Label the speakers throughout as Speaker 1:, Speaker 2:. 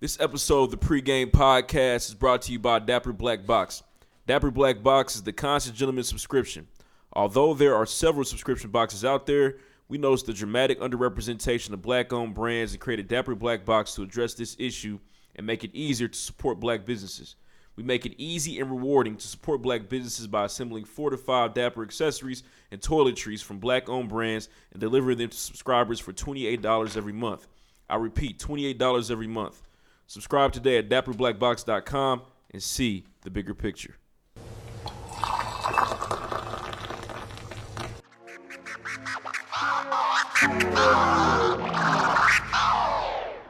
Speaker 1: This episode of the pregame podcast is brought to you by Dapper Black Box. Dapper Black Box is the conscious gentleman subscription. Although there are several subscription boxes out there, we noticed the dramatic underrepresentation of black owned brands and created Dapper Black Box to address this issue and make it easier to support black businesses. We make it easy and rewarding to support black businesses by assembling four to five Dapper accessories and toiletries from black owned brands and delivering them to subscribers for $28 every month. I repeat, $28 every month. Subscribe today at dapperblackbox.com and see the bigger picture.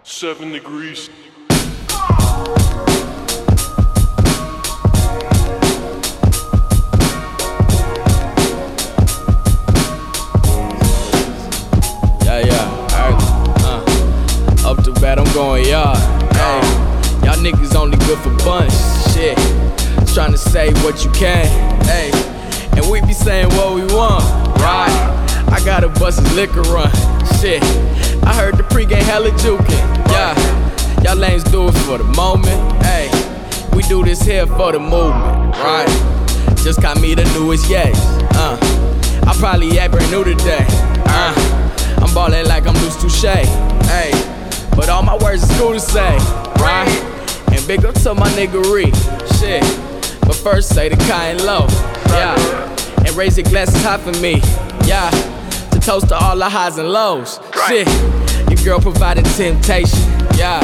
Speaker 2: Seven degrees.
Speaker 3: Yeah, yeah. All right. Uh, up to bat, I'm going yard. Hey, y'all niggas only good for bunch. Shit. Trying to say what you can. Hey, and we be saying what we want. Right. I got a bus's liquor run. Shit. I heard the pregame hella jukin'. Yeah. Y'all lanes do it for the moment. Hey, we do this here for the movement. Right. Just got me the newest yes. Uh, I probably act brand new today. Uh, I'm ballin' like I'm loose touche. Hey, but all my words is cool to say, right? And big up to my niggery, shit. But first say the kind low, yeah. And raise your glasses high for me, yeah. To toast to all the highs and lows, shit. Your girl providing temptation, yeah.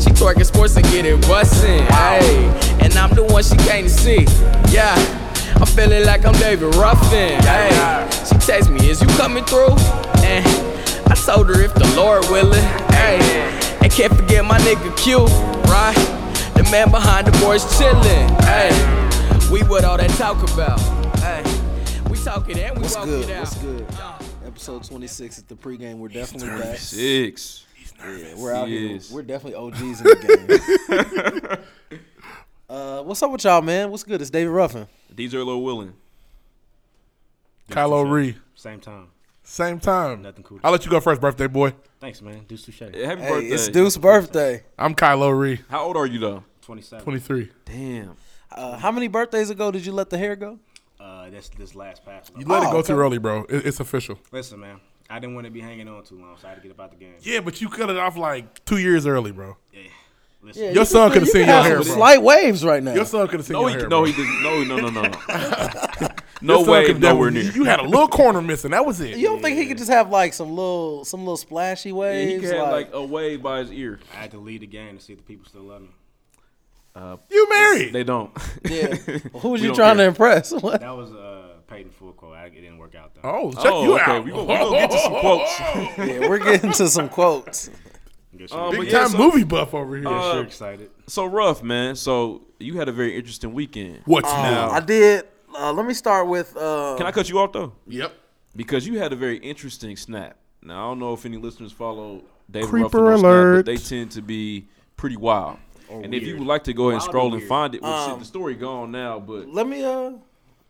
Speaker 3: She twerking sports and get it bustin', hey. And I'm the one she came to see, yeah. I'm feeling like I'm David Ruffin. Hey, she text me, is you coming through? And I told her if the Lord willing. Hey, and can't forget my nigga Q, right? The man behind the boys chillin'. Hey, we what all that talk about. Hey, we talking and we
Speaker 4: What's
Speaker 3: walk
Speaker 4: good?
Speaker 3: it out.
Speaker 4: What's good? Episode 26 at the pregame. We're definitely back.
Speaker 1: Six.
Speaker 4: Yeah, we're out
Speaker 1: He
Speaker 4: here.
Speaker 1: is.
Speaker 4: We're definitely OGs in the game. uh, what's up with y'all, man? What's good? It's David Ruffin.
Speaker 1: These are low willing.
Speaker 5: Kylo Ree.
Speaker 6: Same time.
Speaker 5: Same time.
Speaker 6: Nothing cool.
Speaker 5: I'll let you go first, birthday boy.
Speaker 6: Thanks, man. Deuce Touche.
Speaker 1: Hey, Happy
Speaker 4: Hey,
Speaker 1: birthday.
Speaker 4: it's Deuce's birthday.
Speaker 5: I'm Kylo Ree,
Speaker 1: How old are you though?
Speaker 6: 27.
Speaker 5: 23.
Speaker 1: Damn.
Speaker 4: Uh, how many birthdays ago did you let the hair go?
Speaker 6: Uh, that's this last pass.
Speaker 5: You let
Speaker 4: Oh,
Speaker 5: it go
Speaker 4: okay.
Speaker 5: too early, bro. It- it's official.
Speaker 6: Listen, man. I didn't want to be hanging on too long, so I had to get up out the game.
Speaker 5: Yeah, but you cut it off like two years early, bro.
Speaker 6: Yeah. Listen,
Speaker 5: Your son could have seen your
Speaker 4: have
Speaker 5: hair,
Speaker 4: some
Speaker 5: bro.
Speaker 4: slight waves right now.
Speaker 5: Your son could have seen
Speaker 1: No,
Speaker 5: your
Speaker 1: he,
Speaker 5: hair.
Speaker 1: no,
Speaker 5: bro.
Speaker 1: he didn't. No, no, no, no, no.
Speaker 5: Your
Speaker 1: no
Speaker 5: son
Speaker 1: way,
Speaker 5: could've done-
Speaker 1: nowhere near.
Speaker 5: You had a little corner missing. That was it.
Speaker 4: You don't think he could just have like some little, some little splashy
Speaker 1: Yeah, he
Speaker 4: waves?
Speaker 1: had
Speaker 4: like,
Speaker 1: like a wave by his ear.
Speaker 6: I had to leave the game to see if the people still love me.
Speaker 5: You married.
Speaker 1: They don't.
Speaker 4: yeah. Who was
Speaker 1: We
Speaker 4: you
Speaker 1: don't
Speaker 4: trying
Speaker 1: care.
Speaker 4: to impress? What?
Speaker 6: That was uh, Peyton full quote. I, it didn't work out, though.
Speaker 5: oh, check
Speaker 1: Oh,
Speaker 5: you
Speaker 1: okay.
Speaker 5: out. Oh,
Speaker 1: We gonna- we gonna get to some quotes.
Speaker 4: Yeah, we're getting to some quotes.
Speaker 6: Guess
Speaker 1: Oh,
Speaker 6: you-
Speaker 1: but
Speaker 5: Big
Speaker 1: yeah,
Speaker 5: time
Speaker 1: so- Uh,
Speaker 5: movie buff over here.
Speaker 6: guess you're excited.
Speaker 1: So rough, man. So you had a very interesting weekend.
Speaker 5: What's
Speaker 4: Oh, I
Speaker 5: now?
Speaker 4: did. Uh, let me start with. Uh,
Speaker 1: Can I cut you off though?
Speaker 5: Yep.
Speaker 1: because you had a very interesting snap. Now I don't know if any listeners follow David
Speaker 5: Creeper
Speaker 1: Ruffin on
Speaker 5: alert.
Speaker 1: Snap, but they tend to be pretty wild.
Speaker 4: Oh,
Speaker 1: and if you would like to go ahead and
Speaker 6: Wild or
Speaker 1: scroll and
Speaker 6: weird?
Speaker 1: find it, well,
Speaker 4: Um,
Speaker 1: shit, the story gone now. But
Speaker 4: let me. Uh,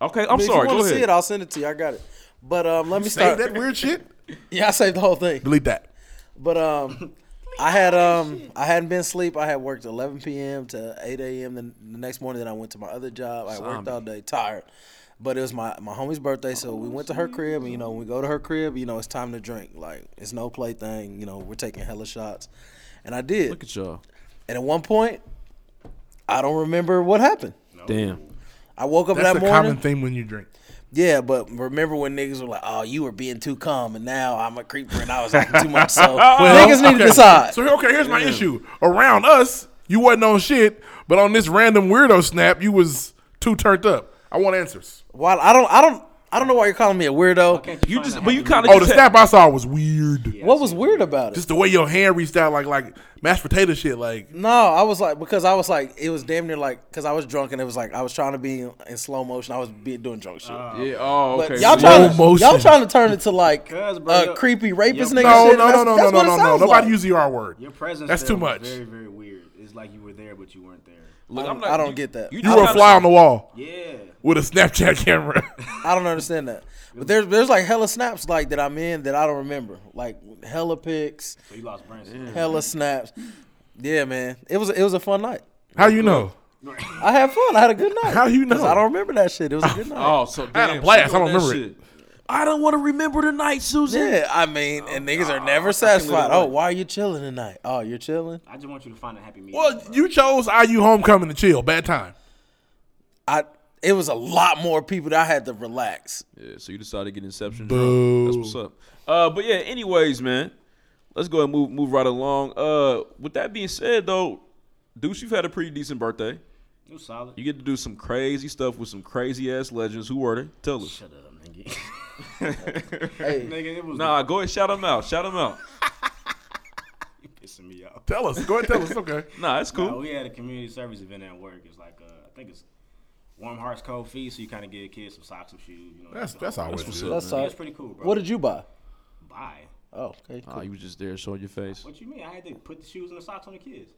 Speaker 1: okay, I'm
Speaker 4: if
Speaker 1: sorry.
Speaker 4: you want
Speaker 1: Go
Speaker 4: to see it,
Speaker 1: ahead.
Speaker 4: I'll send it to you. I got it. But um, let me
Speaker 5: Save
Speaker 4: start.
Speaker 5: that weird shit.
Speaker 4: Yeah, I saved the whole thing.
Speaker 5: Delete that.
Speaker 4: But um, I had um, I hadn't been asleep. I had worked 11 p.m. to 8 a.m. The, the next morning. Then I went to my other job. I worked all day, tired. But it was my my homie's birthday, so we went to her crib. And you know, when we go to her crib, you know, it's time to drink. Like it's no play thing. You know, we're taking hella shots, and I did.
Speaker 1: Look at y'all.
Speaker 4: and at one point, I don't remember what happened.
Speaker 1: Damn.
Speaker 4: I woke up
Speaker 5: That's
Speaker 4: that
Speaker 5: a
Speaker 4: morning.
Speaker 5: common thing when you drink.
Speaker 4: Yeah, but remember when niggas were like, "Oh, you were being too calm," and now I'm a creeper and I was acting too much. So niggas need to
Speaker 5: okay.
Speaker 4: decide.
Speaker 5: So okay, here's my issue. Around us, you wasn't on shit, but on this random weirdo snap, you was too turned up. I want answers.
Speaker 4: Why I don't, I don't, I don't know why you're calling me a weirdo.
Speaker 6: Can't
Speaker 1: You
Speaker 6: find
Speaker 1: just,
Speaker 6: that
Speaker 1: but you
Speaker 6: happy
Speaker 1: kind of.
Speaker 5: Oh, the snap I saw was weird.
Speaker 4: What was weird about it?
Speaker 5: Just the way your hand reached out, like like mashed potato shit. Like
Speaker 4: no, I was like because I was like it was damn near like because I was drunk and it was like I was trying to be in, in slow motion. I was be, doing drunk shit.
Speaker 1: Yeah. Oh,
Speaker 4: but
Speaker 1: okay.
Speaker 4: y'all
Speaker 1: So
Speaker 5: try-
Speaker 4: trying to
Speaker 5: Slow motion.
Speaker 4: y'all trying to turn it to like
Speaker 6: Cuz, bro,
Speaker 4: a
Speaker 6: yo-
Speaker 4: creepy rapist
Speaker 6: yo-
Speaker 4: nigga
Speaker 5: no,
Speaker 4: shit.
Speaker 5: no, no,
Speaker 4: That's-
Speaker 5: no, no,
Speaker 4: that's
Speaker 5: no,
Speaker 4: what it
Speaker 5: no, no.
Speaker 4: sounds
Speaker 5: Nobody
Speaker 4: like.
Speaker 5: use the R word.
Speaker 6: Your presence
Speaker 5: That's too
Speaker 6: there
Speaker 5: much.
Speaker 6: was very, very weird. It's like you were there, but you weren't there.
Speaker 1: Look, I'm
Speaker 4: I don't get that.
Speaker 5: You were a fly on the wall
Speaker 6: Yeah.
Speaker 5: with a Snapchat camera.
Speaker 4: I don't understand that. But there's there's like hella snaps like that I'm in that I don't remember. Like hella pics,
Speaker 6: So you lost Branson.
Speaker 4: hella snaps. Yeah, man. It was it was a fun night.
Speaker 5: How you know?
Speaker 4: I had fun. I had a good night.
Speaker 5: How you know?
Speaker 4: 'Cause I don't remember that shit. It was a good night.
Speaker 1: Oh, so damn,
Speaker 5: had a
Speaker 1: she
Speaker 5: blast.
Speaker 1: know
Speaker 5: I don't
Speaker 1: that
Speaker 5: remember it.
Speaker 1: shit. I don't want to remember the night, Susan.
Speaker 4: Yeah, I mean, and niggas are never satisfied. Oh, why are you chilling tonight? Oh, you're chilling.
Speaker 6: I just want you to find a happy medium.
Speaker 5: Well, you chose IU homecoming to chill. Bad time.
Speaker 4: I. It was a lot more people that I had to relax.
Speaker 1: Yeah, so you decided to get Inception. Bro. That's what's up. Uh, but yeah, anyways, man, let's go and move move right along. Uh, with that being said, though, Deuce, you've had a pretty decent birthday.
Speaker 6: You solid.
Speaker 1: You get to do some crazy stuff with some crazy ass legends. Who were they? Tell us.
Speaker 6: Shut up, nigga.
Speaker 4: Hey,
Speaker 6: nigga, it was
Speaker 1: Nah, go ahead, shout them out. Shout them out.
Speaker 6: pissing me off.
Speaker 5: Tell us. Go ahead. Tell us. Okay.
Speaker 1: Nah, that's
Speaker 6: Uh,
Speaker 1: cool.
Speaker 6: we had a community service event at work. It's like uh, I think it's warm hearts, cold feet. So you kind of give kids some socks, some shoes. You know,
Speaker 5: That's
Speaker 6: the
Speaker 5: that's
Speaker 6: whole-
Speaker 5: always
Speaker 1: what's
Speaker 5: good.
Speaker 1: up.
Speaker 4: that's
Speaker 6: Yeah,
Speaker 4: all.
Speaker 6: it's pretty cool, bro.
Speaker 4: What did you buy?
Speaker 6: buy?
Speaker 4: Oh, okay.
Speaker 6: Uh,
Speaker 4: Cool.
Speaker 1: Nah, you was just there showing your face.
Speaker 6: What you mean? I had to put the shoes and the socks on the kids.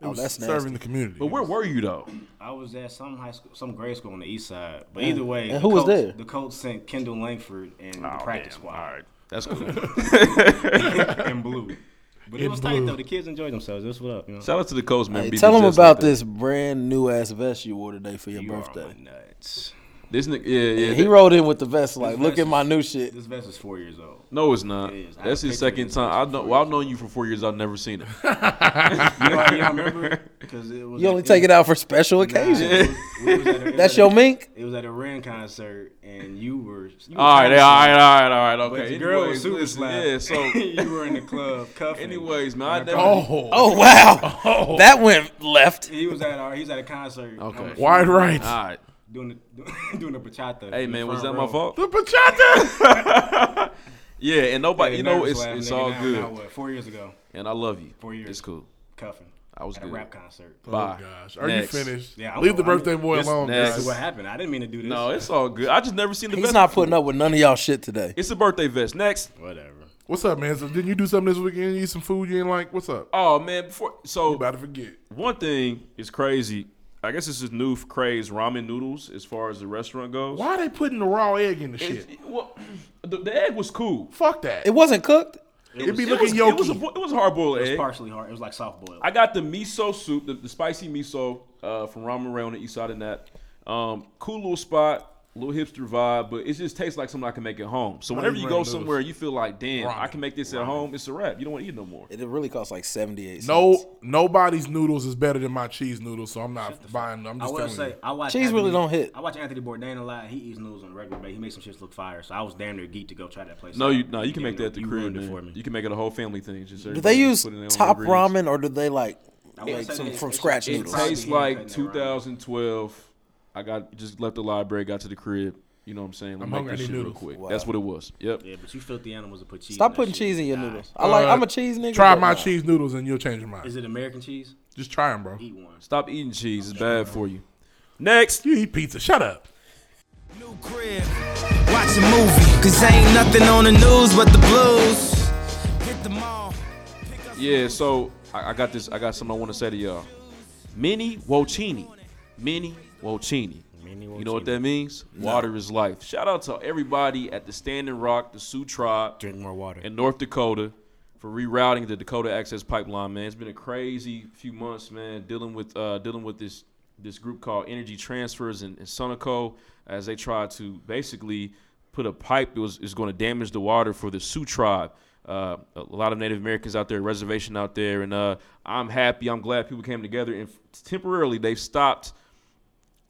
Speaker 5: It was
Speaker 4: Oh, that's nasty.
Speaker 5: serving the community.
Speaker 1: But where were you though?
Speaker 6: I was at some high school, some grade school on the east side. But either way,
Speaker 4: And
Speaker 6: the
Speaker 4: who was
Speaker 6: coach-
Speaker 4: there?
Speaker 6: The coach sent Kendall Langford and the practice squad
Speaker 1: That's cool.
Speaker 6: in blue. But it was tight though. The kids enjoyed themselves. That's what up. You know?
Speaker 1: shout out to the coach, man.
Speaker 4: Hey,
Speaker 1: Beat
Speaker 4: tell
Speaker 1: the
Speaker 4: them
Speaker 1: Jets
Speaker 4: about
Speaker 1: like that.
Speaker 4: this brand new ass vest you wore today for your
Speaker 6: you
Speaker 4: birthday.
Speaker 6: are Oh, my nuts.
Speaker 1: This nigga, yeah, yeah.
Speaker 4: he rolled in with the vest, like, look
Speaker 6: vest
Speaker 4: at my
Speaker 6: is-
Speaker 4: new shit.
Speaker 6: This vest is four years old.
Speaker 1: no, it's not.
Speaker 6: It is. I
Speaker 1: That's
Speaker 6: have a
Speaker 1: his
Speaker 6: picture of
Speaker 1: second
Speaker 6: this
Speaker 1: time. I
Speaker 6: bitch
Speaker 1: know.
Speaker 6: for
Speaker 1: Well, I've
Speaker 6: years.
Speaker 1: known you for four years. I've never seen it.
Speaker 6: You know, you don't remember? Because it was
Speaker 4: You
Speaker 6: at-
Speaker 4: only take it out for special
Speaker 6: Nah,
Speaker 4: occasions.
Speaker 6: it was- we was at a- it
Speaker 4: That's
Speaker 6: was
Speaker 4: your
Speaker 6: at a-
Speaker 4: mink.
Speaker 6: It was at a Ren concert, and you were. You were
Speaker 1: All right,
Speaker 6: trying
Speaker 1: all
Speaker 6: to-
Speaker 1: right, all right, all right.
Speaker 6: But
Speaker 1: Okay.
Speaker 6: the girl was
Speaker 1: Anyways,
Speaker 6: super
Speaker 1: listen,
Speaker 6: slap.
Speaker 1: yeah. So,
Speaker 6: you were in the club cuffing.
Speaker 1: anyways, man, I never.
Speaker 5: oh,
Speaker 4: Oh wow, that went left.
Speaker 6: he was at our. He's at a concert.
Speaker 1: Okay.
Speaker 6: I was
Speaker 5: wide right.
Speaker 4: Ah.
Speaker 1: All right.
Speaker 6: Doing the doing the bachata.
Speaker 1: Hey,
Speaker 6: in the
Speaker 1: man, was that
Speaker 6: front
Speaker 1: my
Speaker 6: row.
Speaker 1: fault?
Speaker 5: the Oh bachata.
Speaker 1: Yeah, and
Speaker 6: Yeah,
Speaker 1: nobody, you know,
Speaker 6: nervous
Speaker 1: it's
Speaker 6: laugh,
Speaker 1: it's
Speaker 6: nigga.
Speaker 1: all
Speaker 6: Now-
Speaker 1: good.
Speaker 6: now what? Four years ago,
Speaker 1: And I love you.
Speaker 6: Four years.
Speaker 1: It's cool.
Speaker 6: cuffing.
Speaker 1: I was
Speaker 6: at
Speaker 1: good.
Speaker 6: a rap concert.
Speaker 1: Bye.
Speaker 5: Oh gosh, are
Speaker 1: Next.
Speaker 5: you finished?
Speaker 6: Yeah, I'm-
Speaker 5: Leave the
Speaker 6: I'm-
Speaker 5: birthday boy
Speaker 1: This-
Speaker 5: alone.
Speaker 1: next.
Speaker 6: This
Speaker 5: guys.
Speaker 6: is what happened. I didn't mean to do this.
Speaker 1: No, it's all good. I just never seen the
Speaker 4: He's
Speaker 1: vest.
Speaker 4: not
Speaker 1: before.
Speaker 4: putting up with none of y'all shit today.
Speaker 1: It's a birthday vest. Next.
Speaker 6: whatever.
Speaker 5: What's up, man? So didn't you do something this weekend? You eat some food you didn't like? What's up?
Speaker 1: Oh man, before so
Speaker 5: About to forget.
Speaker 1: one thing is crazy. I guess this is new craze ramen noodles as far as the restaurant goes.
Speaker 5: Why are they putting the raw egg in the shit?
Speaker 1: It- well, the, the egg was cool.
Speaker 5: Fuck that.
Speaker 4: It wasn't cooked.
Speaker 5: It, would be
Speaker 1: It
Speaker 5: looking
Speaker 1: was, it was a,
Speaker 5: yolky.
Speaker 1: it was a hard boiled
Speaker 6: It's
Speaker 1: egg.
Speaker 6: partially hard. It was like soft boiled.
Speaker 1: I got the miso soup, the, the spicy miso uh, from Ramen Ray on the east side of that. Um, cool little spot, little hipster vibe, but it just tastes like something I can make at home. So whenever you go
Speaker 5: Ramen noodles.
Speaker 1: somewhere, you feel like, damn, I
Speaker 5: Ramen.
Speaker 1: can make this at home. It's a wrap. You don't want to eat no more.
Speaker 4: It really cost like seventy eight.
Speaker 5: No, nobody's noodles is better than my cheese noodles, so I'm not buying them. I'm
Speaker 6: I
Speaker 5: just
Speaker 6: will
Speaker 5: telling
Speaker 6: say
Speaker 5: you.
Speaker 6: I watch
Speaker 4: Cheese
Speaker 6: Anthony-
Speaker 4: really don't hit.
Speaker 6: I watch Anthony Bourdain a lot. He eats noodles on a regular basis. He makes some shits look fire. So I was damn near geek to go try that place.
Speaker 1: No,
Speaker 6: out.
Speaker 1: you no, you can
Speaker 6: Yeah,
Speaker 1: make that at the crib.
Speaker 6: ruined it
Speaker 1: man.
Speaker 6: for me.
Speaker 1: You can make it a whole family thing. Just
Speaker 4: Do they use top ramen or do they like
Speaker 6: wouldn't
Speaker 4: make
Speaker 6: say
Speaker 4: some
Speaker 6: they-
Speaker 4: from
Speaker 6: it's- it's
Speaker 4: scratch
Speaker 1: It
Speaker 4: noodles?
Speaker 6: probably
Speaker 1: tastes
Speaker 6: hand
Speaker 1: like
Speaker 6: cutting that ramen.
Speaker 1: 2012. I got just left the library, got to the crib. You know what I'm saying? Let
Speaker 5: I'm
Speaker 1: me make
Speaker 5: hungry,
Speaker 1: this
Speaker 5: I
Speaker 1: shit
Speaker 5: need
Speaker 1: real
Speaker 5: noodles.
Speaker 1: quick. That's what it was. Yep.
Speaker 6: Yeah, but you filthy animals that put cheese. in
Speaker 4: Stop
Speaker 6: that
Speaker 4: putting
Speaker 6: shit.
Speaker 4: cheese in your
Speaker 6: Nah.
Speaker 4: noodles. I like.
Speaker 5: Uh,
Speaker 4: I'm a cheese nigga.
Speaker 5: Try
Speaker 4: but
Speaker 5: my
Speaker 4: nah.
Speaker 5: cheese noodles and you'll change your mind.
Speaker 6: Is it American cheese?
Speaker 5: Just try them, bro.
Speaker 6: Eat one.
Speaker 1: Stop eating cheese. It's bad for you. Next.
Speaker 5: You eat pizza. Shut up.
Speaker 3: New crib, watch a movie, cause ain't nothing on the news but the blues. Hit the mall. pick up some
Speaker 1: Yeah, so I, I got this. I got something I want to say to y'all. Mini Wocini. Mini Wocini. You know what that means? Water is life. Shout out to everybody at the Standing Rock, the Sioux Tribe,
Speaker 6: Drink more water.
Speaker 1: in North Dakota for rerouting the Dakota Access Pipeline. Man, it's been a crazy few months, man, dealing with uh, dealing with this this group called Energy Transfers and, and Sunoco as they try to basically put a pipe that was is going to damage the water for the Sioux Tribe. Uh, a lot of Native Americans out there, reservation out there, and uh, I'm happy. I'm glad people came together and temporarily they've stopped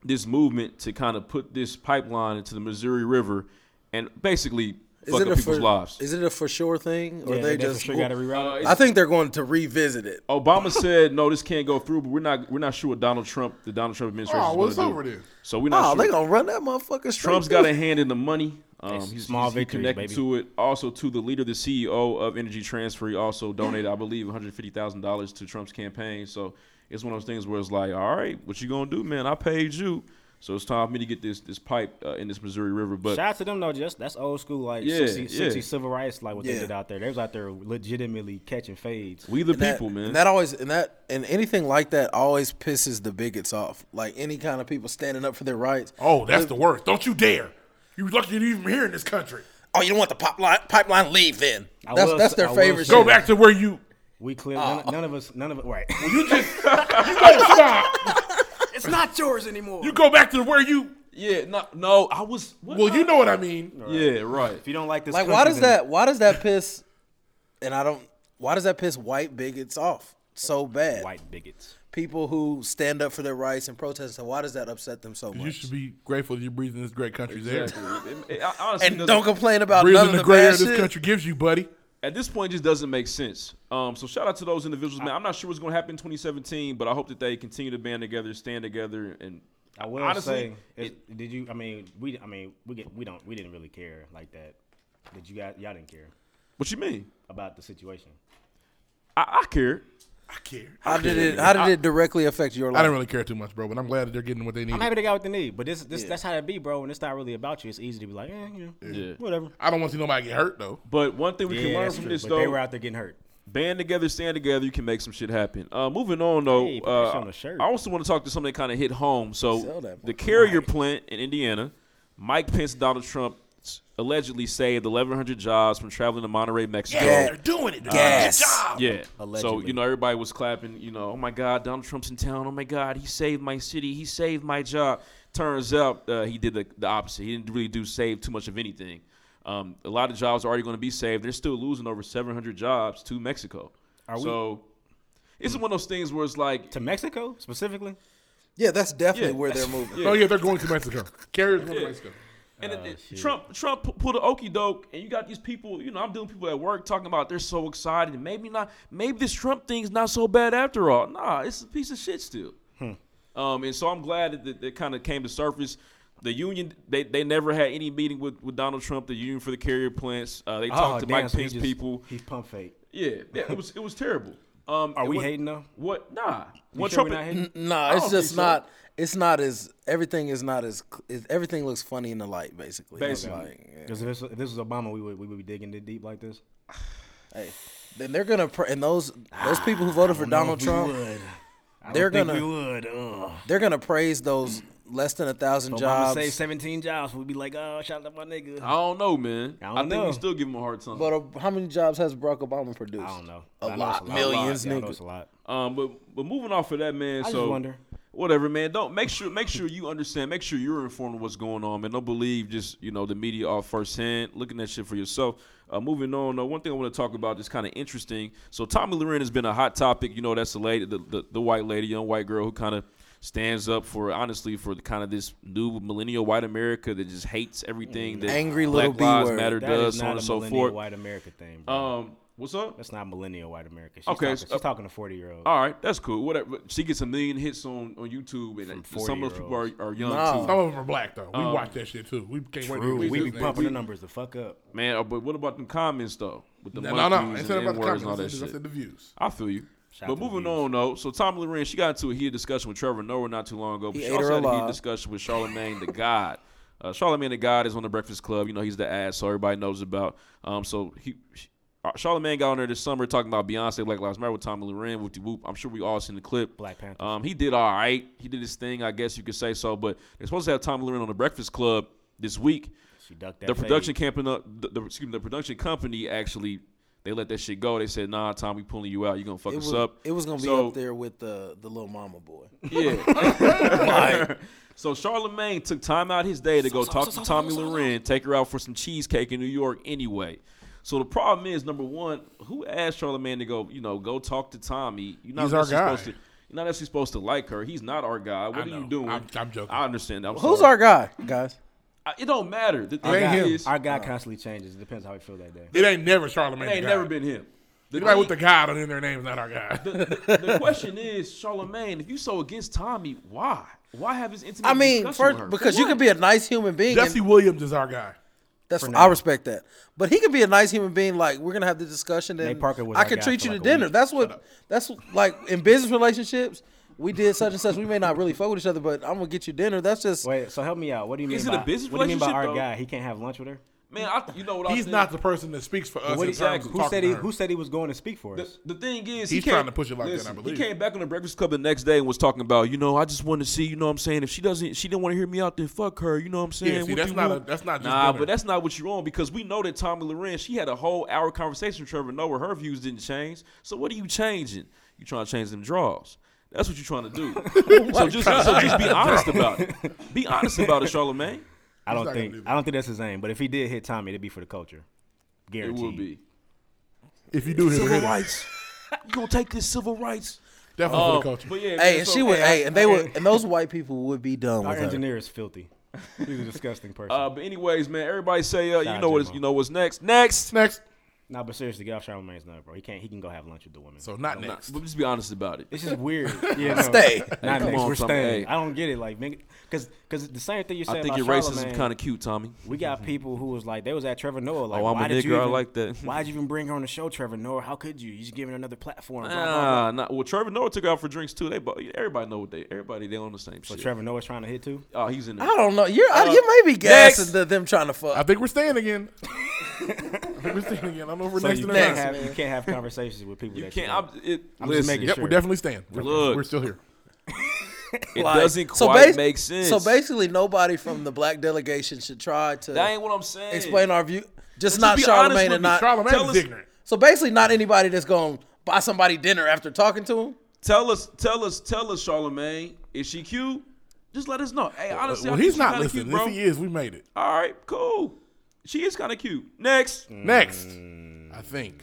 Speaker 1: this movement to kind of put this pipeline into the Missouri River and basically fuck up people's
Speaker 4: for,
Speaker 1: lives.
Speaker 4: Is it a for sure thing, or
Speaker 6: Yeah,
Speaker 4: they,
Speaker 6: they
Speaker 4: just?
Speaker 6: sure got to reroute. it.
Speaker 4: I think they're going to revisit it.
Speaker 1: Obama said no, this can't go through, but we're not we're not sure what Donald Trump, the Donald Trump administration,
Speaker 5: Oh,
Speaker 1: is
Speaker 5: well,
Speaker 1: going
Speaker 5: it's
Speaker 1: to do.
Speaker 5: over then.
Speaker 1: So we're
Speaker 4: Nah,
Speaker 1: not
Speaker 4: Oh, they
Speaker 1: sure.
Speaker 4: gonna run that motherfucker straight.
Speaker 1: Trump's
Speaker 4: through.
Speaker 1: got a hand in the money. Um,
Speaker 6: It's
Speaker 1: he's,
Speaker 6: small
Speaker 1: he's- he
Speaker 6: victories,
Speaker 1: connected
Speaker 6: baby.
Speaker 1: to it. Also to the leader, the CEO of Energy Transfer, he also donated, I believe, one hundred fifty thousand dollars to Trump's campaign. So it's one of those things where it's like, all right, what you gonna do, man? I paid you, so it's time for me to get this this pipe uh, in this Missouri River. But
Speaker 6: Shout out to them though. Just that's old school like
Speaker 1: Yeah,
Speaker 6: 60,
Speaker 1: yeah.
Speaker 6: 60 civil rights like what
Speaker 4: Yeah.
Speaker 6: they did out there. They was out there legitimately catching fades.
Speaker 1: we the
Speaker 4: And that-
Speaker 1: people, man.
Speaker 4: And that always and that and anything like that always pisses the bigots off. Like any kind of people standing up for their rights.
Speaker 5: Oh, that's the worst. Don't you dare. You lucky to even here in this country.
Speaker 4: Oh, you don't want the pipeline pipeline leave then.
Speaker 6: I
Speaker 4: That's
Speaker 6: will
Speaker 4: that's
Speaker 6: s-
Speaker 4: their
Speaker 6: I will
Speaker 4: favorite
Speaker 6: say-
Speaker 5: Go
Speaker 4: shit.
Speaker 5: back to where you
Speaker 7: We clear. none, none of us. None of it. Right. it's not yours anymore.
Speaker 5: You go back to where you.
Speaker 1: Yeah, no, no, I was. What?
Speaker 5: Well, you know what I mean.
Speaker 1: yeah, right.
Speaker 7: if you don't like this,
Speaker 4: Like,
Speaker 7: cookie,
Speaker 4: why does
Speaker 7: then-
Speaker 4: that? Why does that piss? And I don't. Why does that piss white bigots off so bad?
Speaker 7: White bigots.
Speaker 4: People who stand up for their rights and protest. So why does that upset them so
Speaker 5: You
Speaker 4: much?
Speaker 5: should be grateful that you're breathing this great country's air.
Speaker 1: Exactly. It- it- honestly,
Speaker 4: And
Speaker 1: doesn't-
Speaker 4: don't complain about none
Speaker 5: Breathing
Speaker 4: of
Speaker 5: the
Speaker 4: the
Speaker 5: great air
Speaker 4: bad
Speaker 5: this
Speaker 4: shit.
Speaker 5: country gives you, buddy.
Speaker 1: at this point it just doesn't make sense. Um, so shout out to those individuals, man. I'm not sure what's going to happen in 2017, but I hope that they continue to band together, stand together, and
Speaker 7: I will
Speaker 1: honestly,
Speaker 7: say, if- did you? I mean, we. I mean, we get. We don't. We didn't really care like that. Did you guys? Y'all didn't care
Speaker 1: what you mean?
Speaker 7: about the situation.
Speaker 1: I, I care.
Speaker 5: I care.
Speaker 4: How did it? How did it directly affect your
Speaker 5: I
Speaker 4: life?
Speaker 5: didn't really care too much, bro. But I'm glad that they're getting what they need.
Speaker 7: I'm happy they got what they need, but this, this that's how it be, bro. And it's not really about you. It's easy to be like, eh, you know,
Speaker 1: Yeah.
Speaker 7: whatever.
Speaker 5: I don't want to see nobody get hurt though.
Speaker 1: But one thing we can
Speaker 7: Yeah,
Speaker 1: learn
Speaker 7: that's
Speaker 1: from
Speaker 7: true,
Speaker 1: this
Speaker 7: but they were
Speaker 1: though:
Speaker 7: out there getting hurt.
Speaker 1: band together, stand together. You can make some shit happen. Uh, moving on though,
Speaker 7: Hey, put that shit on
Speaker 1: uh,
Speaker 7: the shirt.
Speaker 1: I also want to talk to something that kind of hit home.
Speaker 4: Sell
Speaker 1: So
Speaker 4: that
Speaker 1: the carrier plant in Indiana, Mike Pence, and Donald Trump s- allegedly saved 1,100 jobs from traveling to Monterey, Mexico.
Speaker 4: Yeah.
Speaker 5: doing it. They're
Speaker 4: Yes.
Speaker 1: Yeah. So you
Speaker 7: Allegedly.
Speaker 1: know everybody was clapping. You know, oh my God, Donald Trump's in town. Oh my God, he saved my city. He saved my job. Turns out uh, he did the, the opposite. He didn't really do save too much of anything. Um, a lot of jobs are already going to be saved. They're still losing over 700 jobs to Mexico.
Speaker 7: Are we-
Speaker 1: so it's one of those things where it's like
Speaker 7: To Mexico specifically.
Speaker 4: Yeah, that's definitely
Speaker 1: Yeah.
Speaker 4: where they're moving.
Speaker 5: Oh yeah, they're going to Mexico. Carriers going to Mexico.
Speaker 1: And
Speaker 7: Oh,
Speaker 1: it- it- Trump Trump pu- pulled an okey doke, and you got these people. You know, I'm dealing with people at work talking about they're so excited, and maybe not. Maybe this Trump thing's not so bad after all. Nah, it's a piece of shit still.
Speaker 7: Hmm.
Speaker 1: Um, and so I'm glad that- that it kind of came to surface. The union they, they never had any meeting with, with Donald Trump. The union for the carrier plants. Uh, they talked to Mike
Speaker 7: Oh, so he
Speaker 1: Pence
Speaker 7: just-
Speaker 1: people.
Speaker 7: He pump fake.
Speaker 1: Yeah, yeah, it was it was terrible. Um,
Speaker 7: Are
Speaker 1: it
Speaker 7: we
Speaker 1: wa-
Speaker 7: hating though?
Speaker 1: What? Nah. What Mm.
Speaker 7: sure we're
Speaker 1: Trump?
Speaker 7: not hating?
Speaker 4: Nah, it's
Speaker 1: don't
Speaker 4: just
Speaker 1: think so.
Speaker 4: not. It's not as everything is not as cl- it, everything looks funny in the light, basically. It's
Speaker 1: Basically.
Speaker 4: like, yeah.
Speaker 7: Because if, this- if this was Obama, we would we would be digging it deep like this.
Speaker 4: Hey, then they're gonna pr- and those those people who voted for Donald Trump, they're
Speaker 7: think we
Speaker 4: gonna
Speaker 7: would. Ugh.
Speaker 4: they're gonna praise those less than a thousand
Speaker 7: Obama
Speaker 4: jobs.
Speaker 7: say 17 jobs. We'd be like, oh, shout out my nigga.
Speaker 1: I don't know, man. I,
Speaker 7: I don't
Speaker 1: think
Speaker 7: know.
Speaker 1: we still give him a hard time.
Speaker 4: but uh, how many jobs has Barack Obama produced?
Speaker 7: I don't know.
Speaker 4: A
Speaker 7: I know
Speaker 4: lot,
Speaker 7: it's
Speaker 4: millions,
Speaker 7: Yeah, I know
Speaker 4: nigga.
Speaker 7: it's a lot.
Speaker 1: Um, but but moving off of that, man.
Speaker 7: I
Speaker 1: so
Speaker 7: just wonder.
Speaker 1: whatever, man. Don't make sure make sure you understand. Make sure you're informed of what's going on, man. Don't believe just you know the media all firsthand. Looking at shit for yourself. Uh, moving on, uh, one thing I want to talk about that's kind of interesting. So Tommy Loren has been a hot topic. You know, that's the lady, the, the, the white lady, young white girl who kind of stands up for honestly for the kind of this new millennial white America that just hates everything that
Speaker 4: Angry
Speaker 1: Black
Speaker 4: little B
Speaker 1: Lives
Speaker 4: word.
Speaker 1: Matter
Speaker 7: Mm. That
Speaker 1: does,
Speaker 7: is
Speaker 1: so on
Speaker 7: not
Speaker 1: and
Speaker 7: a
Speaker 1: so
Speaker 7: millennial
Speaker 1: forth.
Speaker 7: white America thing. Bro.
Speaker 1: Um, what's up?
Speaker 7: That's not millennial white America. She's
Speaker 1: Okay,
Speaker 7: talking,
Speaker 1: so-
Speaker 7: she's talking to 40 year olds.
Speaker 1: All right, that's cool. Whatever. She gets a million hits on, on YouTube, and
Speaker 7: From
Speaker 1: some of those people are,
Speaker 7: 40-year-olds.
Speaker 1: are young
Speaker 4: Nah.
Speaker 5: Some of them are black though. We watch that shit too. We can't wait. to
Speaker 7: we,
Speaker 5: release
Speaker 7: we be
Speaker 5: this
Speaker 7: pumping the
Speaker 5: nigga.
Speaker 7: numbers the fuck up.
Speaker 1: too, man. uh, But what about them comments though? With the
Speaker 5: No, no, no.
Speaker 1: monkeys
Speaker 5: Instead
Speaker 1: and
Speaker 5: about the
Speaker 1: N-words
Speaker 5: comments,
Speaker 1: and all
Speaker 5: I
Speaker 1: that
Speaker 5: said
Speaker 1: shit.
Speaker 5: the views.
Speaker 1: I feel you.
Speaker 7: Shout
Speaker 1: but
Speaker 7: out to the
Speaker 1: moving
Speaker 7: views.
Speaker 1: on though, so Tom Loren, she got into a heated discussion with Trevor Noah not too long ago. But she
Speaker 4: He ate
Speaker 1: also
Speaker 4: her
Speaker 1: had a heated
Speaker 4: alive.
Speaker 1: discussion with Charlemagne the God. Uh, Charlemagne the God is on the Breakfast Club. You know he's the ass, so everybody knows about. Um, so he. she- uh, Charlemagne got on there this summer talking about Beyonce, Black Lives Matter with Tommy Loren, whoop de whoop. I'm sure we all seen the clip.
Speaker 7: Black Panthers.
Speaker 1: Um, he did all right. He did his thing, I guess you could say so. But they're supposed to have Tommy Loren on the Breakfast Club this week
Speaker 7: She ducked that.
Speaker 1: the production
Speaker 7: fade.
Speaker 1: camping up the, the excuse me, the production company actually they let that shit go. They said, "Nah, Tom, we pulling you out. You gonna fuck
Speaker 4: It
Speaker 1: us
Speaker 4: was,
Speaker 1: up."
Speaker 4: it was gonna be
Speaker 1: So-
Speaker 4: up there with the the little mama boy.
Speaker 1: Yeah. so Charlemagne took time out his day to go talk to Tommy Loren, take her out for some cheesecake in New York anyway. So the problem is, number one, who asked Charlemagne to go? You know, go talk to Tommy. You're not
Speaker 5: He's our
Speaker 1: necessarily supposed
Speaker 5: guy.
Speaker 1: to. You're not necessarily supposed to like her. He's not our guy. What
Speaker 5: I
Speaker 1: are you
Speaker 5: know.
Speaker 1: doing?
Speaker 5: I'm- I'm joking.
Speaker 1: I understand. I'm
Speaker 4: Who's
Speaker 1: sorry.
Speaker 4: our guy, guys?
Speaker 1: I- It don't matter. The thing
Speaker 5: ain't him.
Speaker 1: is,
Speaker 7: Our guy constantly changes. It depends how he feel that day.
Speaker 5: It ain't never Charlemagne.
Speaker 1: it ain't
Speaker 5: the
Speaker 1: never
Speaker 5: God.
Speaker 1: been him. The
Speaker 5: Anybody with
Speaker 1: thing-
Speaker 5: the God on in their name is not our guy.
Speaker 1: the question is, Charlemagne, if you so against Tommy, why? Why have his intimate?
Speaker 4: I mean,
Speaker 1: discussion with her?
Speaker 4: first, because you
Speaker 1: Why?
Speaker 4: can be a nice human being. and
Speaker 5: Jesse Williams is our guy.
Speaker 4: that's I respect that, but he can be a nice human being. Like we're gonna have the discussion.
Speaker 7: Nate
Speaker 4: And
Speaker 7: Parker was
Speaker 4: I
Speaker 7: our
Speaker 4: can
Speaker 7: guy
Speaker 4: treat
Speaker 7: for
Speaker 4: you
Speaker 7: like
Speaker 4: to
Speaker 7: a
Speaker 4: dinner.
Speaker 7: week.
Speaker 4: That's what. That's what- like in business relationships. We did such and such. We may not really fuck with each other, but I'm gonna get you dinner. That's just
Speaker 7: Wait, so help me out. What do you mean?
Speaker 1: Is it
Speaker 7: by,
Speaker 1: a business
Speaker 7: What do you mean by
Speaker 1: relationship,
Speaker 7: our
Speaker 1: though?
Speaker 7: guy? He can't have lunch with her.
Speaker 1: Man, I, you know what I
Speaker 5: He's
Speaker 1: think?
Speaker 5: not the person that speaks for us.
Speaker 1: What
Speaker 5: in terms
Speaker 1: exactly?
Speaker 5: of
Speaker 1: Who
Speaker 6: Who
Speaker 5: talking
Speaker 6: said
Speaker 5: to
Speaker 6: he?
Speaker 5: her.
Speaker 6: Who said he was going to speak for us?
Speaker 1: The thing is,
Speaker 5: He's
Speaker 1: he came-
Speaker 5: trying to push it like that, I believe.
Speaker 1: he came back on the Breakfast Club the next day and was talking about, you know, I just want to see, you know, what I'm saying, if she doesn't, she didn't want to hear me out, then fuck her. You know what I'm saying?
Speaker 5: Yeah, see,
Speaker 1: Whoop
Speaker 5: that's
Speaker 1: de
Speaker 5: not a-
Speaker 1: whoop.
Speaker 5: that's not just
Speaker 1: nah,
Speaker 5: dinner.
Speaker 1: but that's not what you're on because we know that Tommy Loren, she had a whole hour conversation with Trevor Noah. Her views didn't change. So what are you changing? You trying to change them draws? That's what you're trying to do. so just so just be honest about it. Be honest about it, Charlemagne.
Speaker 6: I don't
Speaker 5: not gonna
Speaker 6: think.
Speaker 5: do that.
Speaker 6: I don't think that's his name. But if he did hit Tommy, it'd be for the culture.
Speaker 1: It
Speaker 6: Guaranteed.
Speaker 1: will be
Speaker 5: If you do hit
Speaker 1: civil
Speaker 5: him, definitely
Speaker 1: rights. You gonna take this civil rights?
Speaker 5: for the
Speaker 1: Um,
Speaker 5: culture.
Speaker 1: but yeah, man,
Speaker 4: Hey, and
Speaker 1: so-
Speaker 4: she would. Hey, and they would. And those white people would be done
Speaker 6: Our
Speaker 4: with her.
Speaker 6: engineer is filthy. He's a disgusting person.
Speaker 1: Uh, but anyways, man, everybody say uh, you
Speaker 6: Nah,
Speaker 1: know what is,
Speaker 6: J-Mo.
Speaker 1: you know what's next. Next.
Speaker 5: Next,
Speaker 6: nah, but seriously, get off Charlemagne's number, bro. He can't. He can go have lunch with the women.
Speaker 5: so not next.
Speaker 1: But just be honest about it.
Speaker 6: It's just weird. Yeah, no.
Speaker 4: Stay.
Speaker 6: Not
Speaker 1: come
Speaker 6: next.
Speaker 1: on, Tommy.
Speaker 6: We're staying.
Speaker 1: Hey.
Speaker 6: I don't get it. Like, nigga, because because the same thing you said
Speaker 1: I think
Speaker 6: about
Speaker 1: your racism
Speaker 6: Charlamagne,
Speaker 1: kind of cute, Tommy.
Speaker 6: We got people who was like, they was at Trevor Noah. Like,
Speaker 1: Mm-hmm. Oh, I'm a
Speaker 6: why did you
Speaker 1: nigger, I
Speaker 6: even,
Speaker 1: like that.
Speaker 6: Why'd you even bring her on the show, Trevor Noah? How could you? You just giving her another platform. Blah, blah,
Speaker 1: Nah,
Speaker 6: blah.
Speaker 1: nah. Well, Trevor Noah took her out for drinks too. They, bo- everybody know what they, everybody they on the same
Speaker 6: So
Speaker 1: shit.
Speaker 6: Trevor Noah's trying to hit too.
Speaker 1: oh, he's in there.
Speaker 4: I don't know. You're. I- you may be gassing
Speaker 1: Next.
Speaker 4: the, them trying to fuck.
Speaker 5: I think we're staying again. I think we're staying again. I don't know if we're
Speaker 6: So
Speaker 5: next
Speaker 6: you
Speaker 5: to the
Speaker 6: can't
Speaker 5: next.
Speaker 6: have you can't have conversations with people.
Speaker 1: you
Speaker 6: that
Speaker 1: can't.
Speaker 6: You like.
Speaker 1: I'm, it,
Speaker 6: I'm just
Speaker 1: listen,
Speaker 6: making
Speaker 5: Yep,
Speaker 6: sure.
Speaker 5: we're definitely staying. We're,
Speaker 1: Look.
Speaker 5: we're still here.
Speaker 1: it
Speaker 4: Like,
Speaker 1: doesn't quite
Speaker 4: so basi-
Speaker 1: make sense.
Speaker 4: So basically, nobody from the black delegation should try to
Speaker 1: that ain't what I'm saying.
Speaker 4: explain our view.
Speaker 1: Just
Speaker 4: Just not
Speaker 1: be honest
Speaker 4: Charlemagne
Speaker 1: with
Speaker 4: and
Speaker 1: me.
Speaker 4: not.
Speaker 5: Charlamagne
Speaker 1: tell
Speaker 5: is
Speaker 1: us-
Speaker 5: ignorant.
Speaker 4: so basically, not anybody that's gonna buy somebody dinner after talking to him.
Speaker 1: Tell us, tell us, tell us, Charlemagne. Is she cute? Just let us know. Hey, honestly,
Speaker 5: Well,
Speaker 1: I think
Speaker 5: he's
Speaker 1: she's
Speaker 5: not
Speaker 1: kinda
Speaker 5: listening.
Speaker 1: Cute, bro.
Speaker 5: if he is, we made it.
Speaker 1: All right, cool. She is kind of cute. Next.
Speaker 5: Next, I think.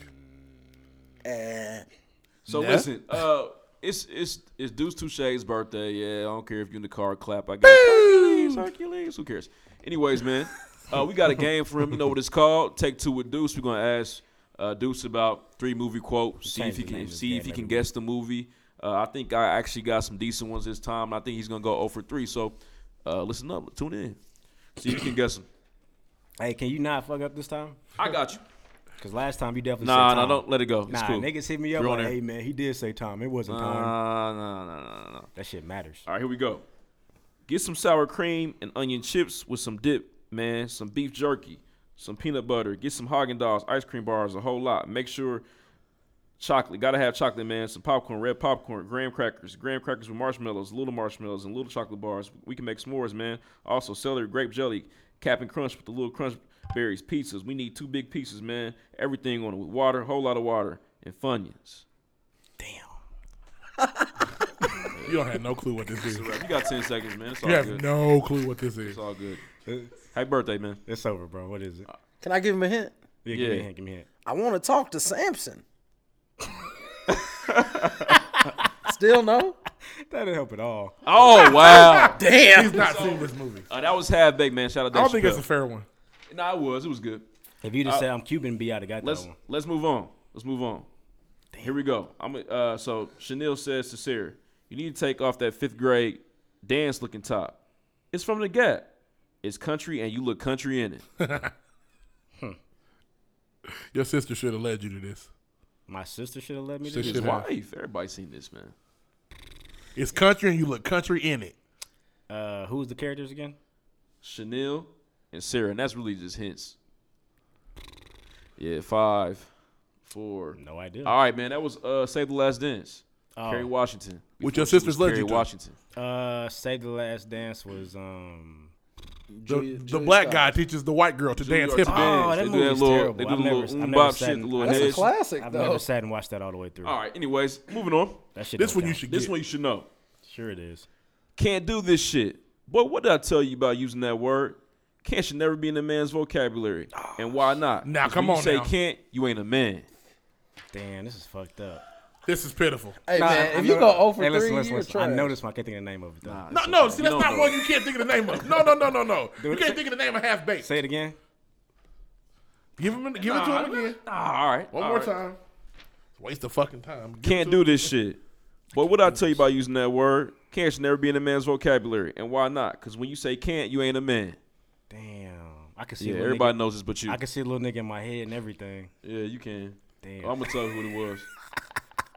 Speaker 4: And
Speaker 1: So
Speaker 5: Yeah.
Speaker 1: listen, uh, it's it's it's Deuce Touche's birthday. Yeah, I don't care if you in the car, clap. I guess. Hercules, Hercules. Who cares? Anyways, man, uh, we got a game for him. You know what it's called? Take two with Deuce. We're gonna ask uh, Deuce about three movie quotes. See if
Speaker 6: changed
Speaker 1: he
Speaker 6: the name
Speaker 1: can
Speaker 6: of this
Speaker 1: see if
Speaker 6: game
Speaker 1: he can
Speaker 6: every
Speaker 1: guess the movie. Uh, I think I actually got some decent ones this time. and I think he's gonna go 0 for three. So uh, listen up, tune in, see if you can guess him.
Speaker 6: Hey, can you not fuck up this time?
Speaker 1: I got you.
Speaker 6: Because last time you definitely
Speaker 1: Nah,
Speaker 6: said
Speaker 1: nah,
Speaker 6: Tom.
Speaker 1: don't let it go. It's
Speaker 6: Nah,
Speaker 1: cool.
Speaker 6: niggas hit me up
Speaker 1: You're on
Speaker 6: like,
Speaker 1: air.
Speaker 6: hey man, he did say Tom. It wasn't
Speaker 1: Nah, Uh,
Speaker 6: Tom.
Speaker 1: nah, nah, nah, nah, nah.
Speaker 6: That shit matters.
Speaker 1: All right, here we go. Get some sour cream and onion chips with some dip, man. Some beef jerky, some peanut butter. Get some Haagen Dazs, ice cream bars, a whole lot. Make sure chocolate. Gotta have chocolate, man. Some popcorn, red popcorn, graham crackers, graham crackers with marshmallows, little marshmallows, and little chocolate bars. We can make s'mores, man. Also celery, grape jelly, cap and crunch with the little crunch berries, pizzas. We need two big pieces, man. Everything on it with water, whole lot of water, and funyuns.
Speaker 5: You don't have no clue what this is. You
Speaker 1: You got ten seconds, man. It's all
Speaker 5: have
Speaker 1: good.
Speaker 5: no clue what this is.
Speaker 1: it's all good. Happy birthday, man.
Speaker 6: It's over, bro. What is it?
Speaker 4: can I give him a hint?
Speaker 6: Yeah, give me
Speaker 1: yeah.
Speaker 6: a hint. Give me a hint.
Speaker 4: I want to talk to Samson. Still no?
Speaker 6: That didn't help at all.
Speaker 1: Oh wow!
Speaker 5: He's not seen this movie.
Speaker 1: Uh, that was half baked, man. Shout out.
Speaker 5: I don't think it's a fair one.
Speaker 1: Nah, it was. It was good.
Speaker 6: If you just said I'm Cuban, be out of got
Speaker 1: uh, Let's
Speaker 6: that one.
Speaker 1: let's move on. Let's move on. Here we go. I'm uh, so Chanel says to Sarah, "You need to take off that fifth grade dance looking top. It's from the Gap. It's country, and you look country in it.
Speaker 5: Your sister should have led you to this.
Speaker 6: My sister should have let me
Speaker 5: She
Speaker 6: do
Speaker 5: should
Speaker 1: His
Speaker 6: this.
Speaker 5: have.
Speaker 1: wife. Everybody seen this, man.
Speaker 5: It's country and you look country in it.
Speaker 6: Uh, who's the characters again?
Speaker 1: Chanel and Sarah, and that's really just hints. Yeah, five, four.
Speaker 6: No idea.
Speaker 1: All right, man. That was uh, Save the Last Dance.
Speaker 6: Oh.
Speaker 1: Kerry Washington.
Speaker 5: Which your
Speaker 1: Before she was
Speaker 5: sisters led you
Speaker 1: Kerry
Speaker 5: to.
Speaker 1: Washington.
Speaker 6: Uh, Save the Last Dance was um.
Speaker 5: The, the black guy teaches the white girl to dance hip hop.
Speaker 6: Oh, that
Speaker 1: they do
Speaker 6: movie
Speaker 1: that
Speaker 6: is
Speaker 1: little,
Speaker 6: terrible.
Speaker 1: They do
Speaker 6: I've
Speaker 1: the
Speaker 6: never-
Speaker 1: little
Speaker 6: I've
Speaker 1: oom
Speaker 6: never
Speaker 1: bop
Speaker 6: sat
Speaker 1: shit,
Speaker 6: in-
Speaker 1: the little
Speaker 4: That's a
Speaker 1: heads.
Speaker 4: classic,
Speaker 6: I've
Speaker 4: though.
Speaker 6: never sat and watched that all the way through.
Speaker 1: All right. Anyways, moving on.
Speaker 6: That shit.
Speaker 5: This
Speaker 6: don't
Speaker 5: one you
Speaker 6: count.
Speaker 5: should
Speaker 1: This
Speaker 5: get.
Speaker 1: one you should know.
Speaker 6: Sure it is.
Speaker 1: Can't do this shit. Boy, what did I tell you about using that word? Can't should never be in a man's vocabulary.
Speaker 6: Ah,
Speaker 1: And why not?
Speaker 5: Now,
Speaker 1: 'Cause
Speaker 5: come
Speaker 1: when
Speaker 5: on
Speaker 1: you
Speaker 5: now.
Speaker 1: say can't, you ain't a man.
Speaker 6: Damn, this is fucked up.
Speaker 5: This is pitiful.
Speaker 4: Hey,
Speaker 6: Nah,
Speaker 4: man,
Speaker 6: I
Speaker 4: if you
Speaker 6: know-
Speaker 4: go
Speaker 5: oh
Speaker 4: over
Speaker 6: hey,
Speaker 4: 3,
Speaker 6: listen, listen,
Speaker 4: you're
Speaker 6: listen. I
Speaker 4: trash.
Speaker 6: noticed I can't think of the name of it though.
Speaker 5: No, no, see, that's
Speaker 1: You don't
Speaker 5: not
Speaker 1: know.
Speaker 5: one you can't think of the name of. No, no, no, no, no. You
Speaker 6: it.
Speaker 5: can't think of the name of half baked.
Speaker 6: Say it again.
Speaker 5: Give him, give it to him again.
Speaker 1: Nah, all right.
Speaker 5: One
Speaker 1: all
Speaker 5: more
Speaker 1: right.
Speaker 5: time. It's a waste of fucking time. Give
Speaker 1: Can't do this shit. Boy, what did I tell you about using that word? Can't should never be in a man's vocabulary. And why not? Because when you say can't, you ain't a man.
Speaker 6: Damn, I can see.
Speaker 1: Yeah,
Speaker 6: a little
Speaker 1: everybody
Speaker 6: nigga-
Speaker 1: knows this but you.
Speaker 6: I can see a little nigga in my head and everything.
Speaker 1: Yeah, you can.
Speaker 6: Damn.
Speaker 1: I'm gonna tell you what it was.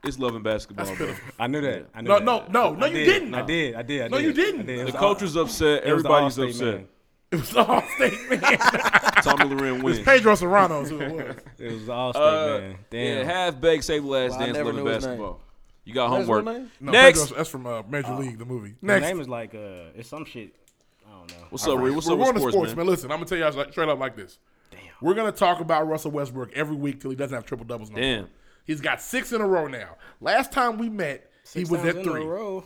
Speaker 1: It's loving basketball, bro.
Speaker 6: I knew that. I knew
Speaker 5: No,
Speaker 6: that.
Speaker 5: no, no, no,
Speaker 6: I
Speaker 5: you
Speaker 6: did.
Speaker 5: didn't.
Speaker 6: I did. I did. I
Speaker 5: No,
Speaker 6: did.
Speaker 5: you didn't.
Speaker 6: I did. It
Speaker 1: The
Speaker 6: was all-
Speaker 1: culture's upset.
Speaker 6: it was the
Speaker 1: Everybody's
Speaker 6: Allstate
Speaker 1: upset.
Speaker 6: man.
Speaker 5: It was all state man.
Speaker 1: Tommy Loren wins.
Speaker 5: Pedro Serrano's who it was.
Speaker 7: It was all state,
Speaker 1: Uh,
Speaker 7: man. Damn.
Speaker 1: yeah, half baked, save last
Speaker 4: Well, I
Speaker 1: dance,
Speaker 4: never
Speaker 1: loving
Speaker 4: knew his name.
Speaker 1: basketball. You got
Speaker 4: his
Speaker 1: homework.
Speaker 4: real name?
Speaker 5: No,
Speaker 1: Next,
Speaker 5: Pedro's- that's from uh, Major League, the movie.
Speaker 7: His
Speaker 5: Next.
Speaker 7: name is like uh, it's some shit. I don't know.
Speaker 1: what's up, Reed? What's
Speaker 5: We're
Speaker 1: up with
Speaker 5: going to
Speaker 1: sports,
Speaker 5: sports, man.
Speaker 1: man?
Speaker 5: Listen, I'm gonna tell you guys like, straight up like this. We're gonna talk about Russell Westbrook every week till he doesn't have triple doubles. No more.
Speaker 1: Damn.
Speaker 5: He's got six in a row now. Last time we met,
Speaker 7: Six
Speaker 5: he was
Speaker 7: times
Speaker 5: at
Speaker 7: in a
Speaker 5: three.
Speaker 7: row.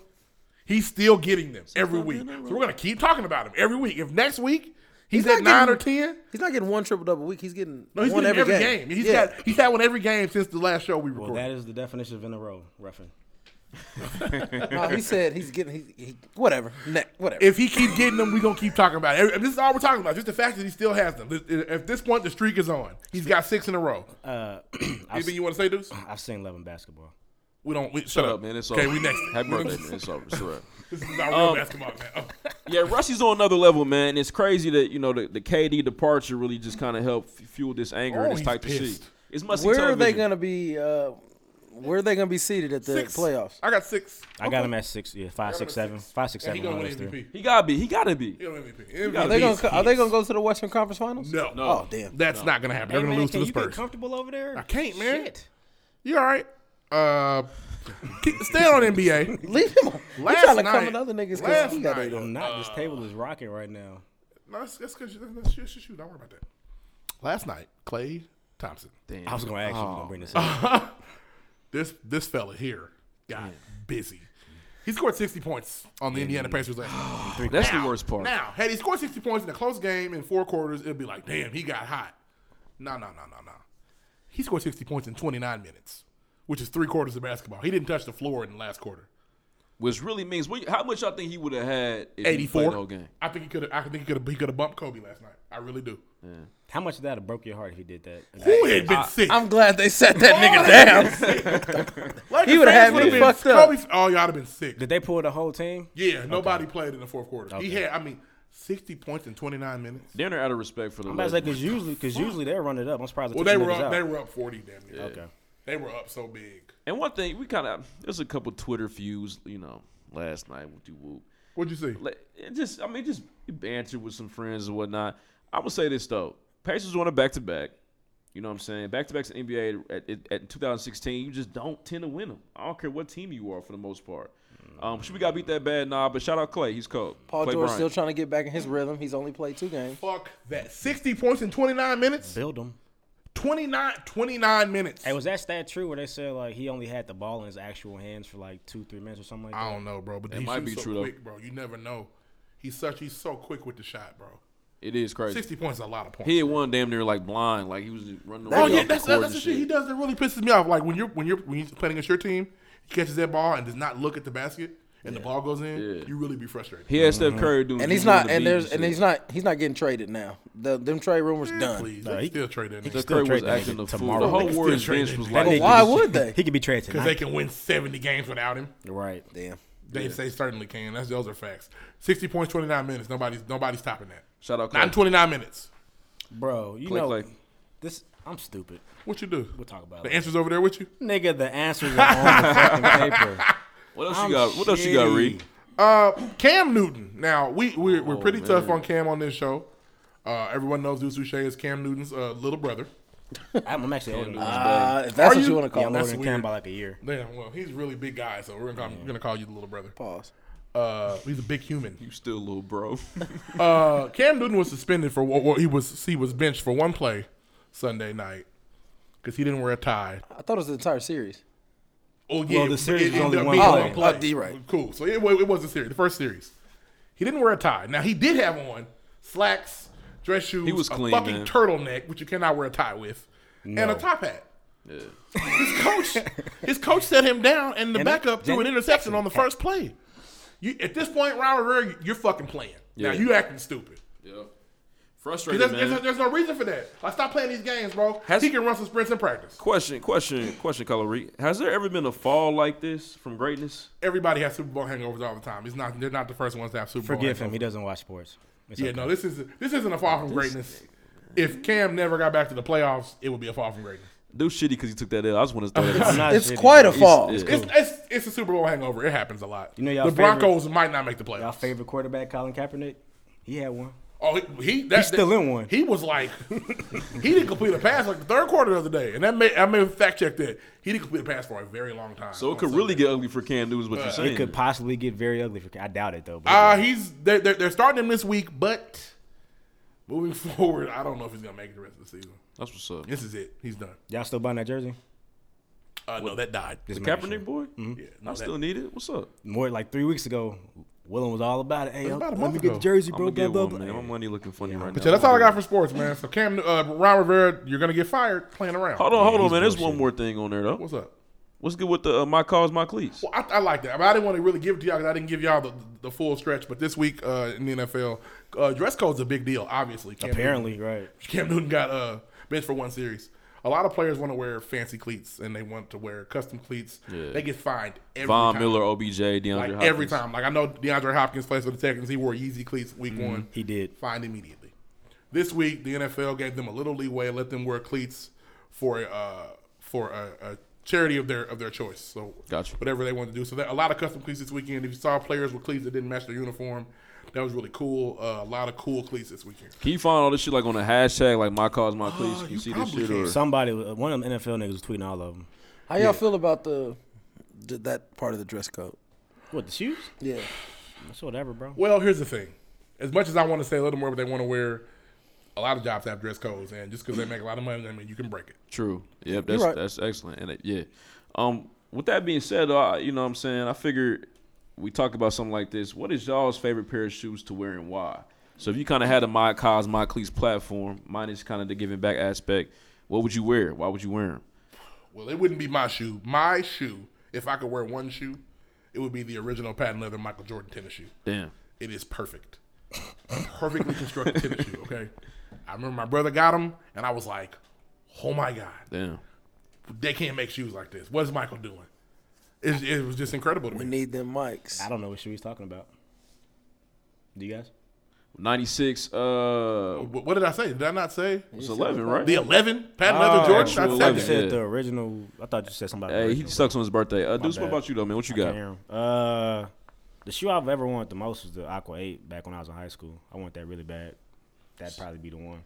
Speaker 5: He's still getting them every week. So we're gonna keep talking about him every week. If next week he's,
Speaker 4: not
Speaker 5: at nine
Speaker 4: getting-
Speaker 5: or ten,
Speaker 4: He's not getting one triple double a week. He's getting
Speaker 5: no, he's
Speaker 4: one
Speaker 5: getting
Speaker 4: every,
Speaker 5: game. He's
Speaker 4: yeah.
Speaker 5: got he's had one every game since the last show we
Speaker 7: Well,
Speaker 5: recorded.
Speaker 7: that is the definition of in a row, Ruffin.
Speaker 4: No, Oh, he said he's getting he, he, whatever. Ne- whatever.
Speaker 5: if he keep getting them, we gonna keep talking about it. Every- This is all we're talking about. Just the fact that he still has them. This- At this point, the streak is on. He's got six in a row.
Speaker 7: Uh, I've,
Speaker 5: Anything you want to say, Deuce?
Speaker 7: I've seen Love and Basketball.
Speaker 5: We don't. We, shut
Speaker 1: Shut
Speaker 5: up,
Speaker 1: up, man. It's
Speaker 5: okay,
Speaker 1: over.
Speaker 5: we next.
Speaker 1: Happy birthday, man. It's over. It's all right.
Speaker 5: This is our real basketball, man. Oh.
Speaker 1: Yeah, Rusty's on another level, man. It's crazy that you know the, the KD departure really just kind of helped f- fuel this anger
Speaker 5: Oh,
Speaker 1: and this
Speaker 5: he's
Speaker 1: type of shit.
Speaker 5: pissed.
Speaker 1: It's must
Speaker 4: where are they gonna be? Uh, where are they gonna be seated at the
Speaker 5: Six.
Speaker 4: playoffs?
Speaker 5: I got six.
Speaker 7: I got him at six, yeah, five, six, seven, five, six, seven.
Speaker 5: And he gonna
Speaker 7: one
Speaker 5: win
Speaker 7: of those three.
Speaker 5: MVP.
Speaker 1: He gotta be. He gotta be.
Speaker 5: He gonna win MVP.
Speaker 4: Are
Speaker 5: MVP.
Speaker 4: they gonna
Speaker 1: Beast,
Speaker 4: Are they gonna go to the Western Conference Finals?
Speaker 5: No, no,
Speaker 4: Oh damn.
Speaker 5: that's not gonna happen. They're
Speaker 7: Hey,
Speaker 5: gonna
Speaker 7: man,
Speaker 5: lose to
Speaker 7: can
Speaker 5: the
Speaker 7: you get
Speaker 5: Spurs.
Speaker 7: comfortable over there?
Speaker 5: I can't, man.
Speaker 7: Shit.
Speaker 5: You all right? Uh, keep, stay on NBA.
Speaker 4: Leave him. on. He
Speaker 5: Last
Speaker 4: trying to come
Speaker 5: night-
Speaker 4: at other niggas because
Speaker 5: last
Speaker 4: he got
Speaker 5: night-
Speaker 4: eight on.
Speaker 7: I'm not. this table is rocking right now.
Speaker 5: No, that's that's good. That's, that's, shoot, shoot, shoot. Don't worry about that. Last night, Clay Thompson.
Speaker 7: I was gonna ask you if you were gonna bring this
Speaker 5: Uh,
Speaker 7: up.
Speaker 5: This this fella here got busy. He scored sixty points on the Indiana Pacers last night.
Speaker 1: That's
Speaker 5: Now-
Speaker 1: the worst part.
Speaker 5: Now, had he scored 60 points in a close game in four quarters, it'd be like, damn, he got hot. No, no, no, no, no. He scored 60 points in 29 minutes, which is three quarters of basketball. He didn't touch the floor in the last quarter.
Speaker 1: Which really means what, how much y'all think he would have had if he played
Speaker 5: 84.
Speaker 1: the whole game.
Speaker 5: I think he could have. I think he could have. He could have bumped Kobe last night. I really do.
Speaker 7: How much of that have broke your heart if you did that?
Speaker 5: Who had been sick?
Speaker 4: I'm glad they sat that nigga down.
Speaker 5: Like,
Speaker 4: he would've had me
Speaker 5: been,
Speaker 4: fucked up.
Speaker 5: Kobe, oh, y'all have been sick.
Speaker 7: Did they pull the whole team?
Speaker 5: Yeah, nobody played in the fourth quarter. He had. I mean, 60 points in 29 minutes.
Speaker 1: Dinner out of respect for the.
Speaker 7: I'm about to say
Speaker 1: legend.
Speaker 7: because usually, because usually they run it up. I'm surprised.
Speaker 5: Well,
Speaker 7: took
Speaker 5: they
Speaker 7: the
Speaker 5: were
Speaker 7: niggas
Speaker 5: up.
Speaker 7: out.
Speaker 5: They were up 40. Damn near.
Speaker 7: Okay.
Speaker 5: They were up so big.
Speaker 1: And one thing we kind of there's a couple Twitter feuds, you know, last night with you whoop.
Speaker 5: What'd you see?
Speaker 1: Like, it just I mean, just banter with some friends and whatnot. I'm gonna say this though: Pacers won a back to back. You know what I'm saying? Back to backs in NBA at, at, at 2016, you just don't tend to win them. I don't care what team you are for the most part. Um, should we got beat that bad? Nah, but shout out Clay, he's cold.
Speaker 4: Paul
Speaker 1: Clay
Speaker 4: George
Speaker 1: Bryant.
Speaker 4: still trying to get back in his rhythm. He's only played two games.
Speaker 5: Fuck that. 60 points in 29 minutes?
Speaker 7: Build them.
Speaker 5: 29, 29 minutes.
Speaker 7: Hey, was that stat true where they said like he only had the ball in his actual hands for like two, three minutes or something like that?
Speaker 5: I don't know, bro, but he
Speaker 1: might
Speaker 5: shoots
Speaker 1: be
Speaker 5: so
Speaker 1: true, though.
Speaker 5: quick, bro. You never know. He's such he's so quick with the shot, bro.
Speaker 1: It is crazy.
Speaker 5: 60 points is a lot of points.
Speaker 1: He had one damn near like blind, like he was just running away.
Speaker 5: oh yeah,
Speaker 1: off the
Speaker 5: that's,
Speaker 1: court
Speaker 5: that's, that's the
Speaker 1: and
Speaker 5: shit he does that really pisses me off. Like when you're when you're when you're playing against your team, he catches that ball and does not look at the basket and the ball goes in, you really be frustrated.
Speaker 1: He had Steph Curry doing,
Speaker 4: And he's
Speaker 1: doing
Speaker 4: not.
Speaker 1: the
Speaker 4: And
Speaker 1: beat
Speaker 4: there's.
Speaker 1: shit.
Speaker 4: And he's not. He's not getting traded now. The them trade rumors done.
Speaker 5: Please, they
Speaker 7: he-
Speaker 5: can still trade that
Speaker 1: Steph
Speaker 5: nigga.
Speaker 1: Curry was
Speaker 7: trade that
Speaker 1: acting
Speaker 7: nigga
Speaker 1: a fool.
Speaker 7: tomorrow.
Speaker 1: The
Speaker 7: They
Speaker 1: whole
Speaker 5: can still
Speaker 1: Warriors
Speaker 5: trade
Speaker 1: bench
Speaker 5: that
Speaker 1: was
Speaker 5: nigga.
Speaker 1: like,
Speaker 4: But why would they?
Speaker 7: He could be traded
Speaker 5: Because
Speaker 7: tonight.
Speaker 5: they can win 70 games without him.
Speaker 7: right.
Speaker 4: Damn.
Speaker 5: They, they certainly can. That's those are facts. 60 points, 29 minutes. Nobody's nobody's topping that.
Speaker 1: shout out
Speaker 5: Not in
Speaker 1: Clay.
Speaker 5: 29 minutes.
Speaker 7: Bro, you
Speaker 1: Clay,
Speaker 7: know
Speaker 1: Clay.
Speaker 7: this I'm stupid.
Speaker 5: What you do?
Speaker 7: We'll talk about
Speaker 5: The
Speaker 7: it.
Speaker 5: answer's over there with you.
Speaker 7: Nigga, the answers are on the fucking paper.
Speaker 1: What else
Speaker 7: I'm
Speaker 1: you got? What else you got,
Speaker 7: shitty.
Speaker 1: Reed?
Speaker 5: Uh, Cam Newton. Now we we're, we're pretty tough on Cam on this show. Uh, everyone knows Deuce Boucher is Cam Newton's uh, little brother.
Speaker 7: I'm I'm actually older than him.
Speaker 4: Uh, if that's
Speaker 5: Are
Speaker 4: what you,
Speaker 5: you-
Speaker 4: want to call
Speaker 7: Yeah, I'm
Speaker 4: him.
Speaker 7: older than Cam by like a year.
Speaker 5: Damn, well, he's a really big guy, so we're gonna call, we're gonna call you the little brother.
Speaker 4: Pause.
Speaker 5: Uh, he's a big human.
Speaker 1: You still a little bro.
Speaker 5: Uh, Cam Newton was suspended for what well, he was he was benched for one play Sunday night because he didn't wear a tie.
Speaker 4: I thought it was the entire series.
Speaker 5: Oh yeah,
Speaker 7: the series was only
Speaker 5: ended up
Speaker 7: one
Speaker 5: being
Speaker 7: play.
Speaker 4: Oh, oh, D right.
Speaker 5: Cool. So it, wa- it was a series, the first series. He didn't wear a tie. Now he did have on slacks, dress shoes,
Speaker 1: He was clean,
Speaker 5: a fucking
Speaker 1: man.
Speaker 5: turtleneck, which you cannot wear a tie with, and a top hat. His coach, his coach set him down, and the
Speaker 7: And
Speaker 5: backup threw an
Speaker 7: Jenny-
Speaker 5: interception on the first play. You, at this point, Ron Rivera, you're fucking playing.
Speaker 1: Yeah.
Speaker 5: Now you acting stupid.
Speaker 1: Frustrated,
Speaker 5: There's,
Speaker 1: man.
Speaker 5: there's, there's no reason for that. Like stop playing these games, bro.
Speaker 1: Has-
Speaker 5: he can run some sprints in practice.
Speaker 1: Question, question, question, Calorie. Has there ever been a fall like this from greatness?
Speaker 5: Everybody has Super Bowl hangovers all the time. It's not they're not the first ones to have Super Bowl.
Speaker 7: Forgive
Speaker 5: hangovers.
Speaker 7: him, he doesn't watch sports. It's
Speaker 5: Yeah,
Speaker 7: okay.
Speaker 5: no, this is this isn't a fall from greatness. If Cam never got back to the playoffs, it would be a fall from greatness.
Speaker 1: Do shitty because he took that L. I just want to throw that.
Speaker 7: I'm
Speaker 1: out.
Speaker 7: not
Speaker 4: It's
Speaker 7: shitty,
Speaker 4: quite a
Speaker 7: bro.
Speaker 4: fall.
Speaker 1: It's-
Speaker 5: It's, it's it's a Super Bowl hangover. It happens a lot.
Speaker 7: know y'all
Speaker 5: the Broncos might not make the
Speaker 7: Y'all
Speaker 5: playoffs.
Speaker 7: favorite quarterback, Colin Kaepernick? He had one.
Speaker 5: Oh, he, he that,
Speaker 6: He's still
Speaker 5: that-
Speaker 6: in one.
Speaker 5: He was like, he didn't complete a pass like the third quarter the other day, and that may I may fact check that he didn't complete a pass for a very long time.
Speaker 1: So
Speaker 5: on
Speaker 1: it could
Speaker 5: Sunday.
Speaker 1: really get ugly for Cam Newton, is what you're saying.
Speaker 6: It could possibly get very ugly for. I doubt it though. But
Speaker 7: Ah.
Speaker 5: Uh, he's they're, they're, they're starting him this week, but moving forward, I don't know if he's gonna make it the rest of the season.
Speaker 1: That's what's up.
Speaker 5: This is it. He's done.
Speaker 6: y'all still buying that jersey?
Speaker 5: Uh, no, that died.
Speaker 1: The
Speaker 6: making
Speaker 1: Kaepernick boy?
Speaker 5: Yeah,
Speaker 1: I
Speaker 5: no, that-
Speaker 1: still need it. What's up?
Speaker 6: More like three weeks ago, Willem was all about it. Hey, yo,
Speaker 5: about a
Speaker 6: let
Speaker 5: month
Speaker 6: me get the
Speaker 5: ago.
Speaker 6: jersey,
Speaker 1: I'm
Speaker 6: bro.
Speaker 1: gonna
Speaker 6: Blah
Speaker 1: get
Speaker 6: blah
Speaker 1: one,
Speaker 6: blah.
Speaker 1: man. My money looking funny right
Speaker 5: But
Speaker 1: now.
Speaker 5: yeah, that's all I got for sports, man. So Cam, uh, Ron Rivera, you're gonna get fired playing around.
Speaker 1: Hold on, hold on,
Speaker 6: he's
Speaker 1: man. There's
Speaker 6: bullshit.
Speaker 1: one more thing on there though.
Speaker 5: What's up?
Speaker 1: What's good with the uh, my cause, my cleats?
Speaker 5: Well, I, I like that. I, mean, I didn't want to really give it to y'all because I didn't give y'all the, the full stretch. But this week uh, in the NFL, uh, dress code's a big deal, obviously. Cam
Speaker 6: Apparently, right?
Speaker 5: Newton, Cam Newton got uh, benched for one series. A lot of players want to wear fancy cleats and they want to wear custom cleats. They get fined every
Speaker 1: Von
Speaker 5: time.
Speaker 1: Miller, OBJ, DeAndre
Speaker 5: Like,
Speaker 1: Hopkins.
Speaker 5: every time. Like, I know DeAndre Hopkins plays for the Texans. He wore Yeezy cleats week
Speaker 1: Mm-hmm.
Speaker 5: one.
Speaker 6: He did.
Speaker 5: fined immediately. This week, the NFL gave them a little leeway, let them wear cleats for uh, for a, a charity of their of their choice. So
Speaker 1: Gotcha.
Speaker 5: whatever they want to do. So that, a lot of custom cleats this weekend. If you saw players with cleats that didn't match their uniform, that was really cool. Uh, a lot of cool cleats this weekend.
Speaker 1: Can you find all this shit like on a hashtag like my cause, my
Speaker 6: Ah,
Speaker 1: cleats? Can you
Speaker 5: you
Speaker 1: see this
Speaker 5: probably
Speaker 1: shit
Speaker 5: can.
Speaker 1: or
Speaker 6: Somebody, one of them NFL niggas was tweeting all of them.
Speaker 4: How y'all feel about the d- that part of the dress code?
Speaker 6: What the shoes?
Speaker 4: Yeah.
Speaker 6: That's whatever, bro.
Speaker 5: Well, here's the thing. As much as I want to say, let them wear what they want to wear. A lot of jobs have dress codes, and just because they make a lot of money, I mean, you can break it.
Speaker 1: True. Yep, that's
Speaker 4: right.
Speaker 1: that's excellent. And it, yeah. Um with that being said, though, I, you know what I'm saying? I figured we talk about something like this. What is y'all's favorite pair of shoes to wear and why? So if you kind of had a my cause, my cleats platform, mine is kind of the giving back aspect. What would you wear? Why would you wear them?
Speaker 5: Well, it wouldn't be my shoe. My shoe, if I could wear one shoe, it would be the original patent leather Michael Jordan tennis shoe.
Speaker 1: Damn.
Speaker 5: It is perfect. A perfectly constructed tennis shoe, okay? I remember my brother got them, and I was like, oh my God,
Speaker 1: Damn.
Speaker 5: they can't make shoes like this. What is Michael doing? It, it was just incredible to
Speaker 4: We
Speaker 5: me.
Speaker 4: need them mics.
Speaker 6: I don't know what shoe he's talking about. Do you guys?
Speaker 1: 96 uh
Speaker 5: Wh- what did I say? Did I not say?
Speaker 1: it's 11, right?
Speaker 5: The 11 patent leather Jordan? I
Speaker 1: true,
Speaker 5: said
Speaker 6: I
Speaker 5: that.
Speaker 1: 11.
Speaker 6: said
Speaker 1: Yeah.
Speaker 6: the original. I thought you said somebody.
Speaker 1: Hey, he
Speaker 6: original.
Speaker 1: sucks on his birthday. Uh, Deuce, what
Speaker 6: bad.
Speaker 1: about you though, man? What you got?
Speaker 6: Damn. Uh, the shoe I've ever wanted the most was the Aqua Eight back when I was in high school. I want that really bad. That'd probably be the one.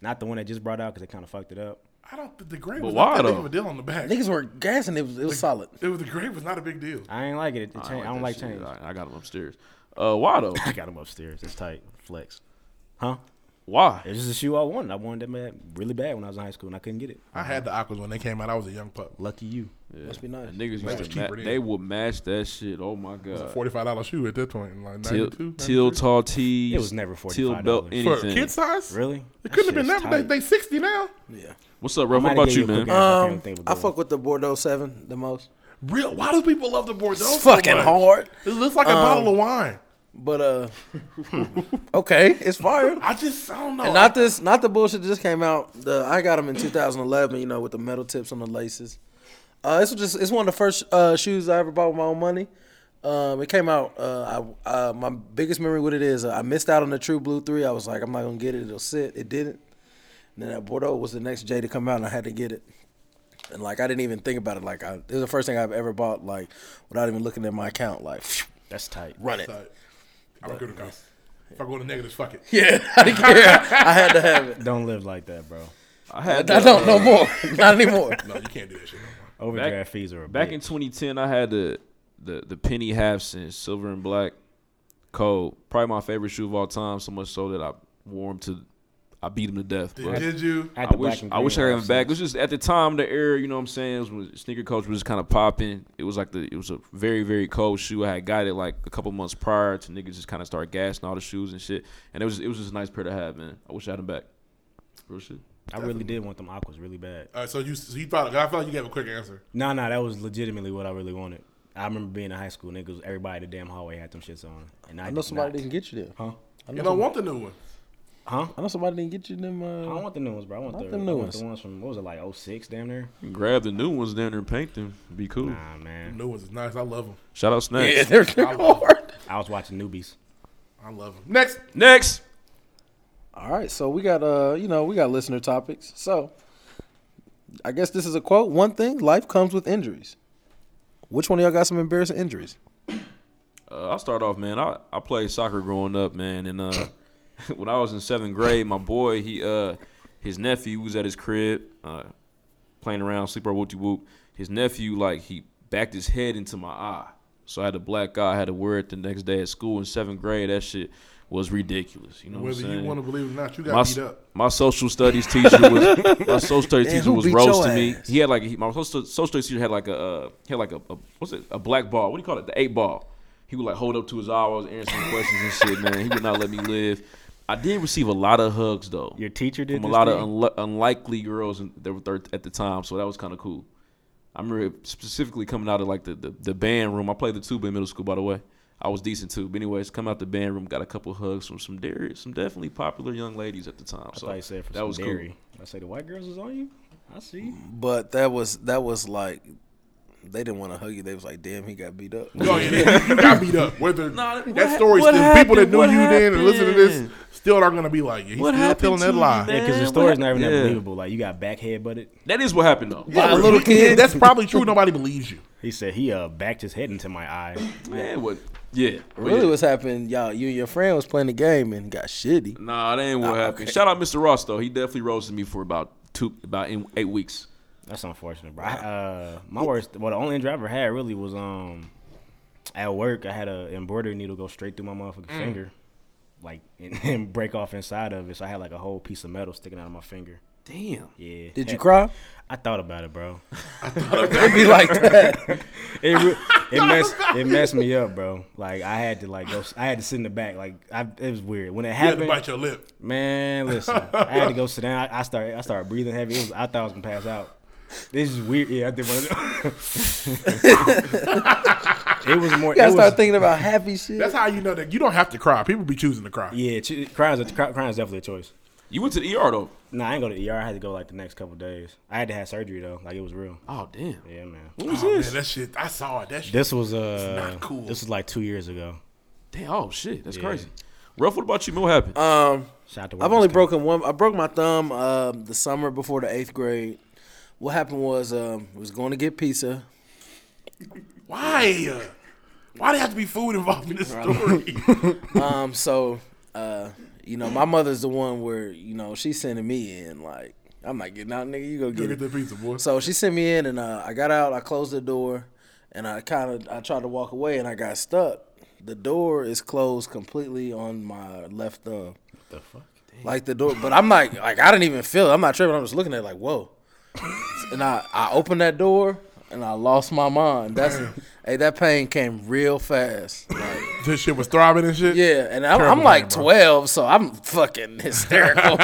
Speaker 6: Not the one that just brought out because they kind of fucked it up.
Speaker 5: I don't, the gray
Speaker 1: But
Speaker 5: was not
Speaker 1: why,
Speaker 5: that big
Speaker 1: though?
Speaker 5: of a deal on the back.
Speaker 4: Niggas were gassing. It was it was solid.
Speaker 5: It was, the gray was not a big deal.
Speaker 6: I ain't like it. it cha- I don't
Speaker 1: that
Speaker 6: like
Speaker 1: shit.
Speaker 6: change.
Speaker 1: I, I got him upstairs. Uh, why though?
Speaker 6: I got them upstairs. It's tight. Flex. Huh?
Speaker 1: Why?
Speaker 6: It's just a shoe I wanted. I wanted that bad, really bad when I was in high school and I couldn't get it.
Speaker 5: I had the aquas when they came out. I was a young pup.
Speaker 6: Lucky you.
Speaker 4: Must be nice.
Speaker 1: And niggas
Speaker 5: That
Speaker 1: used
Speaker 5: was
Speaker 1: to ma-
Speaker 5: cheaper then.
Speaker 1: they would match that shit. Oh my
Speaker 5: It's a
Speaker 1: god.
Speaker 5: forty-five dollar shoe at that point, in like
Speaker 1: Till,
Speaker 5: ninety-two.
Speaker 1: till
Speaker 5: 93.
Speaker 1: tall tees.
Speaker 6: It was never
Speaker 1: Till belt
Speaker 6: $45.
Speaker 5: for
Speaker 1: anything.
Speaker 5: kid size,
Speaker 6: Really?
Speaker 5: It couldn't have been that. They,
Speaker 6: tight.
Speaker 5: they sixty now.
Speaker 1: What's up, Ruff?
Speaker 6: might
Speaker 1: What about
Speaker 6: have gave
Speaker 1: you,
Speaker 6: you
Speaker 1: man?
Speaker 6: a cookie. I
Speaker 4: Um,
Speaker 6: can't think of a
Speaker 4: I
Speaker 6: good
Speaker 4: fuck with the Bordeaux Seven the most.
Speaker 5: Real? Why do people love the Bordeaux?
Speaker 4: It's
Speaker 5: so
Speaker 4: fucking
Speaker 5: much?
Speaker 4: hard,
Speaker 5: It looks like a bottle of wine.
Speaker 4: but uh, okay, it's fire.
Speaker 5: I just I don't know.
Speaker 4: And not this, not the bullshit that just came out. The I got them in 2011, you know, with the metal tips on the laces. Uh, this was just it's one of the first uh, shoes I ever bought with my own money. Um, it came out. Uh, I, uh, my biggest memory with it is uh, I missed out on the True Blue Three. I was like, I'm not gonna get it. It'll sit. It didn't. And then that Bordeaux was the next J to come out, and I had to get it. And like I didn't even think about it. Like I, it was the first thing I've ever bought, like without even looking at my account. Like
Speaker 6: That's tight.
Speaker 4: run it.
Speaker 5: But I'm good with cost. If I go to negatives, fuck it.
Speaker 4: Yeah, I didn't care. I had to have it.
Speaker 6: Don't live like that, bro.
Speaker 1: I had
Speaker 4: I
Speaker 1: the,
Speaker 4: don't
Speaker 1: uh,
Speaker 4: no more. Not anymore.
Speaker 5: No, you can't do that shit. no more.
Speaker 6: Overdraft
Speaker 1: Back-
Speaker 6: fees are a
Speaker 1: Back
Speaker 6: bitch.
Speaker 1: in 2010, I had the the the penny half cent, silver and black, cold. Probably my favorite shoe of all time. So much so that I wore him to, I beat him to death.
Speaker 5: Did,
Speaker 1: but-
Speaker 5: did you?
Speaker 6: At
Speaker 1: I
Speaker 6: the
Speaker 1: wish
Speaker 6: black and
Speaker 1: I wish I
Speaker 6: green
Speaker 1: had him
Speaker 6: house.
Speaker 1: back. It was just at the time the era, you know what I'm saying, it was when sneaker culture was kind of popping. It was like the it was a very very cold shoe. I had got it like a couple months prior to niggas just kind of start gassing all the shoes and shit. And it was it was just a nice pair to have, man. I wish I had him back. Real shit.
Speaker 6: I really did want them aquas really bad.
Speaker 5: All right, so you so you thought I thought you gave a quick answer.
Speaker 6: No, no, that was legitimately what I really wanted. I remember being in high school, niggas, everybody in the damn hallway had them shits on. And I,
Speaker 4: I
Speaker 6: did
Speaker 4: know somebody
Speaker 6: not.
Speaker 4: didn't get you there.
Speaker 6: Huh?
Speaker 5: You don't want the new one.
Speaker 6: Huh?
Speaker 4: I know somebody didn't get you them.
Speaker 6: I don't
Speaker 4: Uh,
Speaker 6: want the new ones, bro. I want,
Speaker 4: Not
Speaker 6: the,
Speaker 4: them
Speaker 6: I
Speaker 4: new
Speaker 6: want
Speaker 4: ones.
Speaker 6: the ones from, what was it, like 06 damn near?
Speaker 1: Grab the new ones down there and paint them. Be cool.
Speaker 4: Hmm.
Speaker 6: Nah,
Speaker 5: The
Speaker 6: man.
Speaker 5: new ones is nice. I love them.
Speaker 1: Shout out Snacks.
Speaker 4: yeah, they're, they're hard.
Speaker 6: I was watching Newbies.
Speaker 5: I love them. Next,
Speaker 1: Next.
Speaker 4: All right, so we got uh, you know, we got listener topics. So, I guess this is a quote. One thing, life comes with injuries. Which one of y'all got some embarrassing injuries?
Speaker 1: Uh, I'll start off, man. I, I played soccer growing up, man, and uh, when I was in seventh grade, my boy, he uh, his nephew was at his crib, uh, playing around, sleep or whoopty whoop. His nephew, like, he backed his head into my eye, so I had a black eye. I had to wear it the next day at school in seventh grade. That shit was ridiculous. You know, what
Speaker 5: Whether
Speaker 1: I'm
Speaker 5: you
Speaker 1: saying?
Speaker 5: want to believe it or not, you
Speaker 1: my,
Speaker 5: got beat
Speaker 1: s-
Speaker 5: up.
Speaker 1: my social studies teacher was my social studies
Speaker 4: Man,
Speaker 1: teacher
Speaker 4: who
Speaker 1: was
Speaker 4: beat your
Speaker 1: roasting me.
Speaker 4: ass?
Speaker 1: He had like he, my social, social studies teacher had like a uh, he had like a, a what's it a black ball? What do you call it? The eight ball. He would like hold up to his eye. while I was answering questions and shit, man. He would not let me live. I did receive a lot of hugs though
Speaker 6: Your teacher did
Speaker 1: from a
Speaker 6: this
Speaker 1: lot
Speaker 6: thing?
Speaker 1: of unli- unlikely girls in, that were thir- at the time, so that was kind of cool. I remember specifically coming out of like the, the, the band room. I played the tuba in middle school, by the way. I was decent too. But anyways, come out the band room, got a couple hugs from some dairy, some definitely popular young ladies at the time.
Speaker 6: I
Speaker 1: So
Speaker 6: thought you said for
Speaker 1: that
Speaker 6: some
Speaker 1: was
Speaker 6: dairy. I say the white girls is on you. I see.
Speaker 4: But that was that was like they didn't want to hug you. They was like, "Damn, he got beat up."
Speaker 5: No, Oh, yeah, you got beat up. Whether
Speaker 1: what
Speaker 5: that
Speaker 1: hap-
Speaker 5: story,
Speaker 1: what
Speaker 5: still, people that
Speaker 1: happened?
Speaker 5: knew
Speaker 1: What
Speaker 5: you then and listen to this
Speaker 1: happened?
Speaker 5: still are gonna be like, yeah, he's
Speaker 1: What
Speaker 5: still
Speaker 1: happened
Speaker 5: telling
Speaker 1: to
Speaker 5: that
Speaker 1: you,
Speaker 5: lie.
Speaker 1: man?
Speaker 6: Yeah, because
Speaker 1: what
Speaker 6: the story's not even
Speaker 1: hap-
Speaker 6: that
Speaker 1: yeah.
Speaker 6: cool. Like you got back head butted.
Speaker 1: That is what happened though.
Speaker 4: By
Speaker 5: Yeah,
Speaker 4: a little
Speaker 5: you- yeah,
Speaker 4: kid.
Speaker 5: That's probably true. Nobody believes you.
Speaker 6: He said he uh backed his head into my eye.
Speaker 1: Man, what? Yeah, But
Speaker 4: Really,
Speaker 1: yeah.
Speaker 4: what's happening? Y'all, you and your friend was playing the game and got shitty.
Speaker 1: Nah, that ain't what happened. Shout out Mr. Ross though. He definitely roasted me for about two, about in, eight weeks.
Speaker 6: That's unfortunate, bro. I, uh, my worst. Well, the only injury I ever had really was um at work. I had a embroidery needle go straight through my motherfucking
Speaker 5: Mm.
Speaker 6: finger, like and, and break off inside of it. So I had like a whole piece of metal sticking out of my finger.
Speaker 1: Damn.
Speaker 6: Yeah.
Speaker 4: Did you
Speaker 6: Heck,
Speaker 4: cry?
Speaker 6: I thought about it, bro.
Speaker 4: It'd be like that.
Speaker 6: It re- it messed it messed me up, bro. Like I had to like go. I had to sit in the back. Like I, it was weird when it
Speaker 5: You had to
Speaker 6: happened.
Speaker 5: bite your lip.
Speaker 6: Man, listen, I had to go sit down. I, I started, I started breathing heavy. It was, I thought I was gonna pass out. This is weird. Yeah, I did one of them. it was more.
Speaker 4: You gotta
Speaker 6: It
Speaker 4: start
Speaker 6: was,
Speaker 4: thinking about happy shit.
Speaker 5: That's how you know that you don't have to cry. People be choosing to cry.
Speaker 6: yeah, cho- crying's a, cry- crying's definitely a choice.
Speaker 1: You went to the ER though.
Speaker 6: Nah, I ain't go to the ER. I had to go like the next couple days. I had to have surgery though. Like it was real.
Speaker 1: Oh damn.
Speaker 6: Yeah, man.
Speaker 1: What was
Speaker 5: Oh,
Speaker 1: this?
Speaker 5: man, that shit. I saw it. That shit.
Speaker 6: This was uh,
Speaker 5: not cool.
Speaker 6: this was like two years ago.
Speaker 1: Damn. Oh shit. That's crazy. Ruff, what about you? What happened?
Speaker 4: um,
Speaker 6: Shout out to
Speaker 4: I've
Speaker 6: Workers'
Speaker 4: only
Speaker 6: Comp.
Speaker 4: broken one. I broke my thumb um, the summer before the eighth grade. What happened was um, was going to get pizza.
Speaker 5: Why? uh, Why do have to be food involved in this story?
Speaker 4: Um, so uh, you know, my mother's the one where you know she's sending me in. Like I'm not getting out, nigga. You
Speaker 5: Go
Speaker 4: go get
Speaker 5: get
Speaker 4: it.
Speaker 5: that pizza, boy.
Speaker 4: So she sent me in, and uh, I got out. I closed the door, and I kind of I tried to walk away, and I got stuck. The door is closed completely on my left thumb.
Speaker 6: The fuck?
Speaker 4: Like the door, but I'm like, like I didn't even feel it. I'm not tripping. I'm just looking at it like, whoa. and I, I opened that door and I lost my mind. That's, hey, that pain came real fast. Like,
Speaker 5: this shit was throbbing and shit.
Speaker 4: yeah, and I'm, I'm
Speaker 5: Terrible
Speaker 4: like
Speaker 5: name, bro.
Speaker 4: 12, so I'm fucking hysterical.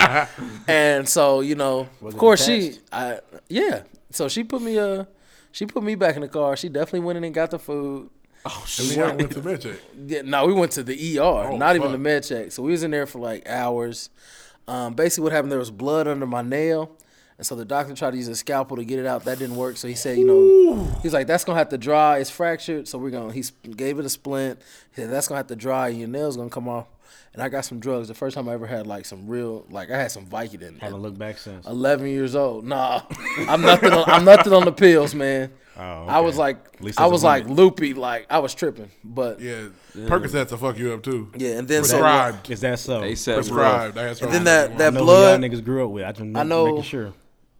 Speaker 4: and so you know,
Speaker 6: Was
Speaker 4: of
Speaker 6: it
Speaker 4: course she,
Speaker 6: attached?
Speaker 4: I yeah. So she put me uh, she put me back in the car. She definitely went in and got the food.
Speaker 1: oh
Speaker 5: And
Speaker 1: shit.
Speaker 5: then I went to med check.
Speaker 4: Yeah, no, we went to the ER, not even
Speaker 5: fuck.
Speaker 4: the med check. So we was in there for like hours. Um, basically, what happened there was blood under my nail, and so the doctor tried to use a scalpel to get it out. That didn't work. So he said, you know, he's like, that's gonna have to dry. It's fractured, so we're gonna. He sp- gave it a splint. He said that's gonna have to dry, and your nail's gonna come off. And I got some drugs. The first time I ever had like some real, like I had some Vicodin. at
Speaker 6: Haven't looked back since.
Speaker 4: 11 years old. Nah, I'm nothing. On, I'm nothing on the pills, man. I
Speaker 6: Oh, okay.
Speaker 4: was like,
Speaker 6: At least
Speaker 4: I
Speaker 6: there's a
Speaker 4: was like
Speaker 6: limit.
Speaker 4: loopy, like I was tripping, but
Speaker 5: Yeah, Percocets to fuck you up too.
Speaker 4: yeah, and then so what-
Speaker 5: Prescribed.
Speaker 6: Is that so?
Speaker 1: They
Speaker 6: I
Speaker 1: said Ruff.
Speaker 5: Prescribed. That's
Speaker 4: and
Speaker 5: right.
Speaker 4: then that that
Speaker 6: know who y'all
Speaker 4: blood.
Speaker 6: niggas grew up with. I just
Speaker 4: I know-
Speaker 6: making sure.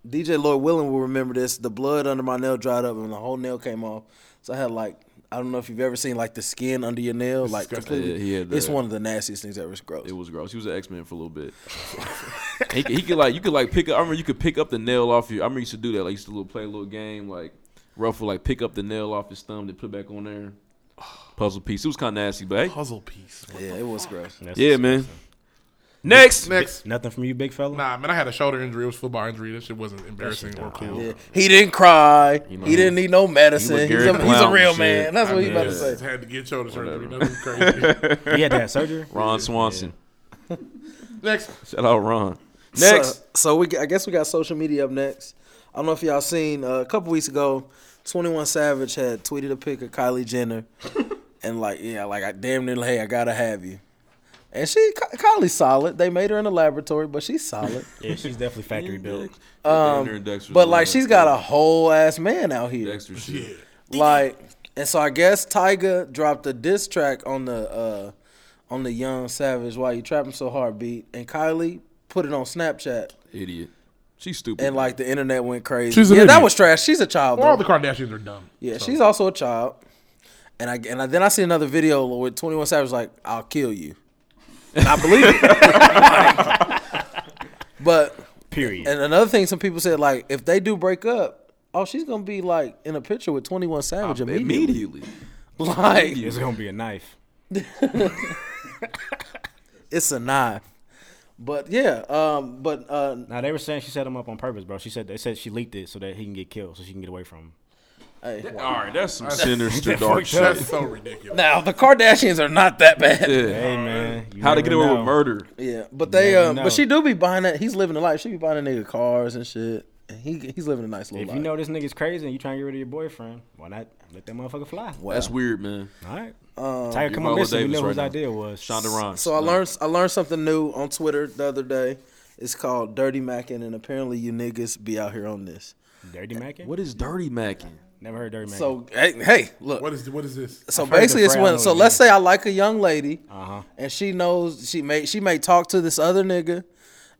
Speaker 4: DJ Lloyd Willing will remember this. The blood under my nail dried up, and the whole nail came off. So I had like I don't know if you've ever seen like the skin under your nail, like
Speaker 5: disgusting.
Speaker 4: completely.
Speaker 1: Yeah, he had
Speaker 4: it's
Speaker 1: that.
Speaker 4: one of the nastiest things ever. It's gross.
Speaker 1: It was gross. He was an X Men for a little bit. he, could, he could like you could like pick up. I remember you could pick up the nail off your. I remember you used to do that. Like you used to little play a little game. Like Ruff would like pick up the nail off his thumb to put back on there. Puzzle piece. It was kind of nasty, but hey,
Speaker 5: puzzle piece.
Speaker 4: yeah, it was gross.
Speaker 6: That's
Speaker 1: yeah, man. Next,
Speaker 5: Next.
Speaker 6: Nothing from you, big fella.
Speaker 5: Nah, man, I had a shoulder injury. It was football injury. That shit wasn't embarrassing or cool.
Speaker 4: Yeah. He didn't cry.
Speaker 1: know,
Speaker 4: he didn't need no medicine. He's
Speaker 1: Garrett
Speaker 4: a, he's a
Speaker 1: Blount
Speaker 4: real
Speaker 1: and
Speaker 4: man.
Speaker 1: shit.
Speaker 4: That's
Speaker 5: I
Speaker 4: what he about to
Speaker 5: just
Speaker 4: say.
Speaker 5: Had to get shoulder surgery. Nothing crazy.
Speaker 6: He had to have surgery.
Speaker 1: Ron Swanson.
Speaker 5: Next.
Speaker 1: Shout out Ron. Next,
Speaker 4: So, so we, I guess we got social media up next. I don't know if y'all seen uh, a couple weeks ago, Twenty One Savage had tweeted a pic of Kylie Jenner, and like, yeah, like I damn near, hey, I gotta have you. And she, Ky- Kylie's solid. They made her in the laboratory, but she's solid.
Speaker 6: Yeah, she's definitely factory built.
Speaker 1: um,
Speaker 4: but like, she's got a whole ass man out here.
Speaker 1: Dexter shit.
Speaker 4: Like, and so I guess Tyga dropped a diss track on the uh on the young savage why you trapping so hard beat, and Kylie put it on Snapchat,
Speaker 1: Idiot. She's stupid.
Speaker 4: and like the internet went crazy.
Speaker 5: She's an
Speaker 4: yeah, that
Speaker 5: idiot.
Speaker 4: was trash. She's a child.
Speaker 5: All
Speaker 4: Though.
Speaker 5: the Kardashians are dumb.
Speaker 4: yeah, she's also a child. And I and I, then I see another video where Twenty One Savage was like, "I'll kill you," and I believe it. but
Speaker 6: Period.
Speaker 4: and another thing, some people said like, if they do break up, oh, she's gonna be like in a picture with Twenty One Savage immediately.
Speaker 1: Immediately.
Speaker 4: Like,
Speaker 6: It's gonna be a knife.
Speaker 4: it's a knife. But yeah, um, but uh,
Speaker 6: Now they were saying she set him up on purpose, bro. She said they said she leaked it so that he can get killed, so she can get away from him.
Speaker 4: hey, wow.
Speaker 1: All right, that's some sinister dark shit.
Speaker 5: That's so ridiculous.
Speaker 4: now the Kardashians are not that bad. Yeah,
Speaker 1: Yeah.
Speaker 6: Hey man, you
Speaker 1: How to
Speaker 6: never
Speaker 1: get away
Speaker 6: know.
Speaker 1: with murder?
Speaker 4: but they,
Speaker 6: Never
Speaker 4: um,
Speaker 6: know.
Speaker 4: but she do be buying that. He's living a life. She be buying a nigga cars and shit. And he he's living a nice little
Speaker 6: If
Speaker 4: life.
Speaker 6: you know this nigga's crazy and you trying to get rid of your boyfriend, why not let that motherfucker fly?
Speaker 4: Wow.
Speaker 1: That's weird, man.
Speaker 6: All right. Tiger, come
Speaker 1: Viola
Speaker 6: on, listen. We
Speaker 1: Davis
Speaker 6: know
Speaker 1: right
Speaker 6: whose
Speaker 1: now.
Speaker 6: idea was.
Speaker 1: Shonda Rhimes.
Speaker 4: so I learned I learned something new on Twitter the other day. It's called dirty macking, and apparently you niggas be out here on this.
Speaker 6: Dirty Mackin.
Speaker 1: What is dirty macking?
Speaker 6: Never heard Dirty Mackin.
Speaker 4: So hey, hey look.
Speaker 5: What is what is this?
Speaker 4: so
Speaker 6: I've heard the
Speaker 4: basically, it's
Speaker 6: phrase, I
Speaker 4: when.
Speaker 6: know
Speaker 4: So
Speaker 6: it
Speaker 4: let's
Speaker 6: is.
Speaker 4: say I like a young lady,
Speaker 6: Uh-huh.
Speaker 4: and she knows she may she may talk to this other nigga,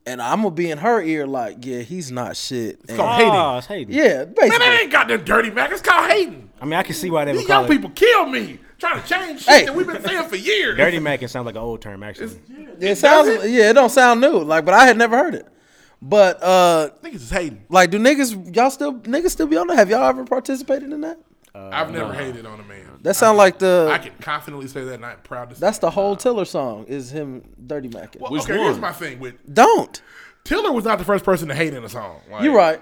Speaker 4: and I'm gonna be in her ear like, yeah, he's not shit. And-
Speaker 5: called
Speaker 6: Ah,
Speaker 5: hating.
Speaker 6: it's hating.
Speaker 4: yeah,
Speaker 5: Man,
Speaker 4: basically.
Speaker 5: that ain't got no dirty back. It's called hating.
Speaker 6: I mean, I can see why they would
Speaker 5: These young
Speaker 6: call it.
Speaker 5: people kill me trying to change shit
Speaker 4: Hey.
Speaker 5: that we've been saying for years.
Speaker 6: Dirty Mackin sounds like an old term, actually.
Speaker 4: It sounds yeah, it don't sound new. Like, but I had never heard it. But uh
Speaker 5: Niggas is hating.
Speaker 4: like do niggas y'all still niggas still be on that? Have y'all ever participated in that?
Speaker 5: I've never hated on a man.
Speaker 4: That sound like
Speaker 5: I
Speaker 4: the
Speaker 5: can confidently say that, and I'm proud to say.
Speaker 4: that's the whole Tiller song is him dirty macking.
Speaker 5: Well,
Speaker 1: Which
Speaker 5: okay, here's
Speaker 1: one?
Speaker 5: my thing with
Speaker 4: don't.
Speaker 5: Tiller was not the first person to hate in a song. Like,
Speaker 4: You're right.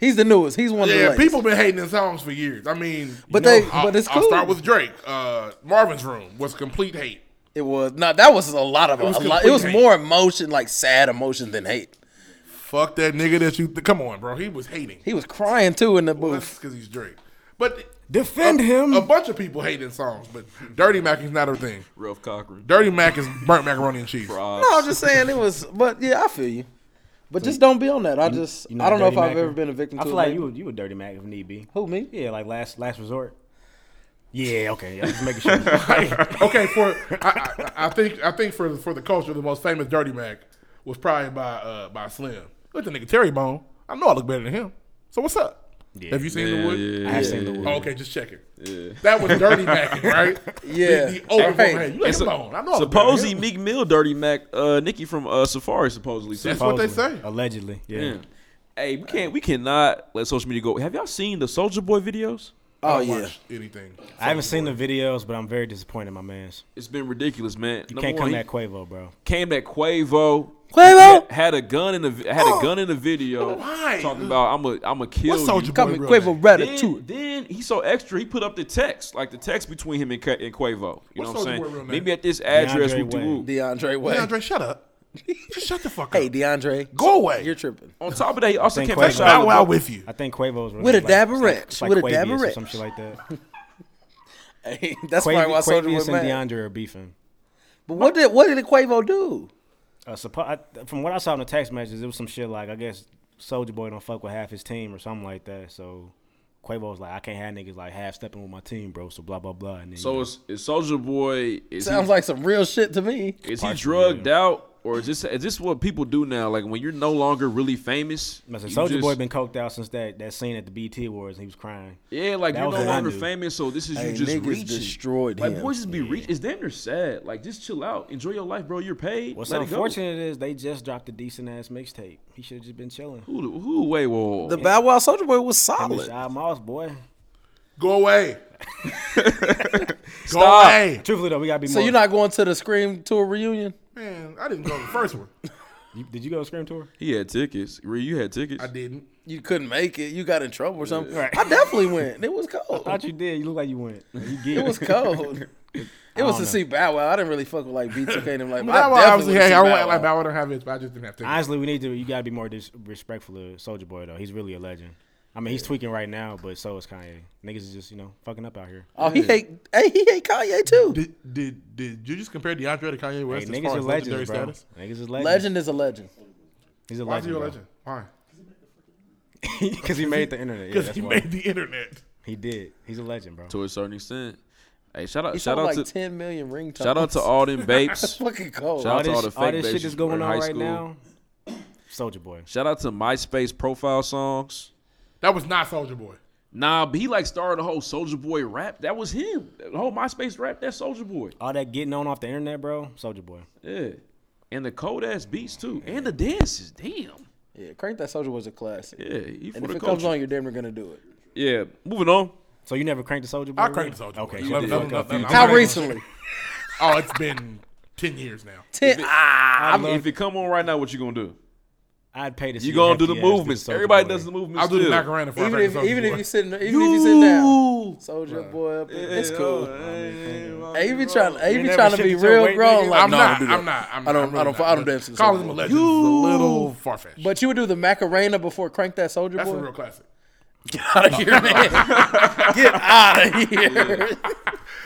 Speaker 4: He's the newest. He's one of the
Speaker 5: Yeah,
Speaker 4: latest.
Speaker 5: people been hating in songs for years. I mean,
Speaker 4: But
Speaker 5: you know,
Speaker 4: they-
Speaker 5: I'll,
Speaker 4: but it's
Speaker 5: I'll start
Speaker 4: cool.
Speaker 5: with Drake. Uh, Marvin's Room was complete hate.
Speaker 4: It was no, that was a lot of it
Speaker 5: was
Speaker 4: a lot. It was
Speaker 5: complete
Speaker 4: more emotion, like sad emotion than hate.
Speaker 5: Fuck that nigga that you. Th- come on, bro. He was hating.
Speaker 4: He was crying too in the
Speaker 5: That's
Speaker 4: booth.
Speaker 5: because he's Drake. But
Speaker 6: Defend him.
Speaker 5: a bunch of people hating songs, but Dirty Mac is not a thing.
Speaker 1: Ralph Cochran.
Speaker 5: Dirty Mac is burnt macaroni and cheese.
Speaker 1: Probs.
Speaker 4: No, I'm just saying it was. But yeah, I feel you. But just don't be on that. I just
Speaker 6: You know
Speaker 4: I don't know if
Speaker 6: Dirty
Speaker 4: I've
Speaker 6: Mackin?
Speaker 4: ever been a victim.
Speaker 6: I
Speaker 4: To
Speaker 6: feel
Speaker 4: it,
Speaker 6: like
Speaker 4: maybe.
Speaker 6: you would, you would Dirty Mac if need be.
Speaker 4: Who me?
Speaker 6: Yeah, like last last resort. Yeah, okay. I'm just making sure.
Speaker 5: okay, for I, I, I think I think for for the culture, the most famous Dirty Mac was probably by uh, by Slim. Look at the nigga Terry Bone. I know I look better than him. So what's up?
Speaker 6: Yeah.
Speaker 5: Have you seen the
Speaker 1: Yeah,
Speaker 5: wood?
Speaker 1: yeah,
Speaker 6: I have seen the word.
Speaker 5: Oh, okay, just checking. That was Dirty Mac, right?
Speaker 4: Yeah.
Speaker 5: The, the old
Speaker 4: Hey,
Speaker 5: woman. You look
Speaker 1: It's a-
Speaker 5: Bone. I know I look better than
Speaker 1: Supposedly
Speaker 5: him.
Speaker 1: Meek Mill, Dirty Mac, uh, Nicki from uh, Safari, supposedly.
Speaker 5: That's
Speaker 1: So,
Speaker 5: what they
Speaker 6: Supposedly.
Speaker 5: say.
Speaker 6: Allegedly. Yeah.
Speaker 1: yeah. Hey, we can't. We cannot let social media go. Have y'all seen the Soldier Boy videos?
Speaker 4: Oh
Speaker 5: I don't
Speaker 4: yeah.
Speaker 5: watch anything.
Speaker 6: I haven't seen the videos, but I'm very disappointed, my mans.
Speaker 1: It's been ridiculous, man.
Speaker 6: You
Speaker 1: Number
Speaker 6: can't
Speaker 1: one,
Speaker 6: come
Speaker 1: he
Speaker 6: at Quavo, bro.
Speaker 1: Came at Quavo.
Speaker 4: Quavo?
Speaker 1: had, had a gun in the vi- had a gun in the video.
Speaker 5: Oh. Why?
Speaker 1: Talking about I'm a I'm a kill
Speaker 5: What's
Speaker 1: you.
Speaker 5: Soldier Boy
Speaker 4: Coming
Speaker 5: real
Speaker 4: Quavo
Speaker 5: name?
Speaker 4: Redder
Speaker 1: Then,
Speaker 4: too.
Speaker 1: then he so extra. He put up the text, like the text between him and, Ca- and Quavo. You know
Speaker 5: What's
Speaker 1: what I'm
Speaker 5: Soulja Boy real
Speaker 1: saying?
Speaker 5: name?
Speaker 1: Maybe at this address,
Speaker 6: DeAndre
Speaker 1: whoop de
Speaker 6: Wayne.
Speaker 1: whoop.
Speaker 4: DeAndre Way.
Speaker 5: DeAndre, shut up. Just shut the fuck up.
Speaker 4: Hey DeAndre,
Speaker 5: Go away.
Speaker 4: you're tripping.
Speaker 1: On top of that, he also
Speaker 6: think
Speaker 1: came
Speaker 6: Quavo-
Speaker 1: at
Speaker 5: Take Bow
Speaker 1: Shia
Speaker 5: Wow
Speaker 1: LaBeouf.
Speaker 5: with you.
Speaker 6: I think Quavo's
Speaker 4: With a dab of ranch.
Speaker 6: It's
Speaker 4: With a dab of
Speaker 6: Quavius or
Speaker 4: ranch.
Speaker 6: some shit like that.
Speaker 4: Hey, that's
Speaker 6: Quavi-
Speaker 4: probably why Soldier
Speaker 6: Quavius
Speaker 4: was mad.
Speaker 6: and DeAndre are beefing.
Speaker 4: But what did what did Quavo do?
Speaker 6: Uh, suppo- I, from what I saw in the text messages, it was some shit like I guess Soldier Boy don't fuck with half his team or something like that. So Quavo was like, I can't have niggas like half stepping with my team, bro. So blah blah blah. And then, you
Speaker 1: So
Speaker 6: know,
Speaker 1: is, is Soldier Boy? Is
Speaker 4: Sounds
Speaker 1: he,
Speaker 4: like some real shit to me.
Speaker 1: is he drugged out, or is this is this what people do now? Like when you're no longer really famous, you
Speaker 6: Soldier
Speaker 1: just-
Speaker 6: Boy been coked out since that, that scene at the BT Awards. and He was crying.
Speaker 1: Yeah, like
Speaker 6: That
Speaker 1: you're
Speaker 6: was
Speaker 1: no
Speaker 6: what I
Speaker 1: longer
Speaker 6: knew.
Speaker 1: famous, so this is
Speaker 4: Hey,
Speaker 1: you just
Speaker 4: niggas
Speaker 1: reaching.
Speaker 4: destroyed
Speaker 1: like
Speaker 4: him.
Speaker 1: boys just be reach. It's damn near sad. Like just chill out, enjoy your life, bro. You're paid.
Speaker 6: What's
Speaker 1: Let it go.
Speaker 6: unfortunate is they just dropped a decent ass mixtape. He should have just been chilling.
Speaker 1: Who? Who? Wait, whoa.
Speaker 4: The Bow Wow Soldier Boy was
Speaker 6: Him and
Speaker 4: solid.
Speaker 6: Shy Moss, boy.
Speaker 5: Go away. Go
Speaker 1: Stop.
Speaker 5: away.
Speaker 6: Truthfully though, we gotta be
Speaker 4: So
Speaker 6: more.
Speaker 4: you're not going to the Scream tour reunion?
Speaker 5: Man, I didn't go to the first one.
Speaker 6: You- did you go to Scream tour?
Speaker 1: he had tickets. Ree, you had tickets.
Speaker 5: I didn't.
Speaker 4: You couldn't make it. You got in trouble or something.
Speaker 6: Right.
Speaker 4: I definitely went. It was cold.
Speaker 6: Thought you did. You look like you went. You
Speaker 4: It was cold. It was
Speaker 6: don't
Speaker 4: to
Speaker 6: know.
Speaker 4: see Bow Wow. I didn't really fuck with like B2K and them like.
Speaker 5: I
Speaker 4: but
Speaker 5: mean, I,
Speaker 4: I
Speaker 5: obviously
Speaker 4: definitely
Speaker 5: had, I went
Speaker 4: went to
Speaker 5: like
Speaker 4: see Bow Wow.
Speaker 5: Bow Wow don't have it, but I just didn't have to.
Speaker 6: Honestly, we need to. You gotta be more disrespectful of Soldier Boy though. He's really a legend. I mean, he's tweaking right now, but so is Kanye. Niggas is just you know fucking up out here.
Speaker 4: Oh, he hate. Hey, he hate Kanye too.
Speaker 5: Did, did did you just compare DeAndre to Kanye
Speaker 6: Hey,
Speaker 5: West as
Speaker 6: niggas
Speaker 5: far
Speaker 6: are
Speaker 5: as
Speaker 6: legends,
Speaker 5: legendary
Speaker 6: bro.
Speaker 5: status?
Speaker 6: Niggas is legends.
Speaker 4: Legend is a legend.
Speaker 6: He's a
Speaker 5: Why is he
Speaker 6: legend.
Speaker 5: a legend? Why?
Speaker 6: Because he made the internet. Yeah,
Speaker 5: Because
Speaker 6: that's
Speaker 5: he
Speaker 6: why.
Speaker 5: made the internet.
Speaker 6: He did. He's a legend, bro.
Speaker 1: to a certain extent. Hey, shout out,
Speaker 4: He
Speaker 1: shout
Speaker 4: sold
Speaker 1: out
Speaker 4: like
Speaker 1: to
Speaker 4: ten million ringtones.
Speaker 1: shout out to all them vapes.
Speaker 4: fucking cold.
Speaker 1: Shout out to all the
Speaker 6: this, all
Speaker 1: fake
Speaker 6: this
Speaker 1: babes
Speaker 6: shit
Speaker 1: you
Speaker 6: that's going
Speaker 1: were in
Speaker 6: on
Speaker 1: high
Speaker 6: right
Speaker 1: school.
Speaker 6: now. Soldier Boy.
Speaker 1: Shout out to MySpace profile songs.
Speaker 5: That was not Soldier Boy.
Speaker 1: Nah, but he like started the whole Soldier Boy rap. That was him. The whole MySpace rap. That's Soldier Boy.
Speaker 6: All that getting on off the internet, bro. Soldier Boy.
Speaker 1: Yeah, and the cold ass beats too, and the dances. Damn.
Speaker 4: yeah, crank that soldier was a classic.
Speaker 1: Yeah, he for
Speaker 4: and if
Speaker 1: the
Speaker 4: it comes
Speaker 1: culture.
Speaker 4: on, you're damn near gonna do it.
Speaker 1: Yeah, moving on.
Speaker 6: So you never cranked the Soldier Boy?
Speaker 5: I
Speaker 4: Oh,
Speaker 6: really?
Speaker 5: cranked the Soldier
Speaker 6: Okay,
Speaker 5: Boy.
Speaker 6: shut
Speaker 5: Love-
Speaker 6: the
Speaker 5: love-
Speaker 6: fuck
Speaker 5: love-
Speaker 6: up. You-
Speaker 5: love-
Speaker 4: How
Speaker 5: I'm not-
Speaker 4: recently?
Speaker 5: Oh, it's been ten years now.
Speaker 4: Ten. Ah,
Speaker 1: I mean, if it come on right now, what you gonna do?
Speaker 6: I'd pay to see
Speaker 1: You gonna do
Speaker 6: hefty
Speaker 1: the
Speaker 6: ass do
Speaker 1: movements?
Speaker 6: Soulja
Speaker 1: Everybody
Speaker 6: Boy.
Speaker 1: does the movements.
Speaker 5: I'll do the
Speaker 1: still.
Speaker 5: macarena for
Speaker 4: even if even if you sitting even if you sitting down,
Speaker 1: You.
Speaker 4: soldier boy, up in- it's cool.
Speaker 1: cool.
Speaker 4: Hey, you be trying, hey, you be
Speaker 6: never
Speaker 4: trying to
Speaker 6: shit
Speaker 4: be
Speaker 6: at your
Speaker 4: real
Speaker 6: weight,
Speaker 4: grown.
Speaker 6: nigga?
Speaker 4: Like,
Speaker 5: I'm,
Speaker 4: nah,
Speaker 5: not,
Speaker 4: do
Speaker 5: I'm
Speaker 4: that.
Speaker 5: not. I'm
Speaker 4: I
Speaker 5: not.
Speaker 4: don't-
Speaker 5: I'm really
Speaker 4: I don't-
Speaker 5: not.
Speaker 4: I don't dance to the
Speaker 5: Calling
Speaker 4: Soulja
Speaker 5: him a
Speaker 4: Boy.
Speaker 5: legend is a little far fetched.
Speaker 4: But you would do the Macarena before crank that soldier
Speaker 5: That's
Speaker 4: boy.
Speaker 5: a real classic.
Speaker 4: Get out of here, man. Get out of here.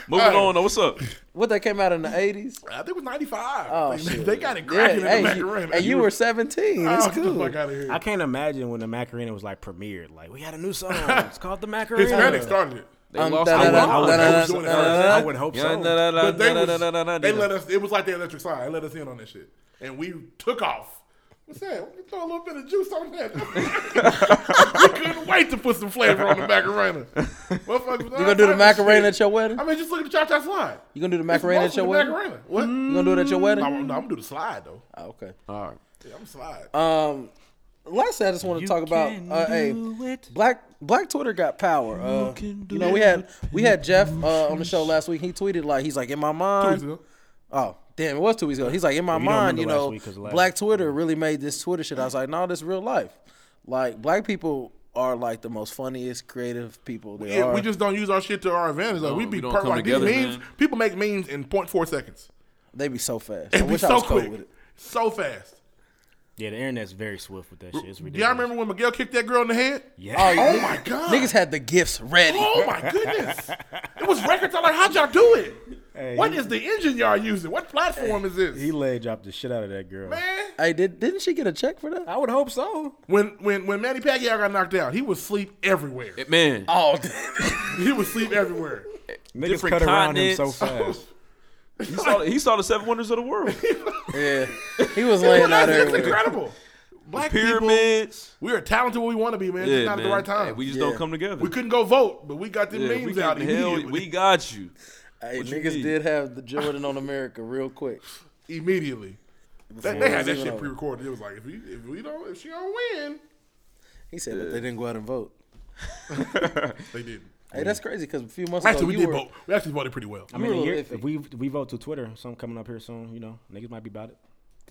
Speaker 1: Moving on. though, What's up?
Speaker 4: What that came out in the eighties?
Speaker 5: I think it was 95.
Speaker 4: Oh,
Speaker 5: they,
Speaker 4: shit.
Speaker 5: they got it
Speaker 4: Yeah,
Speaker 5: cracking in
Speaker 4: hey,
Speaker 5: the back
Speaker 4: you-
Speaker 5: room.
Speaker 4: and you were seventeen.
Speaker 5: oh,
Speaker 4: It's
Speaker 5: get the
Speaker 4: cool.
Speaker 5: fuck out of here.
Speaker 6: I can't imagine when the Macarena was like premiered. Like we got a new song. It's called the Macarena.
Speaker 5: Hispanic started it.
Speaker 1: They
Speaker 4: Um,
Speaker 1: lost.
Speaker 4: da-
Speaker 1: the
Speaker 4: da-
Speaker 1: war.
Speaker 6: I would,
Speaker 4: Da-
Speaker 6: I
Speaker 4: da-
Speaker 6: would,
Speaker 5: da-
Speaker 6: hope
Speaker 5: da-
Speaker 6: so.
Speaker 5: da- da-
Speaker 6: I would hope
Speaker 1: Yeah, da-
Speaker 6: so.
Speaker 1: da- da-
Speaker 5: But they,
Speaker 1: da-
Speaker 5: was,
Speaker 1: da- da- da- da-
Speaker 5: they
Speaker 1: da-
Speaker 5: let us. It was like the electric slide. They let us in on that shit, and we took off. What's that? We throw a little bit of juice on that. we couldn't wait to put some flavor on the macarena. Motherfuckers,
Speaker 4: You gonna do the Macarena at your wedding?
Speaker 5: I mean, just look at the cha cha slide.
Speaker 4: You gonna do the
Speaker 5: It's
Speaker 4: Macarena Mm. at
Speaker 5: mostly
Speaker 4: your
Speaker 5: the
Speaker 4: wedding? Hmm.
Speaker 5: Macarena. What?
Speaker 4: You gonna do it at your
Speaker 5: No,
Speaker 4: wedding?
Speaker 5: I'm, no, I'm gonna do the slide though.
Speaker 4: Oh, okay.
Speaker 5: Yeah, I'm slide.
Speaker 4: Um, lastly, I just want to talk about uh, hey, black black Twitter got power. Uh, you, know, we had we had Jeff uh, on the show last week. He tweeted like he's like in my mind. Oh damn, it was two weeks ago. He's like in my
Speaker 6: you don't
Speaker 4: mind,
Speaker 6: remember
Speaker 4: you
Speaker 6: last
Speaker 4: know,
Speaker 6: week 'cause last-
Speaker 4: black Twitter really made this Twitter shit. I was like, no, this real life. Like black people are like the most funniest, creative people they
Speaker 5: Yeah,
Speaker 4: are.
Speaker 5: we just don't use our shit to our advantage. Like we
Speaker 1: we
Speaker 5: be
Speaker 1: don't
Speaker 5: perfect.
Speaker 1: come
Speaker 5: Like, these
Speaker 1: together,
Speaker 5: memes,
Speaker 1: man.
Speaker 5: people make memes in 0.4 seconds.
Speaker 4: they be so fast. I
Speaker 5: It'd be
Speaker 4: wish
Speaker 5: so
Speaker 4: I was
Speaker 5: quick,
Speaker 4: cool with it.
Speaker 5: so fast.
Speaker 6: Yeah, the internet's very swift with that shit. It's
Speaker 5: Do y'all
Speaker 6: ridiculous.
Speaker 5: remember when Miguel kicked that girl in the head?
Speaker 6: Yeah.
Speaker 5: Oh my god.
Speaker 4: Niggas had the gifts ready.
Speaker 5: Oh my goodness! It was records. I'm like, how'd y'all do it? What
Speaker 6: Hey,
Speaker 5: is
Speaker 6: he-
Speaker 5: the engine y'all using? What platform is this,
Speaker 6: He leg dropped the shit out of that girl.
Speaker 5: man?
Speaker 4: Hey, did didn't she get a check for that?
Speaker 6: I would hope so.
Speaker 5: When when when Manny Pacquiao got knocked out, he was sleep everywhere.
Speaker 1: Man,
Speaker 4: Oh,
Speaker 5: He was sleep everywhere.
Speaker 6: Niggas
Speaker 1: Different
Speaker 6: cut around him so
Speaker 1: continents.
Speaker 6: fast.
Speaker 1: he saw, he saw the seven wonders of the world.
Speaker 4: yeah, he was laying out
Speaker 5: That's, that's
Speaker 4: everywhere.
Speaker 5: incredible. Black people,
Speaker 1: Pyramids.
Speaker 5: we are talented when we want to be, man.
Speaker 1: Yeah,
Speaker 5: just not
Speaker 1: man.
Speaker 5: at the right time.
Speaker 1: Hey, we
Speaker 5: we,
Speaker 1: just
Speaker 4: Yeah.
Speaker 1: don't come together.
Speaker 5: couldn't go vote, but we got them
Speaker 1: Yeah,
Speaker 5: memes
Speaker 1: we
Speaker 5: out
Speaker 1: can- hell,
Speaker 5: immediately.
Speaker 1: we got you.
Speaker 4: Hey,
Speaker 1: What you
Speaker 4: niggas
Speaker 1: need?
Speaker 4: did have the Jordan on America real quick.
Speaker 5: immediately. That, they had that
Speaker 4: even
Speaker 5: shit
Speaker 4: over.
Speaker 5: pre-recorded. It was like if we if we don't if she don't win,
Speaker 4: He said, but they didn't go out and vote.
Speaker 5: they didn't.
Speaker 4: Hey, that's crazy because a few months ago
Speaker 5: Actually, we
Speaker 4: you
Speaker 5: did
Speaker 4: were,
Speaker 5: vote. We actually voted pretty well.
Speaker 6: I mean,
Speaker 4: were a
Speaker 6: a year-
Speaker 4: little iffy.
Speaker 6: if we we vote to Twitter, something coming up here soon. You know, niggas might be about it.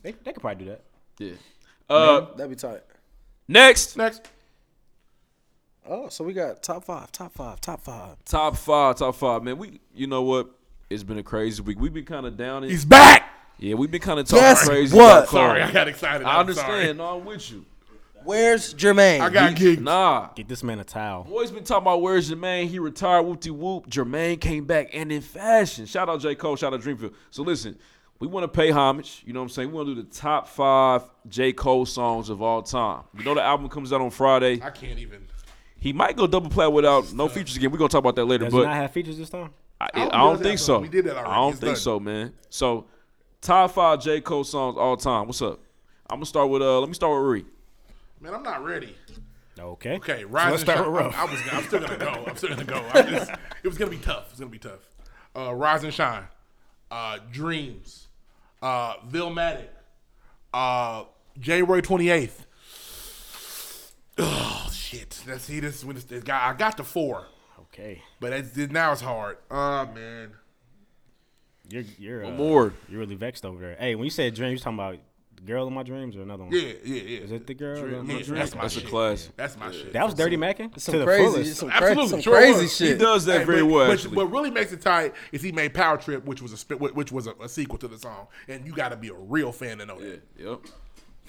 Speaker 6: They, they could probably do that.
Speaker 1: Yeah. Uh,
Speaker 4: that'd be tight.
Speaker 1: next
Speaker 5: Next,
Speaker 4: Oh, so we got top five, top five, top five.
Speaker 1: top five, top five, man. We, you know what? It's been a crazy week. We've been kind of down. In,
Speaker 5: he's back.
Speaker 1: yeah, we've been kind of talking
Speaker 4: Guess
Speaker 1: crazy.
Speaker 4: what?
Speaker 1: about Cole.
Speaker 5: Sorry, I got excited.
Speaker 1: I
Speaker 5: I'm sorry.
Speaker 1: understand. No, I'm with you.
Speaker 4: Where's Jermaine?
Speaker 5: I got gigs.
Speaker 1: Nah,
Speaker 6: Get this man a towel.
Speaker 1: Boys been talking about where's Jermaine? He retired. Whoop de whoop. Jermaine came back and in fashion. Shout out J. Cole. Shout out Dreamfield. So listen, we want to pay homage. You know what I'm saying? We want to do the top five J. Cole songs of all time. You know the album comes out on Friday.
Speaker 5: I can't even.
Speaker 1: He might go double plat without no features again. We're gonna talk about that later.
Speaker 6: Does
Speaker 1: but
Speaker 6: it not have features this time?
Speaker 1: I,
Speaker 5: I
Speaker 1: I
Speaker 5: don't
Speaker 1: don't
Speaker 5: think
Speaker 1: think
Speaker 5: that's
Speaker 1: so.
Speaker 5: done. We did that already.
Speaker 1: I don't
Speaker 5: It's
Speaker 1: think
Speaker 5: done.
Speaker 1: so, man. So top five J. Cole songs all time. What's up? I'm gonna start with uh. Let me start with Ree.
Speaker 5: Man, I'm not ready.
Speaker 6: Okay.
Speaker 5: Okay, rise
Speaker 6: let's
Speaker 5: and
Speaker 6: start
Speaker 5: shine.
Speaker 6: with Ruff.
Speaker 5: I, I was, I'm still gonna go. I'm still gonna go. I just, it was gonna be tough. It's gonna be tough. Uh, rise and shine. Uh, dreams. Uh, Vilmatic. Uh, January 28th. Oh shit! Let's see this. When this, got, I got the four,
Speaker 6: Okay.
Speaker 5: but it's, it, now it's hard. Oh man.
Speaker 6: You're you're uh,
Speaker 1: More.
Speaker 6: You're really vexed over there. Hey, when you said dreams, you talking about the girl in my dreams or another one?
Speaker 5: Yeah, yeah, yeah.
Speaker 6: Is it the girl? in my
Speaker 5: Yeah,
Speaker 6: dreams?
Speaker 5: that's my
Speaker 1: That's a
Speaker 5: shit.
Speaker 1: classic.
Speaker 5: That's my shit.
Speaker 6: That was Dirty Mackin.
Speaker 4: some
Speaker 6: to the
Speaker 4: crazy,
Speaker 6: fullest.
Speaker 4: some, cra-
Speaker 5: Absolutely,
Speaker 4: some
Speaker 5: sure
Speaker 4: crazy
Speaker 5: was.
Speaker 1: He
Speaker 4: shit.
Speaker 1: does that
Speaker 5: Hey,
Speaker 1: very
Speaker 5: but,
Speaker 1: well.
Speaker 5: but-
Speaker 1: actually.
Speaker 5: what really makes it tight is he made Power Trip, which was a sp- which was a, a sequel to the song, and you got to be a real fan to know that.
Speaker 1: Yep.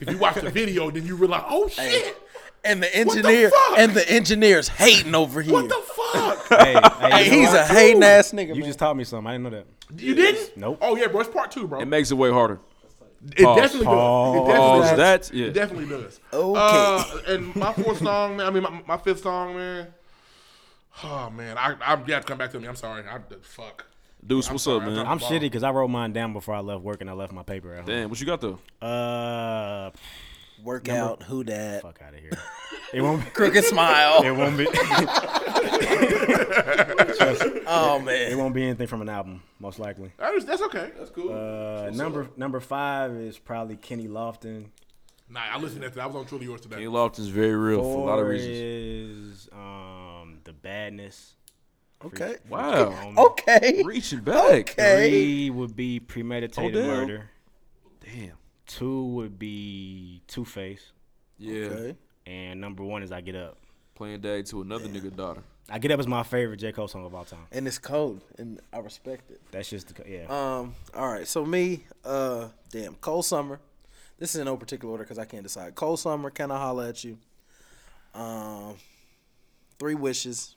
Speaker 5: If you watch the video, then you realize, oh shit,
Speaker 4: And the
Speaker 5: the
Speaker 4: engineer
Speaker 5: fuck?
Speaker 4: and the engineers hating over here.
Speaker 5: what the fuck?
Speaker 6: Hey, hey,
Speaker 4: hey,
Speaker 6: you know
Speaker 4: he's
Speaker 6: what?
Speaker 4: a hating ass nigga.
Speaker 6: You
Speaker 4: man.
Speaker 6: just taught me something. I didn't know that.
Speaker 5: you didn't?
Speaker 6: Nope.
Speaker 5: Oh yeah, bro, it's part two, bro.
Speaker 1: It
Speaker 5: It,
Speaker 1: makes it way harder.
Speaker 5: definitely does. It
Speaker 1: Oh,
Speaker 5: definitely
Speaker 1: so
Speaker 5: does.
Speaker 1: that's yeah.
Speaker 5: It definitely does.
Speaker 4: Okay.
Speaker 5: Uh, and my fourth song, man. I mean, my, my fifth song, man. Oh man, I I you have to come back to me. I'm sorry. I fuck.
Speaker 1: Deuce, what's
Speaker 5: sorry,
Speaker 1: up,
Speaker 5: I
Speaker 1: man?
Speaker 5: thought-
Speaker 6: I'm shitty because I wrote mine down before I left work and I left my paper at home.
Speaker 1: Damn, what you got though?
Speaker 6: Uh,
Speaker 4: Workout, who dat?
Speaker 6: fuck out of here. It won't be.
Speaker 4: Crooked smile.
Speaker 6: It won't be.
Speaker 4: Oh
Speaker 6: It
Speaker 4: man.
Speaker 6: won't be anything from an album, most likely.
Speaker 5: That is- That's okay. That's cool.
Speaker 6: Uh, number number five is probably Kenny Lofton.
Speaker 5: nah, I listened to that. I was on Truly Yours today.
Speaker 1: Kenny Lofton's very real for a lot of
Speaker 6: Four
Speaker 1: reasons.
Speaker 6: Is um the badness.
Speaker 4: Okay.
Speaker 1: Wow,
Speaker 6: Homie.
Speaker 4: Okay.
Speaker 1: reaching back.
Speaker 4: Okay.
Speaker 6: Three would be premeditated
Speaker 1: Odell.
Speaker 6: murder.
Speaker 1: Damn.
Speaker 6: Two would be Two Face,
Speaker 1: Yeah,
Speaker 4: Okay.
Speaker 6: and number one is I Get Up.
Speaker 1: playing dad to another nigga daughter.
Speaker 6: I Get Up is my favorite J Cole song of all time.
Speaker 4: And it's cold, and I respect it.
Speaker 6: That's just the,
Speaker 1: Uh,
Speaker 6: yeah.
Speaker 4: Um. All right. So me. Uh. Damn. Cold summer. This is in no particular order because I can't decide. Cold summer. Can I holla at you? Um. Three wishes.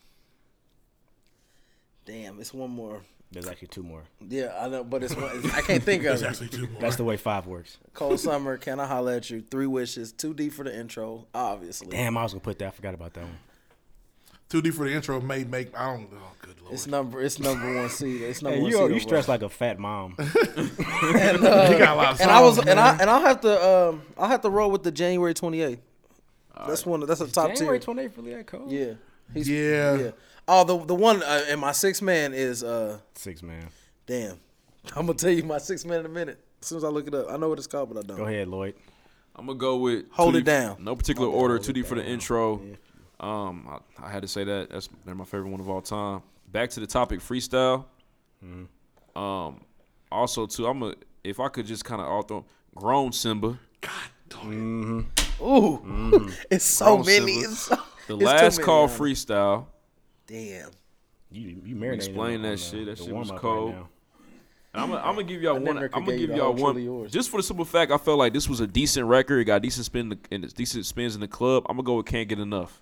Speaker 4: Damn. It's one more.
Speaker 6: There's actually two more.
Speaker 4: Yeah, I know, but it's one, I can't think of it.
Speaker 5: Actually, two more.
Speaker 6: That's the way five works.
Speaker 4: Cold summer. Can I holla at you? Three wishes. Too deep for the intro. Obviously.
Speaker 6: Damn, I was gonna put that. I forgot about that one.
Speaker 5: Too deep for the intro may make. I don't. Oh, good lord.
Speaker 4: It's number. It's number one seed. It's number
Speaker 6: Hey,
Speaker 4: one
Speaker 6: you
Speaker 4: seed
Speaker 6: you
Speaker 4: overall.
Speaker 6: stress like a fat mom.
Speaker 5: he got a lot of songs.
Speaker 4: And I was,
Speaker 5: man.
Speaker 4: and I, and I'll have to, um, I'll have to roll with the January twenty eighth. That's one. That's a top tier.
Speaker 6: eighth, really that cold?
Speaker 4: yeah, he's,
Speaker 5: Yeah.
Speaker 4: yeah. Oh, the the one uh, and my sixth man is, uh,
Speaker 6: Six man.
Speaker 4: damn. I'm gonna tell you my sixth man in a minute. As soon as I look it up, I know what it's called, but I don't.
Speaker 6: Go ahead, Lloyd.
Speaker 1: I'm gonna go with
Speaker 4: Hold
Speaker 1: two
Speaker 4: it
Speaker 1: D-
Speaker 4: down.
Speaker 1: No particular order. Two D for the intro. Um, I, I had to say that. That's they're my favorite one of all time. Back to the topic, freestyle.
Speaker 4: Mm-hmm.
Speaker 1: Um, also too, I'm a if I could just kind of all throw grown Simba.
Speaker 4: Ooh, it's so
Speaker 1: Grown
Speaker 4: many.
Speaker 1: Silver.
Speaker 4: It's so,
Speaker 1: The
Speaker 4: it's too
Speaker 1: last
Speaker 4: many,
Speaker 1: call
Speaker 4: man.
Speaker 1: freestyle.
Speaker 4: Damn.
Speaker 6: You you marinated.
Speaker 1: Explain
Speaker 6: on
Speaker 1: that
Speaker 6: the-
Speaker 1: shit. That
Speaker 6: the
Speaker 1: shit was
Speaker 6: warm-up
Speaker 1: cold.
Speaker 6: now.
Speaker 1: I'm gonna I'm gonna give y'all one.
Speaker 4: never
Speaker 1: I'm
Speaker 4: could
Speaker 1: gonna
Speaker 4: get you
Speaker 1: give
Speaker 4: the
Speaker 1: y'all
Speaker 4: whole
Speaker 1: one.
Speaker 4: truly yours.
Speaker 1: Just for the simple fact, I felt like this was a decent record. It got decent spin in the, and it's decent spins in the club. I'm gonna go with can't get enough.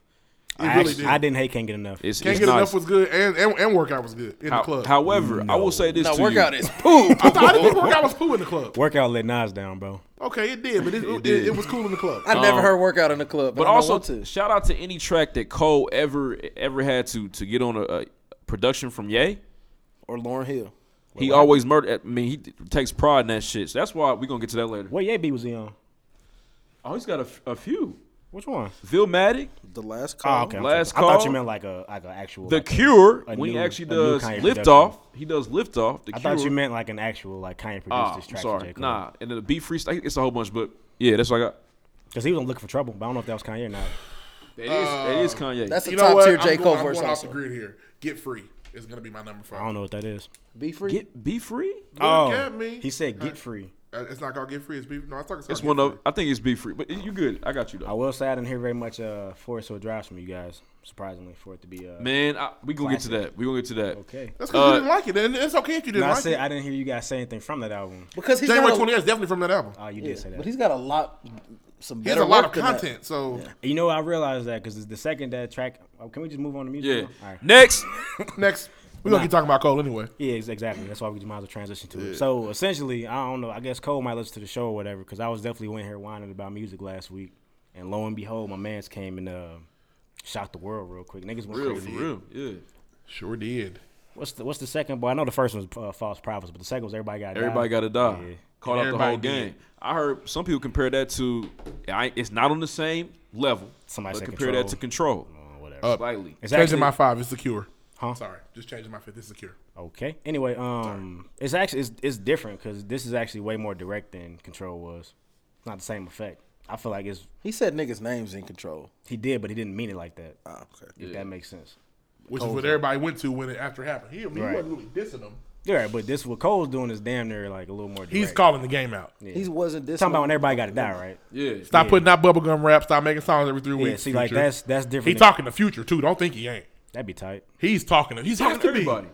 Speaker 5: It
Speaker 6: I,
Speaker 5: really
Speaker 6: actually-
Speaker 5: did.
Speaker 6: I didn't hate can't get enough.
Speaker 1: It's,
Speaker 5: Can't
Speaker 1: it's
Speaker 5: get
Speaker 1: not,
Speaker 5: enough was good, and, and and workout was good in
Speaker 1: How-
Speaker 5: the club.
Speaker 1: However, I will say this
Speaker 4: Now
Speaker 1: to
Speaker 4: workout
Speaker 1: you.
Speaker 4: is poo.
Speaker 5: I, thought, I didn't think workout was cool in the club.
Speaker 6: Workout let Nas down, bro.
Speaker 5: Okay, it did, but it, it,
Speaker 1: did.
Speaker 5: it was cool in the club.
Speaker 4: I never heard workout in the club, but,
Speaker 1: But
Speaker 4: I
Speaker 1: also,
Speaker 4: don't want to.
Speaker 1: shout out to any track that Cole ever ever had to to get on a, a production from Ye.
Speaker 4: or Lauren Hill.
Speaker 1: He always murder. I mean, he t- takes pride in that shit. So that's why we're gonna get to that later.
Speaker 6: What AB was he on?
Speaker 1: Oh, he's got a, f- a few.
Speaker 6: Which one?
Speaker 1: Vilmatic,
Speaker 4: The last
Speaker 6: Oh,
Speaker 5: Ah,
Speaker 4: call.
Speaker 6: okay.
Speaker 1: Last
Speaker 6: I thought you
Speaker 1: Call.
Speaker 6: meant like a like an actual.
Speaker 1: The
Speaker 6: like a-
Speaker 1: Cure.
Speaker 6: a
Speaker 1: when he
Speaker 6: new-
Speaker 1: actually
Speaker 6: a new
Speaker 1: does
Speaker 6: Kanye
Speaker 1: lift
Speaker 6: production.
Speaker 1: off, he does lift off. The
Speaker 6: I
Speaker 1: Cure.
Speaker 6: thought you meant like an actual like Kanye produced
Speaker 1: Ah,
Speaker 6: this
Speaker 1: I'm
Speaker 6: track.
Speaker 1: sorry. Nah, and then the beat freestyle. It's a whole bunch, but yeah, that's what I got.
Speaker 6: because he was looking for trouble, but I don't know if that was Kanye or not.
Speaker 1: That is, that is Kanye.
Speaker 4: That's a
Speaker 5: You know
Speaker 4: top
Speaker 5: what?
Speaker 4: tier
Speaker 5: I'm
Speaker 4: J
Speaker 5: going,
Speaker 4: Cole
Speaker 5: I'm
Speaker 4: verse.
Speaker 5: going off the
Speaker 4: Also.
Speaker 5: grid here. Get free is gonna be my number
Speaker 6: I
Speaker 5: five.
Speaker 6: don't know what that is. Oh,
Speaker 4: Be free.
Speaker 1: get be free.
Speaker 5: Look at me.
Speaker 6: he said
Speaker 5: Uh,
Speaker 6: get free.
Speaker 5: uh, It's not called get free. It's be, no, I talking.
Speaker 1: It's one of. I think it's be free, but you good. I got you though.
Speaker 6: I will say I didn't hear very much uh Forest Hill Drives from you guys. Surprisingly, for it to be uh.
Speaker 1: Man, I, we gonna get to that. We gonna get to that.
Speaker 6: Okay.
Speaker 5: That's because
Speaker 1: uh,
Speaker 5: you didn't like it, and it's okay if you
Speaker 6: No,
Speaker 5: didn't
Speaker 6: I
Speaker 5: like
Speaker 6: said
Speaker 5: it.
Speaker 6: I didn't hear you guys say anything from that album.
Speaker 4: Because he's
Speaker 5: January
Speaker 4: got a-
Speaker 5: 28th is definitely from that album.
Speaker 6: Oh, you
Speaker 4: Yeah,
Speaker 6: did say
Speaker 4: but
Speaker 6: that.
Speaker 4: he's got a lot. Some
Speaker 5: He has a
Speaker 4: better
Speaker 5: lot
Speaker 4: work
Speaker 5: of
Speaker 4: than that.
Speaker 5: content, so
Speaker 6: You know, I realized that because the second that track. Oh, can we just move on to music?
Speaker 1: Yeah.
Speaker 6: now? All right.
Speaker 1: Next.
Speaker 5: next we're gonna keep talking about Cole anyway.
Speaker 6: Yeah, ex- exactly. That's why we might as well transition to it. So essentially, I don't know. I guess Cole might listen to the show or whatever because I was definitely went here whining about music last week, and lo and behold, my man's came and uh, shocked the world real quick. Niggas went
Speaker 1: Real, for
Speaker 6: crazy.
Speaker 1: real. Yeah.
Speaker 5: Sure did.
Speaker 6: What's the What's the second? Boy, I know the first one was uh, False Prophets, but the second was Everybody Got
Speaker 1: Everybody got to die.
Speaker 6: Yeah.
Speaker 1: Called out the
Speaker 5: Everybody
Speaker 1: whole
Speaker 5: did.
Speaker 1: game. I heard some people compare that to. I, it's not on the same level.
Speaker 6: Somebody
Speaker 1: but
Speaker 6: said
Speaker 1: compare that to control.
Speaker 6: Oh, whatever.
Speaker 5: Uh,
Speaker 1: Slightly.
Speaker 6: it's
Speaker 5: Changing
Speaker 6: actually
Speaker 5: my five is the cure.
Speaker 6: Huh?
Speaker 5: Sorry, just changing my fifth. It's the cure.
Speaker 6: okay. Anyway, um, it's actually it's, it's different because this is actually way more direct than Control was. It's not the same effect. I feel like it's
Speaker 4: He said niggas' names in control.
Speaker 6: he did, but he didn't mean it like that.
Speaker 5: Ah,
Speaker 4: Oh, okay.
Speaker 6: If that makes sense.
Speaker 5: Which is what everybody went to when it after it happened. He, I mean, he
Speaker 6: Right.
Speaker 5: wasn't really dissing them.
Speaker 6: Yeah, but this what Cole's doing is damn near like a little more. Direct.
Speaker 5: He's calling the game out.
Speaker 4: He wasn't this.
Speaker 6: talking about when everybody got to die, right?
Speaker 1: Yeah.
Speaker 5: Stop putting out bubblegum rap. Stop making songs every three
Speaker 6: Yeah,
Speaker 5: weeks.
Speaker 6: see, like
Speaker 5: Future.
Speaker 6: that's that's
Speaker 5: he
Speaker 6: different. than-
Speaker 5: talking the future too. Don't think he ain't.
Speaker 6: That'd be tight.
Speaker 5: He's talking. To, he's
Speaker 1: Talking
Speaker 5: talking
Speaker 1: to
Speaker 5: to be.
Speaker 1: everybody.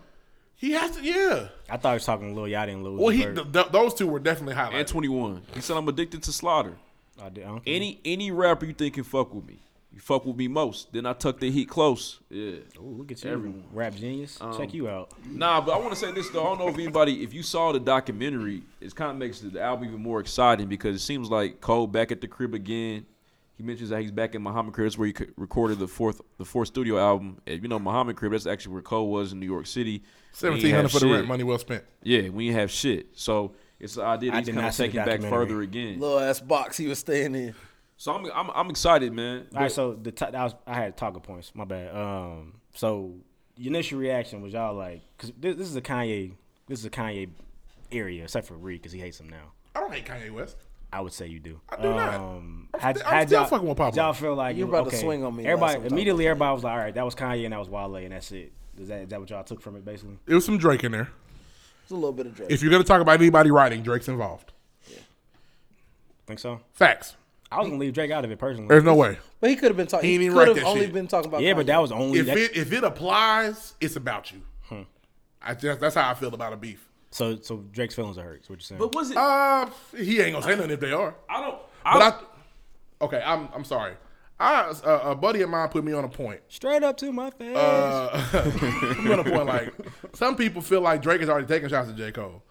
Speaker 5: He has to. Yeah.
Speaker 6: I thought he was talking Lil Yachty and Lil.
Speaker 5: Well, he
Speaker 6: Bird.
Speaker 5: th- th- those two were definitely highlighted.
Speaker 1: And 21. He said, I'm addicted to slaughter.
Speaker 6: I did- I don't care.
Speaker 1: Any any rapper you think can fuck with me, you fuck with me most. Then I tuck the heat close. Yeah.
Speaker 6: Ooh, look at you, rap genius.
Speaker 1: Um,
Speaker 6: Check you out.
Speaker 1: Nah, but I want to say this though. I don't know if anybody, if you saw the documentary, it kind of makes the album even more exciting because it seems like Cole back at the crib again. He mentions that he's back in Muhammad Crib. That's where he c- recorded the fourth the fourth studio album. And you know, Muhammad Crib, that's actually where Cole was in New York City. We ain't
Speaker 5: Seventeen hundred
Speaker 1: have
Speaker 5: for the
Speaker 1: shit.
Speaker 5: rent, money well spent.
Speaker 1: Yeah, we didn't have shit. So it's the idea
Speaker 6: I
Speaker 1: that he's
Speaker 6: did
Speaker 1: kind
Speaker 6: not
Speaker 1: of
Speaker 6: see the
Speaker 1: taking back
Speaker 6: documentary.
Speaker 1: further again.
Speaker 4: Little ass box he was staying in.
Speaker 1: So I'm, I'm I'm excited, man.
Speaker 6: All right, so the t- I, was, I had talker points. My bad. Um, so your initial reaction was y'all like, because this, this is a Kanye, this is a Kanye area, except for Reed because he hates him now.
Speaker 5: I don't hate Kanye West.
Speaker 6: I would say you do. Um,
Speaker 5: I do not. I'm
Speaker 6: had-
Speaker 5: sti- I'm
Speaker 6: had
Speaker 5: still
Speaker 6: y'all-
Speaker 5: fucking with Pablo.
Speaker 6: did Y'all feel like
Speaker 4: You
Speaker 6: it-
Speaker 4: about to
Speaker 6: okay,
Speaker 4: swing on me last time we
Speaker 6: Everybody
Speaker 4: talked
Speaker 6: immediately, everybody was like, all right, that was Kanye and that was Wale and that's it. Is that is that what y'all took from it basically?
Speaker 5: It was some Drake in there.
Speaker 4: It's a little bit of Drake.
Speaker 5: If you're gonna talk about anybody writing, Drake's involved.
Speaker 6: Think so?
Speaker 5: Facts.
Speaker 6: I was gonna leave Drake out of it personally.
Speaker 5: There's no way.
Speaker 4: but he could have been talking.
Speaker 5: He
Speaker 4: He,
Speaker 5: ain't even
Speaker 4: could
Speaker 5: write
Speaker 4: have
Speaker 5: that
Speaker 4: only
Speaker 5: shit.
Speaker 4: been talking about.
Speaker 6: yeah, but
Speaker 4: Kanye.
Speaker 6: that was only
Speaker 5: If
Speaker 6: that,
Speaker 5: it if it applies, it's about you. I just that's how I feel about a beef.
Speaker 6: so. So Drake's feelings are hurt. Is what you're saying?
Speaker 1: But was it?
Speaker 5: Uh, he ain't gonna say nothing if they are.
Speaker 1: I don't.
Speaker 5: But
Speaker 1: I,
Speaker 5: I, okay, I'm I'm sorry. I a, a buddy of mine put me on a point.
Speaker 6: Straight up to my face.
Speaker 5: Uh, put me on a point like some people feel like Drake is already taking shots at J Cole.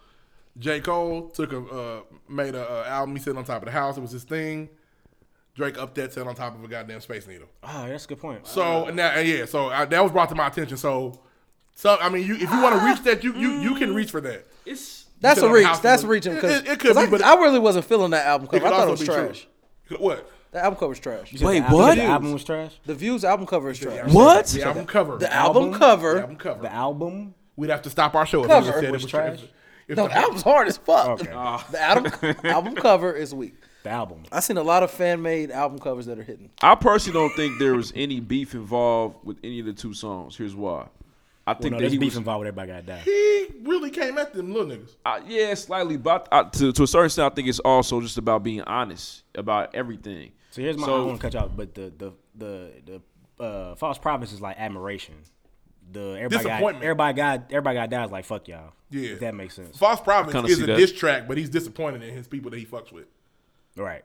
Speaker 5: J Cole took a uh, made a uh, album. He sitting on top of the house. It was his thing. Drake up that sitting on top of a goddamn space needle.
Speaker 6: Ah, that's a good point.
Speaker 5: So and that and yeah, so I, that was brought to my attention. So, so I mean, you if you want to reach that, you you you can reach for that.
Speaker 1: it's
Speaker 4: that's
Speaker 5: you could
Speaker 4: a
Speaker 5: have
Speaker 4: reach.
Speaker 5: house
Speaker 4: That's
Speaker 5: was-
Speaker 4: reaching. Cause,
Speaker 5: It- it- it could
Speaker 4: 'cause
Speaker 5: be, but-
Speaker 4: I, I really wasn't feeling that album cover. I thought it was
Speaker 5: be true.
Speaker 4: trash.
Speaker 5: What?
Speaker 4: That album cover was trash.
Speaker 6: You said
Speaker 1: Wait,
Speaker 6: the album-
Speaker 1: what?
Speaker 6: The album was trash.
Speaker 4: The Views album cover is trash.
Speaker 1: What?
Speaker 5: The album cover.
Speaker 4: The album, cover.
Speaker 5: The album cover.
Speaker 6: The album.
Speaker 5: We'd have to stop our show if
Speaker 4: Cover
Speaker 5: we said it
Speaker 4: was
Speaker 5: was trash.
Speaker 6: trash.
Speaker 5: If
Speaker 4: No,
Speaker 5: the-
Speaker 4: the album's hard as fuck.
Speaker 6: Okay. Ah.
Speaker 5: Oh.
Speaker 4: The album album cover is weak.
Speaker 6: The album.
Speaker 4: I seen a lot of fan made album covers that are hitting.
Speaker 1: I personally don't think there was any beef involved with any of the two songs. Here's why. I
Speaker 6: Well,
Speaker 1: think
Speaker 6: no,
Speaker 1: that
Speaker 6: there's
Speaker 1: he
Speaker 6: beef
Speaker 1: was,
Speaker 6: involved with everybody got died.
Speaker 5: he really came at them little niggas.
Speaker 1: I, yeah, slightly, but I, to to a certain extent, I think it's also just about being honest about everything.
Speaker 6: So here's my. I
Speaker 1: So-
Speaker 6: don't want to cut you off, but the the the the uh, false prophets is like admiration. The everybody got
Speaker 5: Disappointment.
Speaker 6: everybody got everybody got died is like fuck y'all.
Speaker 5: Yeah.
Speaker 6: if that makes sense.
Speaker 5: False
Speaker 1: kinda
Speaker 5: Prophets is
Speaker 1: see
Speaker 5: a
Speaker 1: that.
Speaker 5: diss track, but he's disappointed in his people that he fucks with.
Speaker 6: right.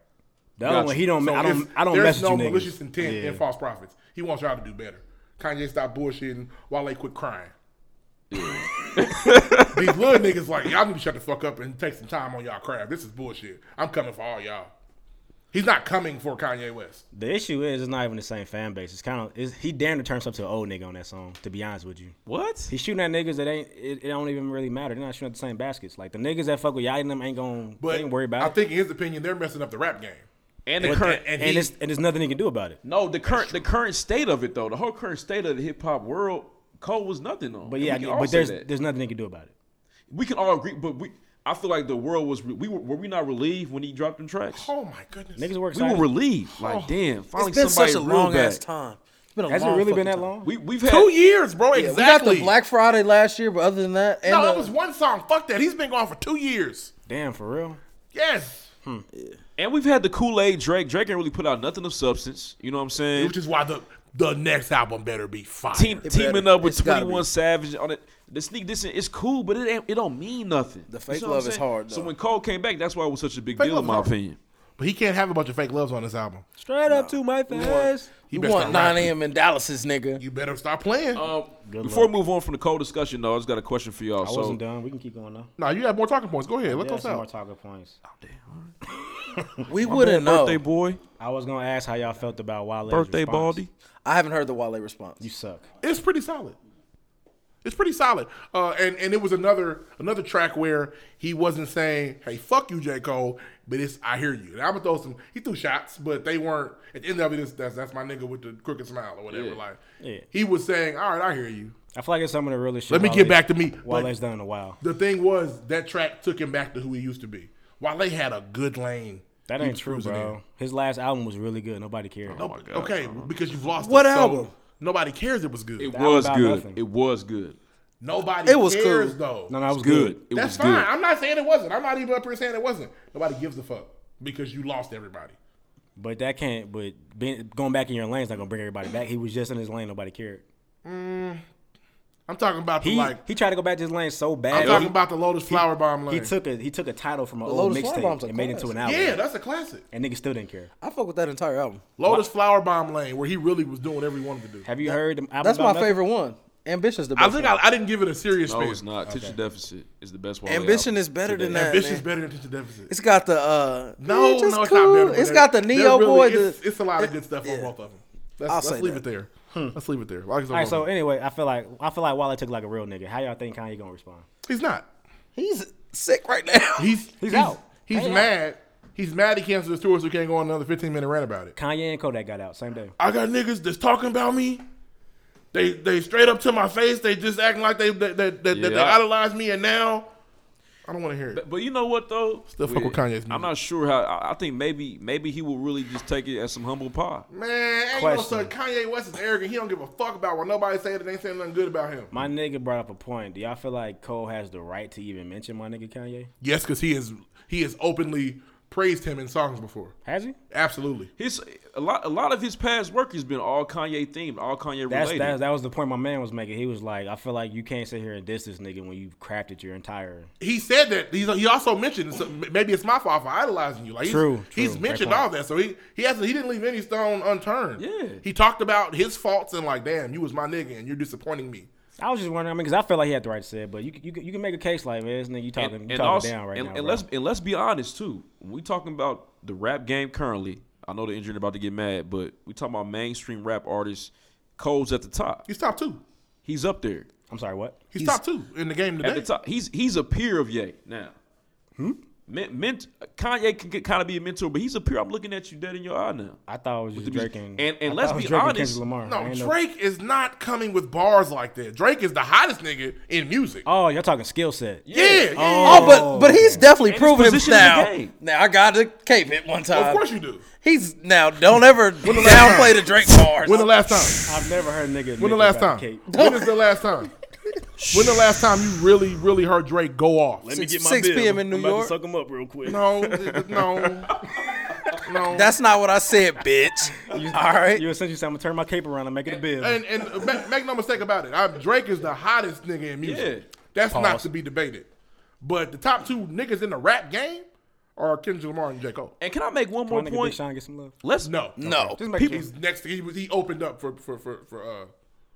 Speaker 6: The other
Speaker 1: Gotcha.
Speaker 6: one he don't.
Speaker 5: So
Speaker 6: I don't.
Speaker 5: it's-
Speaker 6: I don't
Speaker 5: There's
Speaker 6: message
Speaker 5: no
Speaker 6: you
Speaker 5: malicious
Speaker 6: niggas.
Speaker 5: intent
Speaker 6: Yeah.
Speaker 5: in False Prophets. He wants y'all to do better. Kanye stop bullshitting while they quit crying. These little niggas like y'all need to shut the fuck up and take some time on y'all craft. This is bullshit. I'm coming for all y'all. He's not coming for Kanye West.
Speaker 6: The issue is it's not even the same fan base. It's kind of is he damn near turns up to an old nigga on that song. To be honest with you,
Speaker 1: What?
Speaker 6: he's shooting at niggas that ain't. It, it don't even really matter. They're not shooting at the same baskets. Like the niggas that fuck with y'all and them ain't gonna.
Speaker 5: But
Speaker 6: they ain't worry about
Speaker 5: I
Speaker 6: it.
Speaker 5: think in his opinion, they're messing up the rap game.
Speaker 1: And the current
Speaker 5: and
Speaker 6: and,
Speaker 5: he-
Speaker 6: it's, and there's nothing he can do about it.
Speaker 1: no, the current the current state of it though, the whole current state of the hip hop world, Cole was nothing on.
Speaker 6: But
Speaker 1: And
Speaker 6: yeah, I
Speaker 1: we can
Speaker 6: get-
Speaker 1: all
Speaker 6: but
Speaker 1: say
Speaker 6: there's
Speaker 1: that.
Speaker 6: there's nothing he can do about it.
Speaker 1: we can all agree, but we I feel like the world was re- we were, were we not relieved when he dropped them tracks.
Speaker 5: Oh my goodness.
Speaker 6: Niggas work.
Speaker 1: We were relieved, like damn, finally
Speaker 4: It's been
Speaker 1: somebody
Speaker 4: such a
Speaker 1: real
Speaker 4: long
Speaker 1: back.
Speaker 4: ass time. It's been a
Speaker 6: Has it
Speaker 4: long
Speaker 6: really been
Speaker 4: fucking
Speaker 6: that
Speaker 4: time.
Speaker 6: long?
Speaker 1: We we've had
Speaker 5: Two years, bro.
Speaker 4: Yeah,
Speaker 5: exactly.
Speaker 4: We got the Black Friday last year, but other than that, and uh,
Speaker 5: no,
Speaker 4: the-
Speaker 5: that was one song. Fuck that. He's been gone for two years.
Speaker 6: Damn, for real.
Speaker 5: Yes.
Speaker 6: Hmm.
Speaker 1: And we've had the Kool Aid Drake. Drake ain't really put out nothing of substance. You know what I'm saying?
Speaker 5: Which is why the the next album better be fire.
Speaker 1: Team, teaming up with
Speaker 4: It's gotta
Speaker 1: 21
Speaker 4: be.
Speaker 1: Savage on it. The sneak this in, it's cool, but it ain't, it don't mean nothing. The
Speaker 4: fake love is hard,
Speaker 1: So
Speaker 4: though.
Speaker 1: when Cole came back, that's why it was such a big
Speaker 5: Fake
Speaker 1: deal, in
Speaker 5: love is
Speaker 1: my
Speaker 5: hard.
Speaker 1: opinion.
Speaker 5: But he can't have a bunch of fake loves on this album.
Speaker 6: Straight up to my face.
Speaker 5: He
Speaker 4: you
Speaker 5: better
Speaker 4: want
Speaker 5: start
Speaker 4: 9
Speaker 5: rapping.
Speaker 4: a.m. in Dallas's nigga.
Speaker 5: You better stop playing.
Speaker 1: Um, before we move on from the Cole discussion, though, I just got a question for y'all.
Speaker 6: I
Speaker 1: so
Speaker 6: wasn't done. We can keep going though.
Speaker 5: no, you have more talking points. Go ahead. Let
Speaker 6: Yeah,
Speaker 5: us
Speaker 6: some more
Speaker 5: out.
Speaker 6: talker points.
Speaker 4: We wouldn't know.
Speaker 1: birthday boy,
Speaker 6: I was gonna ask how y'all felt about Wale's
Speaker 1: birthday
Speaker 6: response.
Speaker 1: baldy.
Speaker 4: I haven't heard the Wale response.
Speaker 6: You suck.
Speaker 5: it's pretty solid. It's pretty solid. Uh, and and it was another another track where he wasn't saying, "Hey, fuck you, J Cole," but it's "I hear you." And I'm gonna throw some. He threw shots, but they weren't. At the end of it, it's, that's that's my nigga with the crooked smile or whatever. Like
Speaker 6: Yeah.
Speaker 5: he was saying, "All right, I hear you."
Speaker 6: I feel like it's some of the realest shit.
Speaker 5: Let me
Speaker 6: Wale-
Speaker 5: get back to me. But
Speaker 6: Wale's done in a while.
Speaker 5: the thing was that track took him back to who he used to be. Wale had a good lane.
Speaker 6: That
Speaker 5: He
Speaker 6: ain't
Speaker 5: was
Speaker 6: true,
Speaker 5: cruising
Speaker 6: bro.
Speaker 5: in.
Speaker 6: His last album was really good. Nobody cared.
Speaker 5: No, okay, because you've lost.
Speaker 4: What
Speaker 5: it, so
Speaker 4: album?
Speaker 5: nobody cares. It was good.
Speaker 1: It
Speaker 6: That
Speaker 1: was
Speaker 6: was about
Speaker 1: good.
Speaker 6: nothing.
Speaker 1: It was good.
Speaker 5: nobody
Speaker 4: It was
Speaker 5: cares
Speaker 4: cool.
Speaker 5: though.
Speaker 6: No, no, it was
Speaker 1: Good.
Speaker 6: good.
Speaker 1: It
Speaker 5: That's
Speaker 1: was
Speaker 5: fine.
Speaker 1: good.
Speaker 5: I'm not saying it wasn't. I'm not even up here saying it wasn't. Nobody gives a fuck because you lost everybody.
Speaker 6: But that can't. But being, going back in your lane's not gonna bring everybody back. He was just in his lane. Nobody cared.
Speaker 5: I'm talking about the
Speaker 6: He
Speaker 5: like.
Speaker 6: he tried to go back to his lane so
Speaker 5: I'm
Speaker 6: bad.
Speaker 5: talking
Speaker 6: he-
Speaker 5: about the Lotus Flower Bomb
Speaker 6: he
Speaker 5: lane.
Speaker 6: took a he took a title from an old
Speaker 4: Lotus Flower Bomb's
Speaker 6: mixtape
Speaker 4: a
Speaker 6: and made it to an album.
Speaker 5: yeah, that's a classic.
Speaker 6: and niggas still didn't care.
Speaker 4: I fuck with that entire album.
Speaker 5: Lotus Flower Bomb lane, where he really was doing what he wanted to do.
Speaker 6: Have you heard? The album
Speaker 4: That's my
Speaker 6: About Nothing?
Speaker 4: favorite one. Ambition's the
Speaker 5: I
Speaker 4: best.
Speaker 5: think
Speaker 4: one.
Speaker 5: I, I didn't give it a serious
Speaker 1: No,
Speaker 5: spin.
Speaker 1: it's not. Attention deficit is the best one.
Speaker 4: Ambition is better than that.
Speaker 5: Ambition's
Speaker 4: Man.
Speaker 5: better than attention deficit.
Speaker 4: It's got the uh
Speaker 5: no,
Speaker 4: yeah, just
Speaker 5: no, it's
Speaker 4: cool.
Speaker 5: not better. than
Speaker 4: It's
Speaker 5: that.
Speaker 4: got the
Speaker 5: They're
Speaker 4: Neo
Speaker 5: really-
Speaker 4: boy.
Speaker 5: It's,
Speaker 4: the-
Speaker 5: it's a lot of good stuff on both of them. Let's,
Speaker 4: I'll
Speaker 5: let's
Speaker 4: say
Speaker 5: leave
Speaker 4: that.
Speaker 5: it there. Let's leave it there. Like,
Speaker 6: All right, so anyway, I feel like I feel like Wale took like a real nigga. How y'all think Kanye gonna respond?
Speaker 5: he's not.
Speaker 4: he's sick right now.
Speaker 5: He's he's,
Speaker 6: out.
Speaker 5: He's
Speaker 6: Hey, out.
Speaker 5: mad. He's mad he canceled his tour, so he can't go on another 15 minute rant about it.
Speaker 6: Kanye and Kodak got out same day.
Speaker 5: I got niggas that's talking about me. They they straight up to my face. They just acting like they that that that- that they
Speaker 1: Yeah.
Speaker 5: idolize me, and now I don't want to hear it.
Speaker 1: But you know what though?
Speaker 5: Still fuck with Kanye's music.
Speaker 1: I'm not sure how. I I think maybe maybe he will really just take it as some humble pie.
Speaker 5: Man, ain't no
Speaker 6: Question.
Speaker 5: son. Kanye West is arrogant. He don't give a fuck about what nobody saying. It ain't saying nothing good about him.
Speaker 6: My nigga brought up a point. Do y'all feel like Cole has the right to even mention my nigga Kanye?
Speaker 5: Yes, because he is he has openly praised him in songs before.
Speaker 6: Has he?
Speaker 5: Absolutely.
Speaker 1: His a lot a lot of his past work has been all Kanye themed, all Kanye
Speaker 6: That's,
Speaker 1: related.
Speaker 6: that's that was the point my man was making. He was like, I feel like you can't sit here and diss this nigga when you've crafted your entire.
Speaker 5: He said that he's, he also mentioned so maybe it's my fault for idolizing you. Like he's,
Speaker 6: True,
Speaker 5: he's
Speaker 6: true.
Speaker 5: mentioned
Speaker 6: Great point.
Speaker 5: all that, so he he hasn't he didn't leave any stone unturned.
Speaker 1: Yeah.
Speaker 5: he talked about his faults and like, damn, you was my nigga and you're disappointing me.
Speaker 6: I was just wondering. I mean, because I feel like he had the right to say it, but you can- you can- you can make a case like, man, this nigga you talking you talking
Speaker 1: also-
Speaker 6: down right
Speaker 1: and,
Speaker 6: now.
Speaker 1: and
Speaker 6: bro.
Speaker 1: let's and let's be honest too. When we talking about the rap game currently, I know the engineer about to get mad, but we talking about mainstream rap artists. Cole's at the top.
Speaker 5: He's top two.
Speaker 1: He's up there
Speaker 6: I'm sorry, what?
Speaker 5: He's, top two in the game
Speaker 1: at
Speaker 5: today.
Speaker 1: the top. He's he's a peer of Ye now. Hmm. Men, ment- Kanye can kind of be a mentor, but he's a peer. I'm looking at you dead in your eye now.
Speaker 6: I thought it was just Drake and
Speaker 1: music. And- and
Speaker 6: I
Speaker 1: let's
Speaker 6: thought it was
Speaker 1: be
Speaker 6: Drake and
Speaker 1: honest,
Speaker 6: Kendrick Lamar. I
Speaker 5: No,
Speaker 6: ain't know-
Speaker 5: Drake is not coming with bars like that. Drake is the hottest nigga in music.
Speaker 6: Oh, y'all talking skill set.
Speaker 5: yeah, yeah.
Speaker 4: Oh, but but he's definitely
Speaker 1: his
Speaker 4: proven him
Speaker 1: position in the
Speaker 4: now.
Speaker 1: game.
Speaker 4: Now I got the cape hit one time.
Speaker 5: of course you do.
Speaker 4: He's now don't ever downplay the Drake bars.
Speaker 5: When the last time?
Speaker 6: I've never heard a nigga.
Speaker 5: When the
Speaker 6: admit
Speaker 5: last
Speaker 6: about
Speaker 5: time?
Speaker 6: the cape.
Speaker 5: When is the last time? When the last time you really, really heard Drake go off?
Speaker 6: Let me
Speaker 4: Six- 6 p.m. in New York.
Speaker 6: him up real quick.
Speaker 5: No, th- no, no.
Speaker 4: That's not what I said, bitch. All right.
Speaker 6: You essentially said I'm gonna turn my cape around and make it a bill.
Speaker 5: and and make, make no mistake about it. I, Drake is the hottest nigga in music.
Speaker 1: Yeah.
Speaker 5: That's not to be debated. But the top two niggas in the rap game are Kendrick Lamar and J Cole.
Speaker 1: And can I make one
Speaker 6: my
Speaker 1: more
Speaker 6: nigga Big
Speaker 1: point?
Speaker 6: Sean get some love.
Speaker 1: Let's
Speaker 5: No,
Speaker 4: no.
Speaker 6: Just make
Speaker 1: People-
Speaker 6: sure.
Speaker 5: He's next. He was he opened up for for for for uh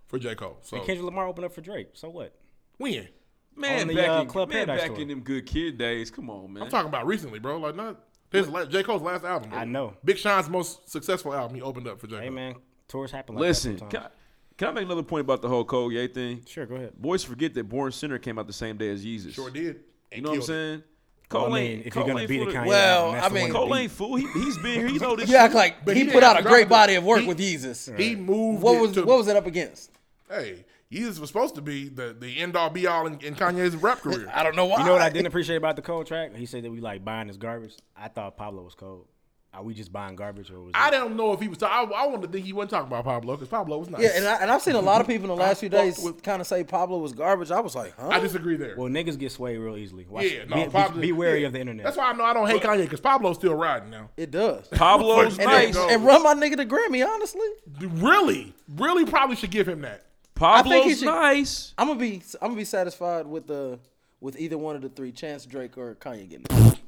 Speaker 5: for J Cole. So
Speaker 6: Kendrick Lamar opened up for Drake. So what?
Speaker 5: when
Speaker 1: man
Speaker 6: on the,
Speaker 1: back
Speaker 6: uh,
Speaker 1: in
Speaker 6: Club
Speaker 1: man
Speaker 6: Paradise
Speaker 1: back
Speaker 6: tour.
Speaker 1: in them good kid days. Come on, man.
Speaker 5: I'm talking about recently, bro. Like not his la- J Cole's last album.
Speaker 6: I know.
Speaker 5: Big Sean's most successful album. He opened up for J Cole.
Speaker 6: Hey man, tours happen like
Speaker 1: Listen,
Speaker 6: that
Speaker 1: can I,
Speaker 6: sometimes.
Speaker 1: can I make another point about the whole Cole Ye thing?
Speaker 6: Sure, go ahead.
Speaker 1: Boys forget that Born Sinner came out the same day as Jesus.
Speaker 5: Sure did.
Speaker 1: You know what I'm saying? Cole
Speaker 6: I mean,
Speaker 1: ain't,
Speaker 6: if
Speaker 1: Cole
Speaker 6: you're gonna
Speaker 1: ain't
Speaker 6: beat
Speaker 1: fool
Speaker 6: a
Speaker 1: to-
Speaker 6: Kanye,
Speaker 4: Well,
Speaker 6: album, that's
Speaker 4: I
Speaker 6: the
Speaker 4: mean-
Speaker 6: one to
Speaker 1: Cole
Speaker 6: beat.
Speaker 1: ain't fool. He, he's been here. He know this
Speaker 4: You act
Speaker 1: shit.
Speaker 4: like
Speaker 5: But
Speaker 4: he,
Speaker 5: he
Speaker 4: put
Speaker 5: didn't
Speaker 4: out a great
Speaker 5: drop it.
Speaker 4: body of work
Speaker 5: He-
Speaker 4: with Jesus.
Speaker 5: He moved.
Speaker 4: What
Speaker 5: it
Speaker 4: was
Speaker 5: to-
Speaker 4: what was it up against?
Speaker 5: Hey, Jesus was supposed to be the, the end all be all in, in Kanye's rap career.
Speaker 4: I don't know why.
Speaker 6: You know what I didn't appreciate about the Cole track? He said that we like buying his garbage. I thought Pablo was cold. Are we just buying garbage or was
Speaker 5: I
Speaker 6: it?
Speaker 5: don't know if he was. I, I want to think he wasn't talking about Pablo because Pablo was nice.
Speaker 4: Yeah, and, I, and I've seen a lot of people in the last few
Speaker 5: fucked
Speaker 4: days
Speaker 5: with-
Speaker 4: kind of say Pablo was garbage. I was like, huh?
Speaker 5: I disagree there.
Speaker 6: Well, niggas get swayed real easily. Watch,
Speaker 5: yeah, no,
Speaker 6: be, be-
Speaker 5: Pablo-
Speaker 6: be wary
Speaker 5: yeah.
Speaker 6: of the internet.
Speaker 5: That's why I know I don't hate Kanye because Pablo's still riding now.
Speaker 4: it does.
Speaker 1: Pablo's
Speaker 4: And,
Speaker 1: nice.
Speaker 5: No.
Speaker 4: and run my nigga to Grammy. Honestly,
Speaker 5: Really, really, probably should give him that.
Speaker 4: think he
Speaker 1: Pablo's
Speaker 4: should-
Speaker 1: nice.
Speaker 4: I'm gonna be I'm gonna be satisfied with the with either one of the three: Chance, Drake, or Kanye getting. It.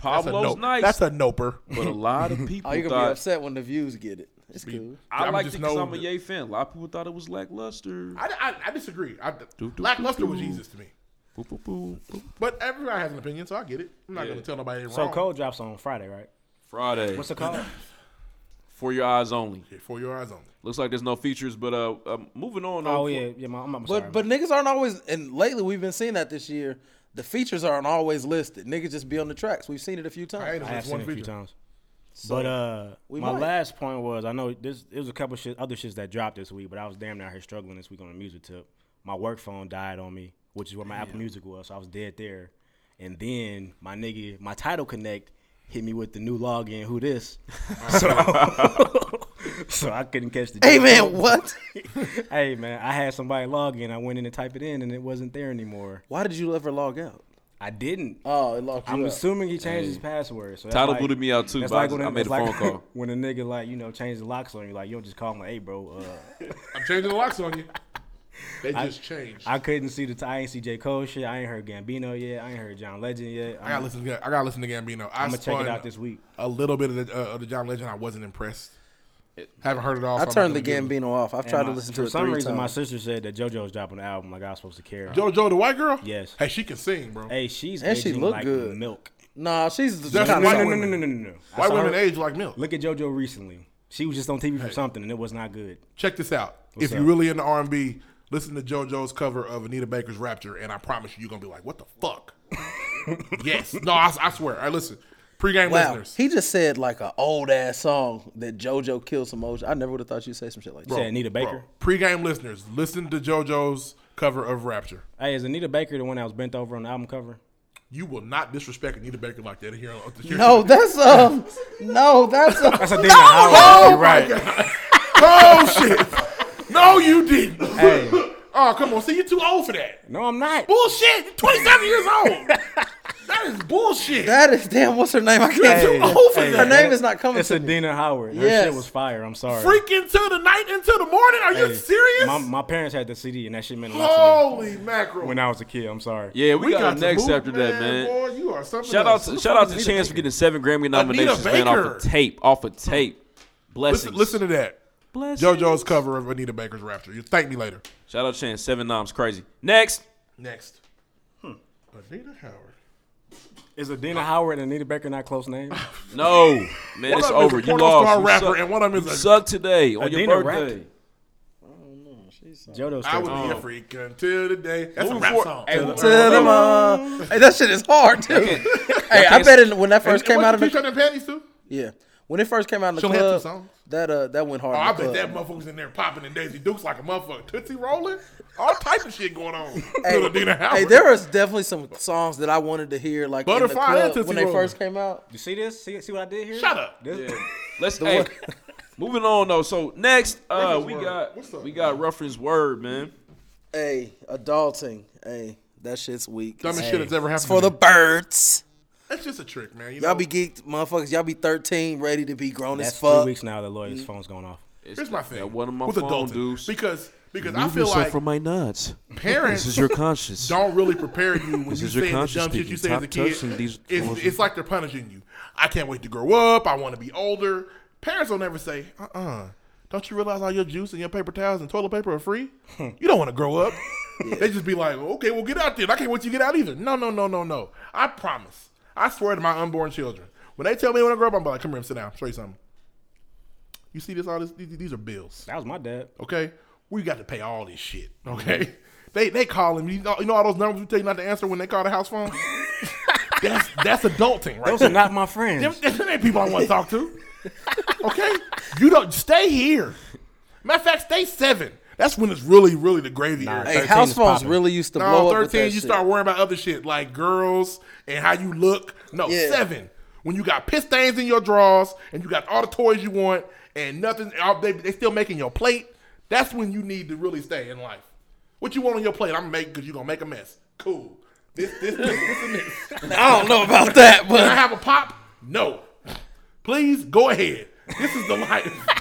Speaker 5: That's a,
Speaker 1: Pablo's
Speaker 5: nope.
Speaker 1: nice.
Speaker 5: That's a noper.
Speaker 1: but a lot of people
Speaker 4: Oh, you're gonna be
Speaker 1: thought.
Speaker 4: upset when the views get it. It's cool.
Speaker 1: I
Speaker 5: I'm
Speaker 1: like it
Speaker 5: just
Speaker 1: because
Speaker 5: know
Speaker 1: I'm a
Speaker 5: that-
Speaker 1: Ye fan. A lot of people thought it was lackluster.
Speaker 5: I, I, I disagree. I,
Speaker 1: do,
Speaker 5: lackluster
Speaker 1: do,
Speaker 5: was
Speaker 1: do.
Speaker 5: Jesus to me.
Speaker 1: Boop, boop, boop, boop.
Speaker 5: But everybody has an opinion, so I get it. I'm not
Speaker 1: Yeah.
Speaker 5: going to tell nobody they
Speaker 6: so
Speaker 5: wrong.
Speaker 6: Cole drops on Friday, right?
Speaker 1: Friday.
Speaker 6: What's it called?
Speaker 1: For your eyes only.
Speaker 5: For your eyes only.
Speaker 1: Looks like there's no features, but uh, um, moving on.
Speaker 6: oh
Speaker 1: um,
Speaker 6: yeah, yeah. My, I'm, I'm sorry.
Speaker 4: But but niggas aren't always and lately we've been seeing that this year. The features aren't always listed. Niggas just be on the tracks. We've seen it a
Speaker 5: I
Speaker 4: few
Speaker 5: ain't
Speaker 4: times.
Speaker 6: I have
Speaker 5: just
Speaker 6: seen
Speaker 5: one
Speaker 6: it a few
Speaker 5: feature.
Speaker 6: times. but uh,
Speaker 4: we
Speaker 6: my
Speaker 4: might.
Speaker 6: last point was I know this. It was a couple shit, other shits that dropped this week, but I was damn near here struggling this week on the music tip. My work phone died on me, which is where my Apple Music was, so I was dead there. And then my nigga, my title connect hit me with the new login. Who this? so, so I couldn't catch the.
Speaker 4: Hey man, what?
Speaker 6: Hey man, I had somebody log in. I went in and typed it in, and it wasn't there anymore.
Speaker 4: Why did you ever log out?
Speaker 6: I didn't.
Speaker 4: Oh, it locked you
Speaker 6: I'm
Speaker 4: out.
Speaker 6: assuming he changed his password. So that's
Speaker 1: Title
Speaker 6: like-
Speaker 1: booted me out too,
Speaker 6: that's
Speaker 1: but I just-
Speaker 6: when
Speaker 1: I made
Speaker 6: that's
Speaker 1: a phone call.
Speaker 6: When a nigga like you know change the locks on you, like you don't just call him like, hey bro, uh,
Speaker 5: I'm changing the locks on you. They just changed. I,
Speaker 6: I couldn't see the t- I ain't see J Cole shit. I ain't heard Gambino yet. I ain't heard John Legend yet.
Speaker 5: gotta
Speaker 6: I'm,
Speaker 5: listen. To, I gotta listen to Gambino. I
Speaker 6: I'm gonna check
Speaker 5: spun
Speaker 6: it out this week.
Speaker 5: A little bit of the, uh, of the John Legend. I wasn't impressed. Haven't heard it all.
Speaker 4: I
Speaker 5: so I'm
Speaker 4: turned
Speaker 5: not
Speaker 4: the
Speaker 5: gonna do
Speaker 4: Gambino off. I've
Speaker 6: And
Speaker 4: tried to
Speaker 6: my-
Speaker 4: listen
Speaker 6: for
Speaker 4: to it
Speaker 6: some
Speaker 4: three
Speaker 6: reason. My
Speaker 4: times.
Speaker 6: sister's said that JoJo's dropping an album. Like I was supposed to care.
Speaker 5: it. JoJo, the white girl.
Speaker 6: Yes.
Speaker 5: Hey, she can sing, bro.
Speaker 6: Hey, she's
Speaker 4: And she
Speaker 6: aging
Speaker 4: look
Speaker 6: like
Speaker 4: good.
Speaker 6: milk.
Speaker 4: Nah, she's the
Speaker 5: That's
Speaker 4: kind
Speaker 5: why-
Speaker 4: of
Speaker 6: No, no,
Speaker 5: women.
Speaker 6: no, no, no, no. no. I
Speaker 5: White
Speaker 6: saw
Speaker 5: women
Speaker 6: her-
Speaker 5: age like milk.
Speaker 6: Look at JoJo recently. She was just on TV for something, and it was not good.
Speaker 5: Check this out. if
Speaker 6: up?
Speaker 5: you're really into R and B, listen to JoJo's cover of Anita Baker's Rapture, and I promise you, you're gonna be like, "What the fuck?" yes. No, I, I swear. I listen. Pre-game
Speaker 4: Wow,
Speaker 5: listeners.
Speaker 4: he just said like an old ass song that JoJo killed some old. I never would have thought you'd say some shit like that.
Speaker 6: Said Anita Baker.
Speaker 5: Pre-game listeners, listen to JoJo's cover of Rapture.
Speaker 6: Hey, is Anita Baker the one that was bent over on the album cover?
Speaker 5: You will not disrespect Anita Baker like that here on the here-
Speaker 4: No, that's um, no, that's um,
Speaker 6: That's a thing. No! You're right.
Speaker 5: Oh shit. No, you didn't.
Speaker 6: Hey.
Speaker 5: Oh, come on. See, you're too old for that.
Speaker 6: No, I'm not.
Speaker 5: Bullshit. You're 27 years old. that is bullshit.
Speaker 4: that is damn. What's her name? I can't.
Speaker 6: Hey,
Speaker 5: hey,
Speaker 4: her name is not coming.
Speaker 6: It's
Speaker 4: To me.
Speaker 6: Adina Howard. Her
Speaker 4: Yes.
Speaker 6: shit was fire. I'm sorry.
Speaker 5: Freak into the night, into the morning. Are you
Speaker 6: Hey,
Speaker 5: serious?
Speaker 6: My, my parents had the CD, and that shit meant a lot
Speaker 5: Holy
Speaker 6: to
Speaker 5: mackerel.
Speaker 6: me when I was a kid. I'm sorry.
Speaker 1: Yeah, we, got,
Speaker 5: to
Speaker 1: the next
Speaker 5: move,
Speaker 1: after that, man.
Speaker 5: Boy, you are something
Speaker 1: Shout out
Speaker 5: else. Who
Speaker 1: to
Speaker 5: the
Speaker 1: shout
Speaker 5: fuck
Speaker 1: out
Speaker 5: is
Speaker 1: to
Speaker 5: Anita
Speaker 1: Chance for
Speaker 5: Baker?
Speaker 1: getting seven Grammy nominations, man, off
Speaker 5: Baker.
Speaker 1: of tape. Off of tape. Blessings.
Speaker 5: Listen, listen to that.
Speaker 1: Blessings.
Speaker 5: JoJo's cover of Anita Baker's Rapture. You thank me later.
Speaker 1: Shout out Chance. Seven noms. Crazy. Next.
Speaker 5: Next. Anita Howard.
Speaker 6: Is Adina Howard and Anita Baker not close names?
Speaker 1: No. Man, it's
Speaker 5: of them is
Speaker 1: over.
Speaker 5: a
Speaker 1: You
Speaker 5: porno star
Speaker 1: lost. You
Speaker 5: rapper,
Speaker 1: suck.
Speaker 5: and one of them
Speaker 1: You
Speaker 5: is a-
Speaker 1: suck today on your
Speaker 6: Adina
Speaker 1: birthday.
Speaker 6: rapped. JoJo's
Speaker 5: I would
Speaker 6: straight-
Speaker 5: be a freak until the day. That's a rap
Speaker 1: forward-
Speaker 5: song.
Speaker 1: Hey,
Speaker 4: To the
Speaker 6: Uh,
Speaker 4: moon. Hey, that shit is hard too. hey, I bet it, when that first came out of the
Speaker 5: t-shirt and panties too.
Speaker 4: yeah, when it first came out of the
Speaker 5: She only had two
Speaker 4: club,
Speaker 5: songs.
Speaker 4: that uh that went hard.
Speaker 5: Oh,
Speaker 4: in
Speaker 5: I
Speaker 4: the
Speaker 5: bet that
Speaker 4: club.
Speaker 5: motherfucker's in there popping and Daisy Dukes like a motherfucker. Tootsie rolling, all type of shit going on. Little Dina Howard.
Speaker 4: Hey, there was definitely some songs that I wanted to hear like in the
Speaker 5: Butterfly and
Speaker 4: club
Speaker 5: Tootsie
Speaker 4: when they
Speaker 5: Roll.
Speaker 4: first came out.
Speaker 6: You see this? See, see what I did here?
Speaker 5: Shut up.
Speaker 6: This-
Speaker 1: Let's hey, moving on though. So next, uh,
Speaker 5: Reference
Speaker 1: we
Speaker 5: word.
Speaker 1: got
Speaker 5: What's up,
Speaker 1: we got
Speaker 5: man?
Speaker 1: reference word, man.
Speaker 4: Hey, adulting. Hey, that shit's weak.
Speaker 5: Dumbest
Speaker 4: Hey.
Speaker 5: shit that's ever happened.
Speaker 4: It's for the birds.
Speaker 5: that's just a trick, man. You
Speaker 4: Y'all
Speaker 5: know,
Speaker 4: be geeked, motherfuckers. Y'all be 13, ready to be grown
Speaker 6: That's
Speaker 4: as
Speaker 6: three
Speaker 4: fuck.
Speaker 6: weeks now that
Speaker 5: Mm.
Speaker 6: Lloyd's phone's going off.
Speaker 5: here's my thing.
Speaker 1: That one of my
Speaker 5: with
Speaker 1: phone
Speaker 5: adulting,
Speaker 1: dudes.
Speaker 5: because because I feel like
Speaker 1: my nuts.
Speaker 5: parents
Speaker 1: conscience.
Speaker 5: don't really prepare you when you
Speaker 1: is your
Speaker 5: say the dumb
Speaker 1: conscious
Speaker 5: shit
Speaker 1: speaking.
Speaker 5: you say as a
Speaker 1: Stop
Speaker 5: kid.
Speaker 1: touching these
Speaker 5: It's,
Speaker 1: toys.
Speaker 5: it's like they're punishing you. I can't wait to grow up. I want to be older. Parents will never say, uh uh-uh. uh. do not you realize all your juice and your paper towels and toilet paper are free? You don't want to grow up. They just be like, okay, well, get out then. I can't wait to get out either. No, no, no, no, no. I promise. I swear to my unborn children. When they tell me when I grow up, I'm like, come here, sit down. I'll show you something. You see this? All this? These these are bills
Speaker 6: That was my dad.
Speaker 5: okay? We got to pay all this shit,
Speaker 6: Mm-hmm.
Speaker 5: okay? They they call him. You know, you know all those numbers we tell you not to answer when they call the house phone. that's that's adulting, right?
Speaker 6: Those are
Speaker 5: there.
Speaker 6: not my friends.
Speaker 5: Them, them ain't people I want to talk to. Okay, you don't stay here. Matter of fact, stay seven. That's when it's really really the gravy
Speaker 6: Nah,
Speaker 5: area.
Speaker 4: Hey,
Speaker 6: 13
Speaker 4: house
Speaker 6: is
Speaker 4: phones
Speaker 6: popping.
Speaker 4: really used to blow
Speaker 5: No,
Speaker 4: up. With that
Speaker 5: Oh, thirteen, you
Speaker 4: shit.
Speaker 5: start worrying about other shit like girls and how you look. No,
Speaker 4: Yeah.
Speaker 5: seven. When you got piss stains in your drawers and you got all the toys you want and nothing, all- they they still making your plate. That's when you need to really stay in life. What you want on your plate? I'm making because you gonna make a mess. Cool. This, this, this, this, and this. Can
Speaker 4: I don't know about that,
Speaker 5: I
Speaker 4: but
Speaker 5: have a pop? No. Please go ahead. This is the life.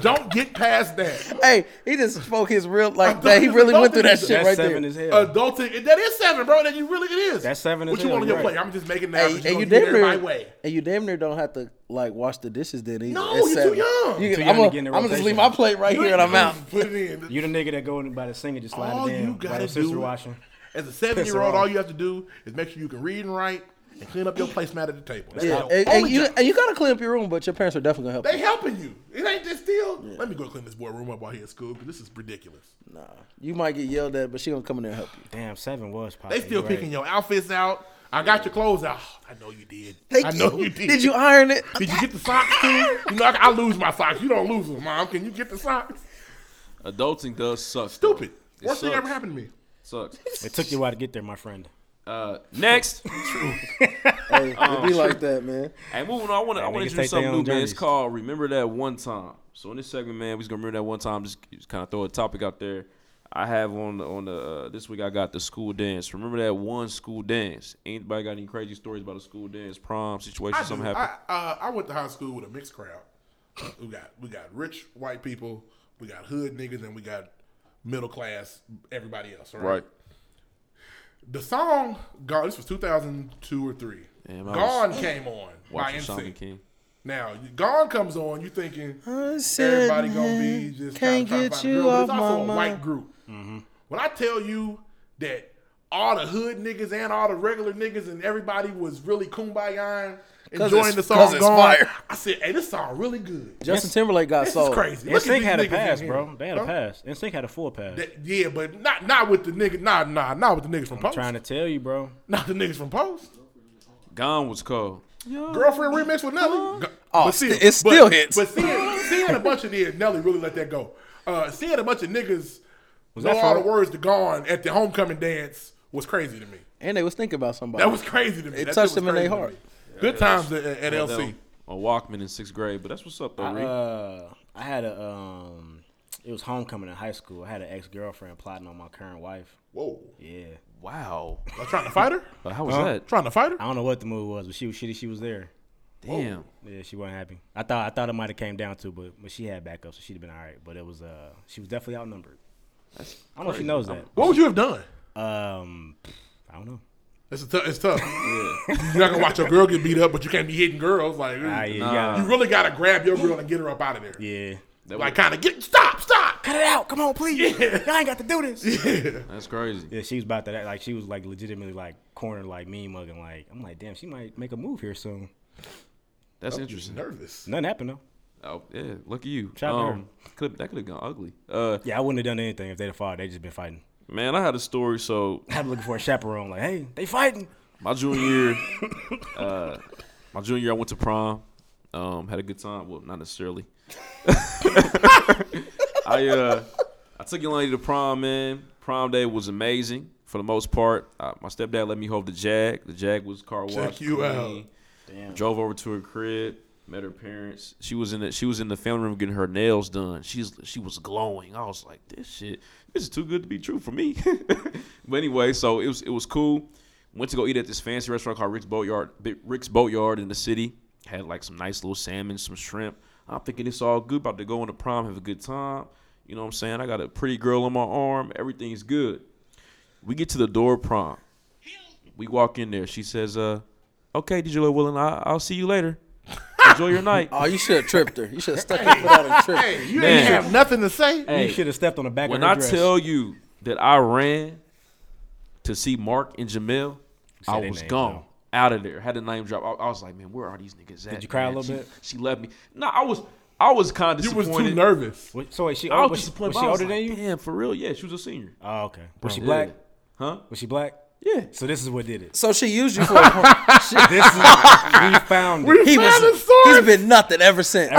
Speaker 5: Don't get past that.
Speaker 4: hey, he just spoke his real like that. He really went through that shit
Speaker 6: That's
Speaker 4: right
Speaker 6: seven
Speaker 4: there.
Speaker 6: is hell.
Speaker 5: Uh, Adulting. That is seven, bro. That you really it is.
Speaker 6: That's seven as
Speaker 5: What you
Speaker 6: hell,
Speaker 5: want on your
Speaker 6: you're
Speaker 5: plate?
Speaker 6: right.
Speaker 5: I'm just making that. but
Speaker 4: Hey, and
Speaker 5: you
Speaker 4: you
Speaker 5: gonna
Speaker 4: damn
Speaker 5: get it my
Speaker 4: near,
Speaker 5: way.
Speaker 4: and you damn near don't have to like wash the dishes then either.
Speaker 5: No,
Speaker 4: It's
Speaker 5: you're
Speaker 4: seven.
Speaker 5: too young.
Speaker 4: You
Speaker 5: Too
Speaker 6: young
Speaker 4: can-
Speaker 6: to
Speaker 4: I'm gonna
Speaker 6: get in the
Speaker 4: I'm gonna just
Speaker 6: rotation.
Speaker 4: leave my plate right here and I'm out.
Speaker 5: Put it in.
Speaker 6: You the nigga that go in by the sink and just slide
Speaker 5: All
Speaker 6: it
Speaker 5: you
Speaker 6: down.
Speaker 5: gotta
Speaker 6: By the sister
Speaker 5: do-
Speaker 6: washing.
Speaker 5: As a seven year old, all you have to do is make sure you can read and write and clean up your placemat at the table. That's
Speaker 4: Yeah,
Speaker 5: your
Speaker 4: and,
Speaker 5: only
Speaker 4: and you
Speaker 5: job.
Speaker 4: and you gotta clean up your room, but your parents are definitely gonna help.
Speaker 5: they helping you. It ain't this deal. Let me go clean this boy room up while he at school because this is ridiculous.
Speaker 4: you. Nah, you might get yelled at, but she gonna come in there and help you.
Speaker 6: Damn, seven was popping.
Speaker 5: They still
Speaker 6: you
Speaker 5: picking
Speaker 6: right.
Speaker 5: your outfits out. I got your clothes out. Oh, I know you did. I know you did.
Speaker 4: Did you iron it?
Speaker 5: Did you get the socks too? You know I, I lose my socks. You don't lose them, mom. Can you get the socks?
Speaker 1: Adulting does suck. though.
Speaker 5: Stupid.
Speaker 1: It
Speaker 5: Worst thing
Speaker 1: sucks.
Speaker 5: ever happened to me.
Speaker 1: Sucks.
Speaker 6: It took you a while to get there, my friend.
Speaker 1: Uh, next.
Speaker 4: Hey, it be like that, man.
Speaker 1: Hey, moving on. I want to I want
Speaker 6: niggas
Speaker 1: to introduce
Speaker 6: take their
Speaker 1: something new,
Speaker 6: own
Speaker 1: man. It's
Speaker 6: journeys.
Speaker 1: called "Remember That One Time." So in this segment, man, we just gonna remember that one time. Just, just kind of throw a topic out there. I have on the, on the uh, this week. I got the school dance. Remember that one school dance. Anybody got any crazy stories about a school dance, prom situation,
Speaker 5: I, do.
Speaker 1: something happened?
Speaker 5: I, uh, I went to high school with a mixed crowd. We got we got rich white people, we got hood niggas, and we got middle class everybody else. all Right. The song "Gone." This was two thousand two or three.
Speaker 1: Damn, I
Speaker 5: "Gone" came on by
Speaker 1: Watching Shaman
Speaker 5: NSYNC.
Speaker 1: King.
Speaker 5: Now, Gone comes on, you thinking
Speaker 4: sitting
Speaker 5: everybody gonna be
Speaker 4: here,
Speaker 5: just
Speaker 4: can't
Speaker 5: trying,
Speaker 4: get
Speaker 5: to find a
Speaker 4: you
Speaker 5: girl, but it's
Speaker 4: off
Speaker 5: also
Speaker 4: my
Speaker 5: a white
Speaker 4: mind.
Speaker 5: group.
Speaker 6: Mm-hmm.
Speaker 5: When I tell you that all the hood niggas and all the regular niggas and everybody was really kumbaya enjoying
Speaker 4: it's-
Speaker 5: the song
Speaker 4: 'cause it's
Speaker 5: Gone,
Speaker 4: fire.
Speaker 5: I said, "Hey, this song really good."
Speaker 4: Justin Timberlake got
Speaker 5: This
Speaker 4: sold.
Speaker 5: is crazy. Look at
Speaker 6: NSYNC
Speaker 5: these
Speaker 6: had a
Speaker 5: niggas in
Speaker 6: pass,
Speaker 5: here.
Speaker 6: bro. They had a
Speaker 5: Huh?
Speaker 6: pass. NSYNC had a full pass.
Speaker 5: That- yeah, but not not with the nigga. Nah, nah, not with the niggas from Post.
Speaker 6: Trying to tell you, bro.
Speaker 5: Not the niggas from Post.
Speaker 1: Gone was cold.
Speaker 5: Girlfriend remix with Nelly. Go-
Speaker 4: Oh,
Speaker 5: but
Speaker 4: st- it still
Speaker 5: but,
Speaker 4: hits.
Speaker 5: But seeing, seeing a bunch of niggas, Nelly really let that go. Uh, seeing a bunch of niggas know
Speaker 6: that
Speaker 5: all
Speaker 6: for-
Speaker 5: the words to gone at the homecoming dance was crazy to me.
Speaker 4: And they was thinking about somebody.
Speaker 5: That was crazy to me. That
Speaker 4: It
Speaker 5: shit
Speaker 4: touched
Speaker 5: was
Speaker 4: them in their
Speaker 5: crazy to
Speaker 4: heart.
Speaker 5: me. Good times at, at LC.
Speaker 1: On Walkman in sixth grade, but that's what's up though.
Speaker 6: I,
Speaker 1: Reed.
Speaker 6: uh, I had a um, it was homecoming in high school. I had an ex girlfriend plotting on my current wife.
Speaker 5: Whoa.
Speaker 6: Yeah,
Speaker 1: wow,
Speaker 5: I'm trying to fight her?
Speaker 1: Uh, how was that?
Speaker 5: Trying to fight her?
Speaker 6: I don't know what the move was, but she was shitty. She was there.
Speaker 1: Damn,
Speaker 6: Yeah, she wasn't happy. I thought I thought it might have came down to, but but she had backup, so she'd have been all right. But it was uh, she was definitely outnumbered. I don't know if she knows that.
Speaker 5: What would you have done?
Speaker 6: Um, I don't know.
Speaker 5: It's a tough. It's tough. You're not gonna watch your girl get beat up, but you can't be hitting girls. Like
Speaker 6: Ah, yeah, you
Speaker 5: you
Speaker 6: gotta-
Speaker 5: really gotta grab your girl and get her up out of there.
Speaker 6: yeah.
Speaker 5: Like kind of get stop, stop.
Speaker 6: Cut it out! Come on, please. Y'all ain't got to do this.
Speaker 1: that's crazy.
Speaker 6: Yeah, she was about that. Like she was like legitimately like cornered, like me mugging. Like I'm like, damn, she might make a move here soon.
Speaker 1: That's interesting.
Speaker 5: Nervous.
Speaker 6: Nothing happened though.
Speaker 1: Oh yeah, lucky you.
Speaker 6: Shout out to her.
Speaker 1: could that could have gone ugly. Uh,
Speaker 6: Yeah, I wouldn't have done anything if they'd have fought. They just been fighting.
Speaker 1: man, I had a story. So
Speaker 6: I'm looking for a chaperone. Like, hey, they fighting.
Speaker 1: my junior year, uh, my junior year, I went to prom. Um, had a good time. Well, not necessarily. I uh, I took Yolanda to prom, man. Prom day was amazing for the most part. Uh, my stepdad let me hold the jag. The jag was car wash.
Speaker 5: Check you
Speaker 1: clean. Drove over to her crib. Met her parents. She was in the she was in the family room getting her nails done. She's she was glowing. I was like, this shit, this is too good to be true for me. but anyway, so it was it was cool. Went to go eat at this fancy restaurant called Rick's Boatyard. Bi- Rick's Boatyard in the city had like some nice little salmon, some shrimp. I'm thinking it's all good. About to go on the prom, have a good time. You know what I'm saying? I got a pretty girl on my arm. Everything's good. We get to the door of prom. We walk in there. She says, "Uh, okay, DJ Lil Willing, I- I'll see you later. Enjoy your night."
Speaker 4: Oh, you should have tripped her. You should have stuck your foot out and tripped. her.
Speaker 5: Hey, you
Speaker 1: Man.
Speaker 5: ain't have nothing to say.
Speaker 6: You should have stepped on the back
Speaker 1: When
Speaker 6: of her
Speaker 1: I
Speaker 6: dress.
Speaker 1: tell you that I ran to see Mark and Jamel, I
Speaker 6: their
Speaker 1: was
Speaker 6: names,
Speaker 1: gone.
Speaker 6: though.
Speaker 1: Out of there, had a name drop. I, I was like, man, where are these niggas at? Did
Speaker 6: you cry a little bit?
Speaker 1: She left me. No, I was, I was kind of
Speaker 5: You was
Speaker 1: disappointed.
Speaker 5: too nervous.
Speaker 6: Wait, so wait, she
Speaker 1: I
Speaker 6: old,
Speaker 1: was
Speaker 6: was, she,
Speaker 1: disappointed.
Speaker 6: was
Speaker 1: but
Speaker 6: she
Speaker 1: I was
Speaker 6: older than
Speaker 1: like,
Speaker 6: you?
Speaker 1: Damn, for real? Yeah, she was a senior.
Speaker 6: Oh, okay. Was she
Speaker 1: yeah.
Speaker 6: black?
Speaker 1: Huh?
Speaker 6: Was she black?
Speaker 1: Yeah.
Speaker 6: So this is what did it.
Speaker 4: So she used you for a porn.
Speaker 6: This is we found it.
Speaker 4: He was, he's been nothing ever since.
Speaker 1: Nah,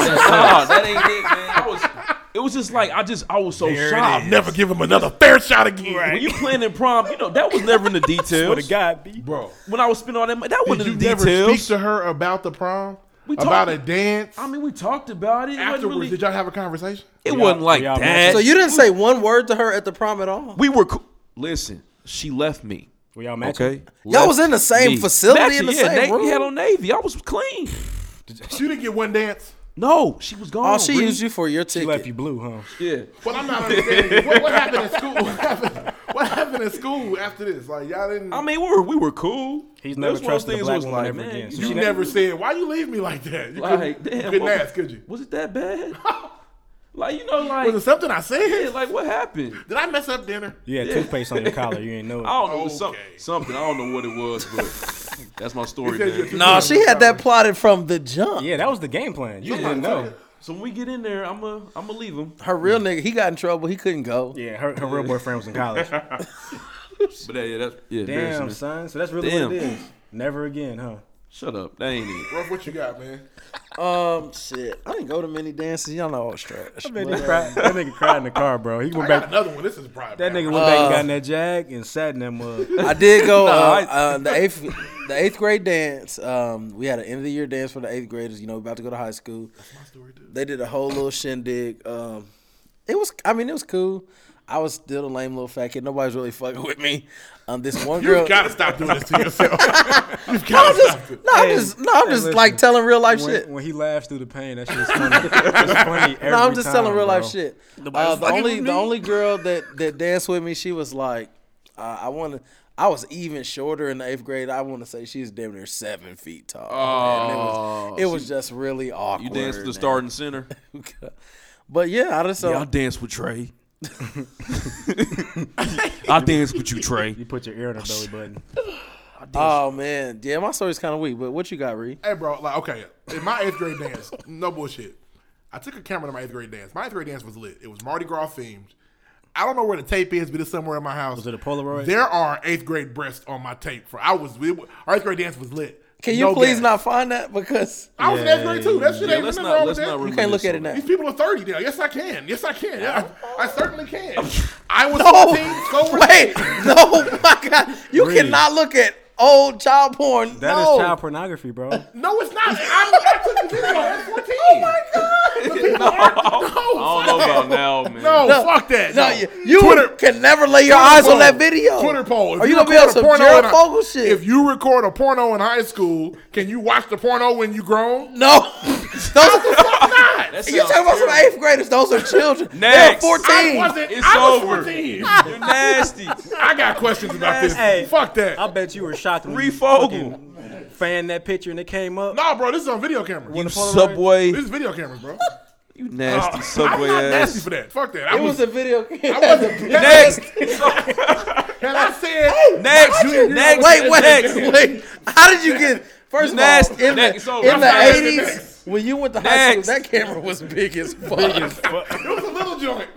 Speaker 1: that ain't it, man. I was, it was just like I just, I was so
Speaker 6: There it
Speaker 1: shocked.
Speaker 5: I'll never give him another fair shot again.
Speaker 1: When you playing in prom, you know that was never in the
Speaker 6: What a
Speaker 1: details.
Speaker 6: god be.
Speaker 5: Bro,
Speaker 1: when I was spending all that money, that
Speaker 5: did
Speaker 1: wasn't
Speaker 5: you
Speaker 1: in the
Speaker 5: never
Speaker 1: details.
Speaker 5: speak to her about the prom?
Speaker 1: We
Speaker 5: about
Speaker 1: talked-
Speaker 5: a dance?
Speaker 1: I mean, we talked about it. It wasn't,
Speaker 5: Afterwards,
Speaker 1: really,
Speaker 5: did y'all have a conversation?
Speaker 1: it wasn't like
Speaker 6: y'all
Speaker 1: that.
Speaker 4: So you didn't say one word to her at the prom at all.
Speaker 1: we were. Co- Listen, she left me.
Speaker 6: Were y'all matching?
Speaker 1: Okay,
Speaker 4: Y'all was
Speaker 1: Left
Speaker 4: in the same
Speaker 1: me.
Speaker 4: facility
Speaker 1: Matching,
Speaker 4: in the
Speaker 1: yeah,
Speaker 4: same
Speaker 1: na-
Speaker 4: room.
Speaker 1: You had on navy. I was clean.
Speaker 5: You didn't get one dance.
Speaker 1: No, she was gone.
Speaker 4: Oh, she
Speaker 1: Reed.
Speaker 4: used you for your
Speaker 6: She left you
Speaker 4: ticket.
Speaker 6: blue, huh?
Speaker 1: Yeah,
Speaker 5: But I'm not understanding. what, what happened in school? What happened, what happened in school after this? Like, y'all didn't.
Speaker 1: I mean, we were we were cool.
Speaker 6: He's
Speaker 1: That
Speaker 6: never
Speaker 1: was one of
Speaker 6: trusted a
Speaker 1: those things
Speaker 6: black
Speaker 1: was
Speaker 6: woman
Speaker 1: like,
Speaker 6: ever
Speaker 1: man,
Speaker 6: again,
Speaker 1: you
Speaker 6: so
Speaker 5: you
Speaker 6: she
Speaker 1: know,
Speaker 5: never said, why you leave me like that? You
Speaker 1: like,
Speaker 5: couldn't,
Speaker 1: damn,
Speaker 5: couldn't
Speaker 1: what-
Speaker 5: ask, could you?
Speaker 1: Was it that bad? like, you know, like,
Speaker 5: Was it something I said?
Speaker 1: yeah, like what happened?
Speaker 5: Did I mess up dinner?
Speaker 6: You had toothpaste on your collar. You ain't know it.
Speaker 1: I don't know. it was some-
Speaker 5: Okay.
Speaker 1: something. I don't know what it was, but that's my story,
Speaker 5: said
Speaker 1: man.
Speaker 5: you-
Speaker 4: No, she had that plotted from the jump.
Speaker 6: Yeah, that was the game plan. You didn't know.
Speaker 1: So when we get in there, I'm going to leave him.
Speaker 4: Her real nigga, he got in trouble. He couldn't go.
Speaker 6: Yeah, her, her real boyfriend was in college.
Speaker 1: But yeah, yeah, that's yeah. embarrassing,
Speaker 6: Damn,
Speaker 1: man.
Speaker 6: son. So that's really
Speaker 1: Damn.
Speaker 6: what it is. Never again, huh?
Speaker 1: Shut up. That ain't it.
Speaker 5: Ruff, what you got, man?
Speaker 4: Um, shit, I didn't go to many dances. Y'all know I was trash. uh,
Speaker 6: That nigga cried- that nigga cried in the car, bro. He
Speaker 5: I
Speaker 6: went
Speaker 5: got
Speaker 6: back.
Speaker 5: another one. This is private.
Speaker 6: That nigga went back and got in that jag and sat in that mug.
Speaker 4: I did go uh,
Speaker 1: I-
Speaker 4: uh, the eighth the eighth grade dance. Um, we had an end of the year dance for the eighth graders. You know, about to go to high school. They did a whole little shindig. Um, it was, I mean, it was cool. I was still a lame little fat kid. Nobody's really fucking with me. Um, this one
Speaker 5: You
Speaker 4: girl.
Speaker 5: gotta stop doing this to yourself. you gotta
Speaker 4: I'm just,
Speaker 5: stop it.
Speaker 4: no, I'm
Speaker 6: Hey,
Speaker 4: just, no, I'm
Speaker 6: hey,
Speaker 4: just
Speaker 6: listen.
Speaker 4: like telling real life
Speaker 6: when,
Speaker 4: shit.
Speaker 6: when he laughs through the pain, that shit's funny. it's funny every
Speaker 4: No, I'm just
Speaker 6: time,
Speaker 4: telling real
Speaker 6: bro.
Speaker 4: life shit. Uh, the only the only girl that that danced with me, she was like, uh, I want to. I was even shorter in the eighth grade. I want to say she's damn near seven feet tall. and it was, it was just really awkward.
Speaker 1: You dance to the
Speaker 4: man.
Speaker 1: starting center.
Speaker 4: But yeah, I just so
Speaker 1: Yeah, I'll dance with Trey. I'll dance with you, Trey.
Speaker 6: You put your ear on her belly button.
Speaker 4: oh man, yeah, my story's kind of weak. But what you got, Ree?
Speaker 5: Hey, bro, like, okay, in my eighth grade dance, no bullshit. I took a camera to my eighth grade dance. My eighth grade dance was lit. It was Mardi Gras themed. I don't know where the tape is, but it's somewhere in my house. Was
Speaker 6: it a Polaroid?
Speaker 5: There are eighth grade breasts on my tape. For I was, it, wa- our eighth grade dance was lit.
Speaker 4: Can you
Speaker 5: No
Speaker 4: please
Speaker 5: gas.
Speaker 4: not find that because
Speaker 5: I was in eighth grade too. That shit
Speaker 1: Yeah,
Speaker 5: ain't
Speaker 1: let's
Speaker 5: nothing
Speaker 1: not
Speaker 5: wrong with
Speaker 1: let's not
Speaker 5: that.
Speaker 1: remove
Speaker 4: can't look
Speaker 1: this
Speaker 4: at it
Speaker 1: song.
Speaker 4: now.
Speaker 5: These people are thirty now. Yes, I can. Yes, I can. Yeah, I, I certainly can. I was
Speaker 4: No,
Speaker 5: fourteen. So were
Speaker 4: wait, no, my God, you
Speaker 6: Ree.
Speaker 4: cannot look at old child porn.
Speaker 6: That is
Speaker 4: no.
Speaker 6: child pornography, bro.
Speaker 5: No, it's not. I'm I took the video. That's 14. Oh my god. The people aren't. No,
Speaker 1: I don't know about now, man.
Speaker 5: no,
Speaker 4: No.
Speaker 5: fuck that.
Speaker 4: No,
Speaker 5: No,
Speaker 4: you, you
Speaker 5: Twitter-
Speaker 4: can never lay your
Speaker 5: Twitter
Speaker 4: eyes on
Speaker 5: poll.
Speaker 4: that video.
Speaker 5: Twitter poll. If
Speaker 4: Are you, gonna be on
Speaker 5: record a
Speaker 4: some
Speaker 5: porno in
Speaker 4: Gerald
Speaker 5: hi-
Speaker 4: Fogle shit?
Speaker 5: If you record a porno in high school, can you watch the porno when you grown?
Speaker 4: no, those
Speaker 5: Fuck not.
Speaker 1: That
Speaker 4: you
Speaker 1: sounds
Speaker 4: talking about some
Speaker 1: terrible.
Speaker 4: eighth graders? Those are
Speaker 1: Next.
Speaker 4: children. They're
Speaker 5: I
Speaker 4: fourteen.
Speaker 5: wasn't.
Speaker 1: It's
Speaker 5: I was
Speaker 1: over.
Speaker 5: 14.
Speaker 1: You're nasty.
Speaker 5: I got questions about this.
Speaker 6: Hey.
Speaker 5: Fuck that.
Speaker 6: I bet you were shocked when you
Speaker 1: Refogle.
Speaker 6: fucking fanned that picture and it came up.
Speaker 5: nah, bro, this is on video camera.
Speaker 1: You
Speaker 6: Polaroid?
Speaker 1: subway.
Speaker 5: This is video cameras, bro.
Speaker 1: You nasty
Speaker 5: I'm
Speaker 1: subway
Speaker 5: not nasty
Speaker 1: ass.
Speaker 5: for that. Fuck that. I
Speaker 4: It was
Speaker 5: was.
Speaker 4: a video.
Speaker 5: I wasn't.
Speaker 1: Next.
Speaker 5: And I said.
Speaker 1: Next.
Speaker 5: Junior,
Speaker 1: Next.
Speaker 4: wait,
Speaker 1: Next.
Speaker 4: wait, wait. How did you get? First of all,
Speaker 1: Nasty.
Speaker 4: in
Speaker 1: Next.
Speaker 4: the,
Speaker 1: So,
Speaker 4: in
Speaker 1: I'm
Speaker 4: the
Speaker 1: sorry.
Speaker 4: eighties, when you went to high school,
Speaker 1: Next.
Speaker 4: that camera was big as fuck.
Speaker 5: It was a little joint.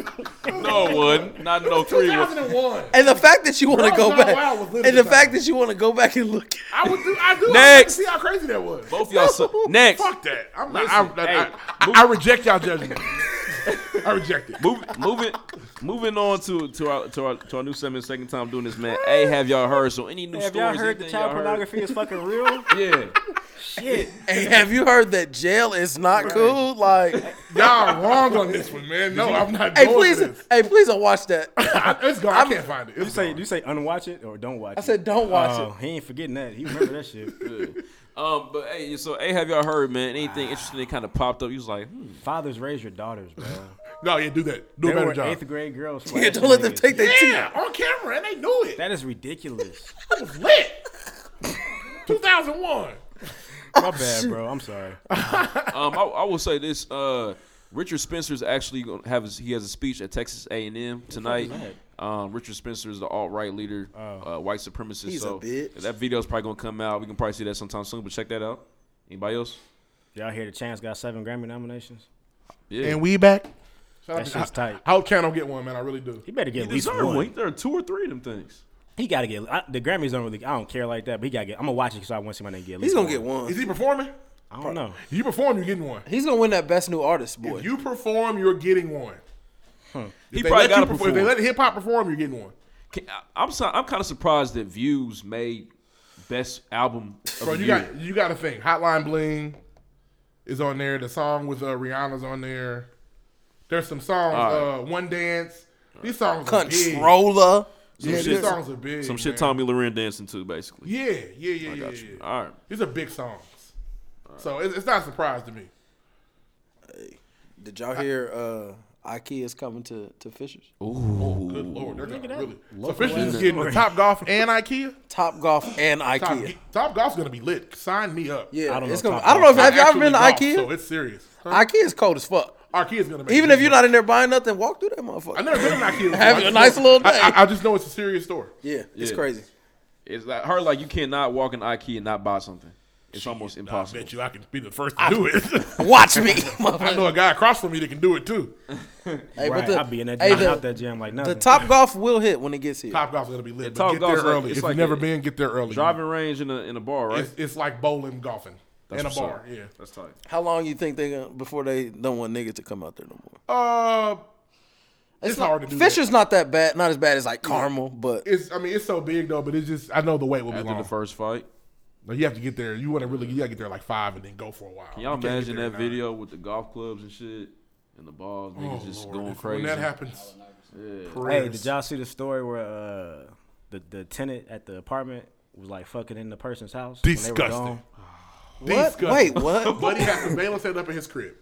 Speaker 1: No one. Not no three.
Speaker 5: 2001.
Speaker 4: And the fact that you want to
Speaker 5: Girls
Speaker 4: go
Speaker 5: Gone Wild was
Speaker 4: back,
Speaker 5: lit
Speaker 4: and
Speaker 5: at
Speaker 4: the
Speaker 5: the
Speaker 4: fact
Speaker 5: time.
Speaker 4: that you want to go back and look.
Speaker 5: I would do. I do. I
Speaker 1: Next.
Speaker 5: see how crazy that was.
Speaker 1: Both y'all. Su- next.
Speaker 5: Fuck that. I'm not.
Speaker 1: Listen,
Speaker 5: I'm not- i
Speaker 1: hey,
Speaker 5: I, I reject y'all judgment. I reject it.
Speaker 1: Move, moving, moving on to to our to our to our new segment. Second time doing this, man. Hey, have y'all heard? So any new
Speaker 6: Have y'all
Speaker 1: stories?
Speaker 6: heard the
Speaker 1: anything
Speaker 6: child
Speaker 1: y'all heard?
Speaker 6: pornography is fucking real?
Speaker 1: Yeah.
Speaker 6: Shit.
Speaker 4: And have you heard that jail is not cool? Like,
Speaker 5: Y'all are wrong on this one, man. No, I'm not.
Speaker 4: hey,
Speaker 5: doing
Speaker 4: please,
Speaker 5: This.
Speaker 4: hey, please don't watch that.
Speaker 5: it's gone. I can't find it. It's
Speaker 6: You say
Speaker 5: gone.
Speaker 6: you say unwatch it or don't watch it.
Speaker 4: I said don't watch
Speaker 6: Oh, he ain't forgetting that. He remember that shit.
Speaker 1: Um, but hey, so hey, have y'all heard, man? Anything interesting that kind of popped up? You was like, hmm.
Speaker 6: Fathers raise your daughters, bro.
Speaker 5: no, yeah, do that. Do
Speaker 6: They
Speaker 5: a better
Speaker 6: were
Speaker 5: job.
Speaker 6: eighth grade girls.
Speaker 4: it. Yeah, don't let them take their teeth.
Speaker 5: Yeah, on camera, and they knew it.
Speaker 6: That is ridiculous.
Speaker 5: That was lit. 2001. Oh,
Speaker 6: My bad, bro. I'm sorry.
Speaker 1: um, I, I will say this. Uh, Richard Spencer's actually gonna have his, he has a speech at Texas A and M tonight. Um, Richard Spencer is the alt right leader,
Speaker 6: Oh.
Speaker 1: uh, white supremacist.
Speaker 4: He's a
Speaker 1: so
Speaker 4: bitch.
Speaker 1: that video's probably gonna come out. We can probably see that sometime soon. But check that out. Anybody else?
Speaker 6: Y'all hear the Chance got seven Grammy nominations?
Speaker 1: Yeah.
Speaker 5: And we back. Shout out
Speaker 6: That
Speaker 5: to-
Speaker 6: shit's
Speaker 5: I-
Speaker 6: tight.
Speaker 5: I hope Chan don't get one, man. I really do.
Speaker 6: He better get at least
Speaker 1: Deserve
Speaker 6: one.
Speaker 1: one. There are two or three of them things.
Speaker 6: He gotta get I, the Grammys. Don't really. I don't care like that. But he gotta get. I'm gonna watch it because I want somebody to get. At
Speaker 4: He's
Speaker 6: least
Speaker 4: gonna get one.
Speaker 5: Is he performing?
Speaker 6: I don't know.
Speaker 5: You perform, you're getting one.
Speaker 4: He's gonna win that best new artist, boy.
Speaker 5: If you perform, you're getting one.
Speaker 1: He probably
Speaker 5: They let you
Speaker 1: got to
Speaker 5: perform-
Speaker 1: perform.
Speaker 5: If they let hip hop perform, you're getting one.
Speaker 1: Can, I- I'm so, I'm kind of surprised that Views made best album of
Speaker 5: Bro,
Speaker 1: the
Speaker 5: you
Speaker 1: year.
Speaker 5: got you got to think. Hotline Bling is on there. The song with uh, Rihanna's on there. There's some songs. Uh, One Dance. These songs are big.
Speaker 4: Controller.
Speaker 1: some
Speaker 5: Yeah,
Speaker 1: shit,
Speaker 5: these songs are big.
Speaker 1: some shit
Speaker 5: man.
Speaker 1: Tommy Loren dancing to basically.
Speaker 5: Yeah, yeah, yeah, yeah. yeah.
Speaker 1: All right.
Speaker 5: These are big songs. So it's, it's not a surprise to me.
Speaker 4: Did y'all hear? Uh, IKEA is coming to to Fishers.
Speaker 5: Good lord, they're gonna really. So Fisher's is getting Top Golf and IKEA.
Speaker 4: Top Golf and
Speaker 5: Top,
Speaker 4: IKEA.
Speaker 5: Top Golf's gonna be lit. Sign me up.
Speaker 4: Yeah,
Speaker 6: I don't know
Speaker 4: it's
Speaker 6: if
Speaker 4: gonna.
Speaker 6: Top
Speaker 4: I don't know if
Speaker 5: I
Speaker 4: have y'all ever
Speaker 5: actually
Speaker 4: been to
Speaker 5: golf,
Speaker 4: IKEA.
Speaker 5: So it's serious. Huh?
Speaker 4: IKEA's cold as fuck.
Speaker 5: IKEA's gonna make
Speaker 4: Even
Speaker 5: it.
Speaker 4: if you're not in there buying nothing, walk through that
Speaker 5: I
Speaker 4: motherfucker.
Speaker 5: never been to an IKEA.
Speaker 4: Have
Speaker 5: I
Speaker 4: a
Speaker 5: just
Speaker 4: nice
Speaker 5: know-
Speaker 4: little day.
Speaker 5: I, I, I just know it's a serious store.
Speaker 4: Yeah, it's
Speaker 1: Yeah.
Speaker 4: crazy.
Speaker 1: It's like hard like you cannot walk in IKEA and not buy something. It's almost
Speaker 5: I
Speaker 1: impossible.
Speaker 5: bet you I can be the first to do it.
Speaker 4: Watch me.
Speaker 5: I know a guy across from me that can do it too.
Speaker 4: Hey,
Speaker 6: Right,
Speaker 4: but the,
Speaker 6: I'll be in that
Speaker 4: hey,
Speaker 6: jam,
Speaker 4: the-
Speaker 6: out that jam like
Speaker 4: the
Speaker 6: nothing.
Speaker 4: Top Golf will hit when it gets here.
Speaker 5: Top golf's gonna be lit.
Speaker 1: Yeah, Top
Speaker 5: but get there
Speaker 1: Golf's like-
Speaker 5: early.
Speaker 1: it's
Speaker 5: If
Speaker 1: like
Speaker 5: you've never
Speaker 1: a-
Speaker 5: been, get there early.
Speaker 1: Driving range in a in a bar, right?
Speaker 5: It's, it's like bowling, golfing,
Speaker 1: That's
Speaker 5: and a
Speaker 1: what's up.
Speaker 5: bar. Yeah.
Speaker 1: That's tight.
Speaker 4: How long you think they gonna, before they don't want niggas to come out there no more?
Speaker 5: Uh, it's,
Speaker 4: not-
Speaker 5: hard to do. that.
Speaker 4: Fisher's not that bad, not as bad as like Carmel, but
Speaker 5: It's. I mean, it's so big though, but it's just. I know the wait will be
Speaker 1: After
Speaker 5: long.
Speaker 1: the first fight,
Speaker 5: Like, you have to get there. You want to really. You gotta get there like five and then go for a while.
Speaker 1: y'all
Speaker 5: You can't get
Speaker 1: imagine
Speaker 5: there
Speaker 1: that
Speaker 5: at
Speaker 1: video with the golf clubs and shit and the balls, niggas
Speaker 5: nine.
Speaker 1: just
Speaker 5: Oh, Lord,
Speaker 1: going
Speaker 5: if-
Speaker 1: crazy.
Speaker 5: When that happens.
Speaker 6: Hey,
Speaker 5: prayers.
Speaker 6: did y'all see the story where uh, the the tenant at the apartment was like fucking in the person's house? when they were
Speaker 5: Disgusting.
Speaker 6: gone?
Speaker 4: what?
Speaker 5: Disgusting.
Speaker 4: Wait, what?
Speaker 5: Buddy has the bailiff set up in his crib.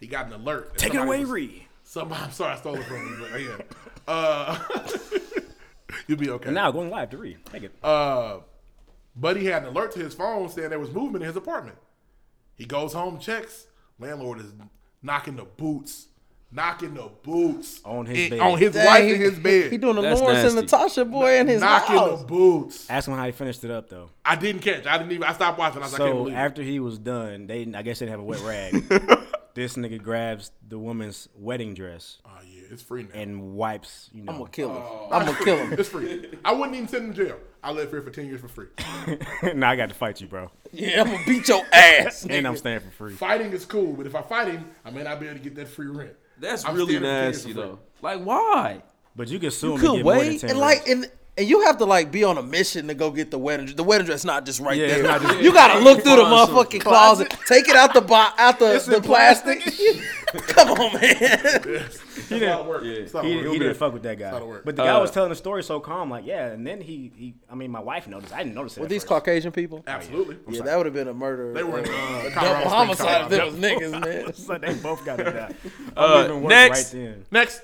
Speaker 5: He got an alert. that
Speaker 6: Take it
Speaker 5: somebody
Speaker 6: away,
Speaker 5: was-
Speaker 6: Ree.
Speaker 5: Somebody, I'm sorry, I stole it from you, but yeah. Uh, You'll be okay.
Speaker 6: And now going live to read. Take it.
Speaker 5: Uh, but he had an alert to his phone saying there was movement in his apartment. He goes home, checks. Landlord is knocking the boots, knocking the boots
Speaker 6: On his
Speaker 5: in-
Speaker 6: bed.
Speaker 5: on his wife in his bed,
Speaker 4: He doing the
Speaker 1: That's
Speaker 4: Lawrence and
Speaker 1: nasty.
Speaker 4: Natasha boy in his
Speaker 5: knocking
Speaker 4: house.
Speaker 5: the boots.
Speaker 6: Ask him how he finished it up though.
Speaker 5: I didn't catch. I didn't even. I stopped watching. I was like, I can't
Speaker 6: So
Speaker 5: believe. it.
Speaker 6: after he was done, they I guess they didn't have a wet rag. this nigga grabs the woman's wedding dress
Speaker 5: oh yeah, it's free now.
Speaker 6: and wipes. You know,
Speaker 4: I'm gonna kill him.
Speaker 5: Oh.
Speaker 4: I'm gonna kill him.
Speaker 5: It's free. I wouldn't even send him to jail. I lived here for ten years for free.
Speaker 6: nah, I got to fight you, bro.
Speaker 4: Yeah, I'm gonna beat your ass.
Speaker 6: And I'm staying for free.
Speaker 5: Fighting is cool, but if I fight him, I may not be able to get that free rent.
Speaker 1: That's
Speaker 5: I'm
Speaker 1: really
Speaker 5: standing for
Speaker 1: nasty
Speaker 5: ten years for
Speaker 1: though. Like why?
Speaker 6: But you can sue him. and
Speaker 4: Could
Speaker 6: get more than
Speaker 4: wait
Speaker 6: 10
Speaker 4: and like
Speaker 6: racks.
Speaker 4: and. And you have to like be on a mission to go get the wedding. The wedding dress not just right
Speaker 6: Yeah,
Speaker 4: there.
Speaker 6: it's not just-
Speaker 4: you gotta look through the
Speaker 1: Find some
Speaker 4: motherfucking closet, take it out the bo- out the, the plastic. Come on, man.
Speaker 5: He didn't work. It's not
Speaker 6: he,
Speaker 5: work.
Speaker 6: he didn't fuck with that guy.
Speaker 5: not a word.
Speaker 6: But the guy
Speaker 1: Uh,
Speaker 6: was telling the story so calm, like yeah. And then he, he I mean, my wife noticed. I didn't notice it.
Speaker 4: Were
Speaker 6: at
Speaker 4: these
Speaker 6: first.
Speaker 4: Caucasian people?
Speaker 5: Absolutely.
Speaker 4: Yeah, that would have been a murder.
Speaker 5: They were in
Speaker 4: uh,
Speaker 5: uh,
Speaker 4: double
Speaker 5: Colorado Springs,
Speaker 4: homicide if
Speaker 5: Colorado.
Speaker 4: it was niggas, man.
Speaker 6: so they both got to die.
Speaker 1: Uh,
Speaker 6: Even worse
Speaker 1: next.
Speaker 6: right then.
Speaker 5: Next.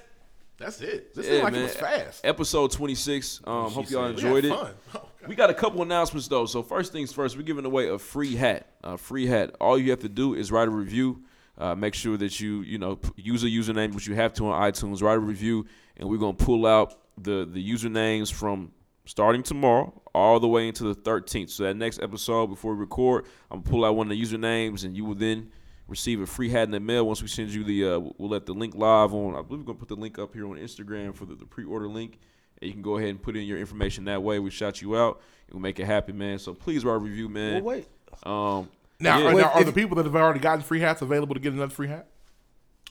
Speaker 5: That's it. This seemed like it was fast.
Speaker 1: Episode 26. Um, hope y'all
Speaker 5: We
Speaker 1: enjoyed
Speaker 5: had
Speaker 1: it.
Speaker 5: fun. Oh, God.
Speaker 1: We got a couple announcements though. So first things first, we're giving away a free hat. A free hat. All you have to do is write a review. Uh, make sure that you you know p- use a username which you have to on iTunes. Write a review, and we're gonna pull out the the usernames from starting tomorrow all the way into the 13th. So that next episode before we record, I'm gonna pull out one of the usernames, and you will then receive a free hat in the mail once we send you the. Uh, we'll let the link live on. I believe we're gonna put the link up here on Instagram for the, the pre-order link, and you can go ahead and put in your information that way. We shout you out and we make it happen, man. So please write a review, man.
Speaker 4: Well, wait.
Speaker 1: Um,
Speaker 5: Now,
Speaker 1: yeah,
Speaker 5: are, now, are the people that have already gotten free hats available to get another free hat?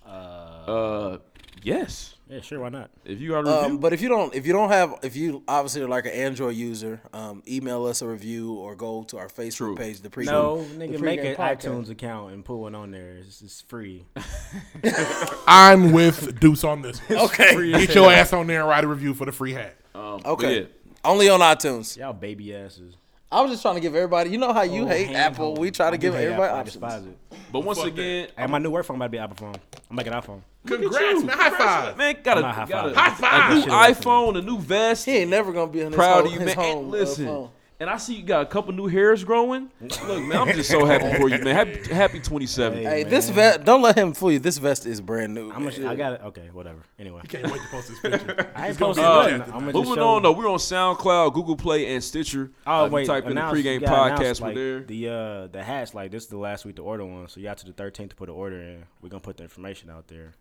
Speaker 1: uh, yes.
Speaker 6: Yeah, sure. Why not?
Speaker 1: If you got a review,
Speaker 4: Um, but if you don't, if you don't have, if you obviously are like an Android user, um, email us a review or go to our Facebook
Speaker 1: True.
Speaker 4: page. The pre
Speaker 6: No,
Speaker 4: the
Speaker 6: nigga,
Speaker 4: pregame
Speaker 6: make an
Speaker 4: podcast.
Speaker 6: iTunes account and put one on there. It's, it's free.
Speaker 5: I'm with Deuce on this. one.
Speaker 4: Okay,
Speaker 5: Get your ass on there and write a review for the free hat.
Speaker 1: um, but
Speaker 4: okay,
Speaker 1: yeah.
Speaker 4: only on iTunes.
Speaker 6: Y'all baby asses.
Speaker 4: I was just trying to give everybody. You know how you
Speaker 6: Oh,
Speaker 4: hate
Speaker 6: hand
Speaker 4: Apple.
Speaker 6: holding.
Speaker 4: We try to
Speaker 6: I do
Speaker 4: give
Speaker 6: hate
Speaker 4: everybody
Speaker 6: Apple. I
Speaker 4: options.
Speaker 6: despise it.
Speaker 1: But once
Speaker 5: Fuck that.
Speaker 1: again,
Speaker 6: Hey, my new work phone about to be Apple phone. I'm making iPhone.
Speaker 1: look at
Speaker 5: Congrats,
Speaker 1: you.
Speaker 5: man. High
Speaker 1: Congrats,
Speaker 5: five.
Speaker 1: man. Got a,
Speaker 6: Not high
Speaker 1: got a,
Speaker 6: five. High
Speaker 1: a
Speaker 6: five.
Speaker 1: new
Speaker 6: That shit
Speaker 1: iPhone, a new vest.
Speaker 4: He ain't never gonna be on his
Speaker 1: Proud
Speaker 4: home,
Speaker 1: of you,
Speaker 4: his
Speaker 1: man.
Speaker 4: home.
Speaker 1: and
Speaker 4: uh,
Speaker 1: listen,
Speaker 4: phone.
Speaker 1: and I see you got a couple new hairs growing. Look, man, I'm just so happy for you, man. Happy, happy 27.
Speaker 4: Hey,
Speaker 6: man.
Speaker 4: this vest. Don't let him fool you. This vest is brand new.
Speaker 6: I'm
Speaker 4: man.
Speaker 6: gonna, I got it. Okay, whatever. Anyway,
Speaker 5: Can't wait to post this picture.
Speaker 6: I ain't
Speaker 5: gonna
Speaker 6: posting
Speaker 5: be
Speaker 1: nothing.
Speaker 6: nothing. I'm gonna just
Speaker 1: Moving
Speaker 6: show-
Speaker 1: on though, we're on SoundCloud, Google Play, and Stitcher.
Speaker 6: Oh
Speaker 1: Uh, if you
Speaker 6: wait!
Speaker 1: type in the
Speaker 6: announce-
Speaker 1: pregame
Speaker 6: you gotta announce,
Speaker 1: podcast.
Speaker 6: like,
Speaker 1: We're there.
Speaker 6: The uh, the hats like this is the last week to order one, so y'all to the 13th to put an order in. We're gonna put the information out there,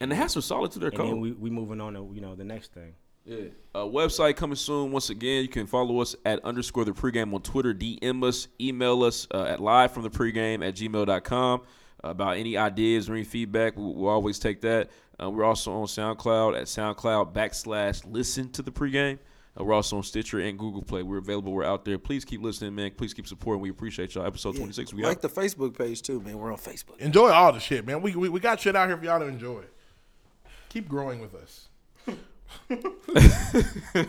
Speaker 1: And they have some solid to their
Speaker 6: and then
Speaker 1: code.
Speaker 6: we we moving on to you know the next thing.
Speaker 1: Yeah. Uh, website coming soon. Once again, you can follow us at underscore the pregame on Twitter, DM us, email us uh, at live from the pregame at gmail.com uh, about any ideas or any feedback. We'll, we'll always take that. Uh, we're also on SoundCloud at SoundCloud backslash listen to the pregame. Uh, we're also on Stitcher and Google Play. We're available. We're out there. Please keep listening, man. Please keep supporting. We appreciate y'all. Episode 26. We
Speaker 4: like
Speaker 1: out.
Speaker 4: the Facebook page too, man. We're on Facebook.
Speaker 5: Enjoy all the shit, man. We, we, we got shit out here for y'all to enjoy. Keep growing with us.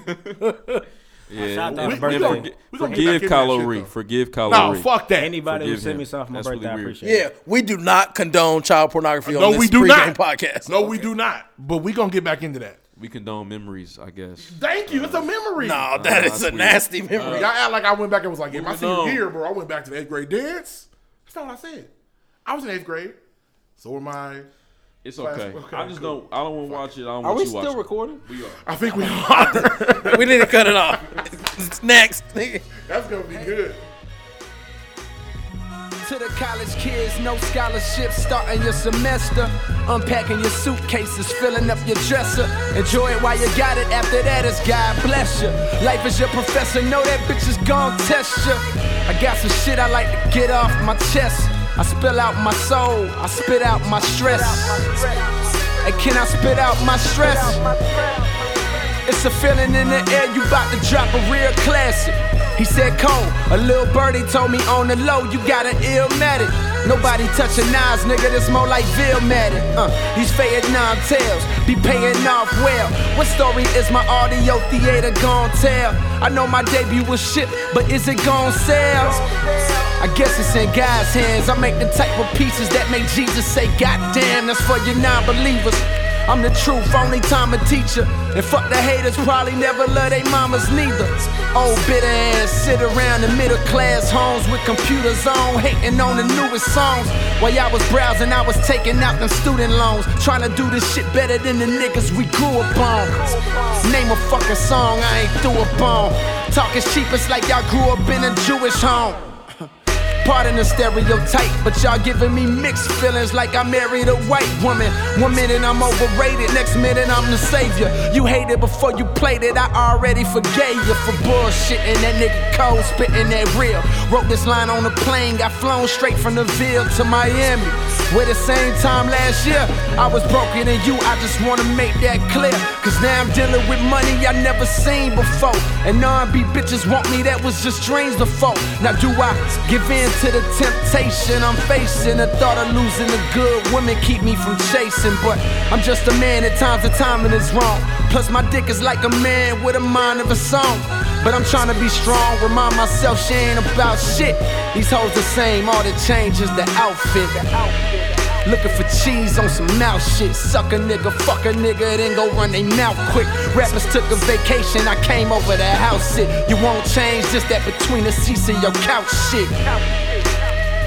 Speaker 6: Shout out
Speaker 5: we-
Speaker 6: to
Speaker 5: we
Speaker 6: birthday.
Speaker 5: gonna get- we gonna
Speaker 1: Forgive
Speaker 5: get back in that
Speaker 1: Kylo
Speaker 5: shit,
Speaker 1: Ree.
Speaker 5: though.
Speaker 1: Forgive Kylo
Speaker 5: No,
Speaker 1: Ree.
Speaker 5: fuck that.
Speaker 6: Anybody who
Speaker 1: Forgive
Speaker 6: sent
Speaker 1: him.
Speaker 6: me something for my
Speaker 1: That's really
Speaker 6: birthday, I
Speaker 1: weird.
Speaker 6: appreciate
Speaker 4: Yeah,
Speaker 6: it.
Speaker 4: we do not condone child pornography
Speaker 1: Uh,
Speaker 5: no,
Speaker 4: on this
Speaker 5: we do
Speaker 4: pregame
Speaker 5: not.
Speaker 4: podcast.
Speaker 5: No, we do not. But we gonna get back into that.
Speaker 1: We condone memories, I guess.
Speaker 5: Thank you. It's a memory.
Speaker 4: No, that is
Speaker 1: that's
Speaker 4: a
Speaker 1: weird. Uh,
Speaker 4: nasty memory.
Speaker 5: Y'all act like I went back and was like, yeah, my
Speaker 1: Moving
Speaker 5: senior
Speaker 1: on.
Speaker 5: year, bro, I went back to the eighth grade dance. That's not what I said. I was in eighth grade. So were my.
Speaker 1: It's okay.
Speaker 5: okay,
Speaker 1: I just don't.
Speaker 5: cool.
Speaker 1: I don't want to watch it. I don't
Speaker 4: Are
Speaker 1: want
Speaker 4: we
Speaker 1: you
Speaker 4: still
Speaker 1: watching.
Speaker 4: recording?
Speaker 5: I think we are.
Speaker 4: we need to cut it off. It's next. nigga.
Speaker 5: That's gonna be good.
Speaker 3: To the college kids, no scholarships, starting your semester. Unpacking your suitcases, filling up your dresser. Enjoy it while you got it, after that, it's God bless you. Life is your professor, know that bitch is gon' test you. I got some shit I like to get off my chest. I spill out my soul, I spit out my stress. And can I spit out my stress? It's a feeling in the air, you bout to drop a real classic. He said, Cole, a little birdie told me on the low, you got an illmatic. Nobody touching knives, nigga, this more like Vilmatic. Uh, he's fading nine tails, be paying off well. What story is my audio theater gon' tell? I know my debut was shit, but is it gon' sell? I guess it's in God's hands. I make the type of pieces that make Jesus say, God damn, that's for your non believers. I'm the truth, only time a teacher. And fuck the haters, probably never love they mamas neither. Old bitter ass, sit around in middle class homes with computers on, hating on the newest songs. While y'all was browsing, I was taking out them student loans. Trying to do this shit better than the niggas we grew up on. Name a fucking song, I ain't through a bone. Talking cheap, it's like y'all grew up in a Jewish home. Pardon the stereotype, but y'all giving me mixed feelings like I married a white woman. One minute I'm overrated, next minute I'm the savior. You hated before you played it, I already forgave you for bullshitting that nigga cold, spitting that real. Wrote this line on a plane, got flown straight from the Ville to Miami. Where the same time last year, I was broken and you, I just wanna make that clear. Cause now I'm dealing with money I never seen before. And R&B bitches want me, that was just dreams before. Now do I give in to the temptation I'm facing? The thought of losing the good women keep me from chasing. But I'm just a man at times, the timing is wrong. Plus my dick is like a man with a mind of a song. But I'm trying to be strong, remind myself she ain't about shit. These hoes the same, all that changes the outfit. Looking for cheese on some mouth shit. Suck a nigga, fuck a nigga, then go run they mouth quick. Rappers took a vacation, I came over to house it. You won't change just that between the seats and your couch shit.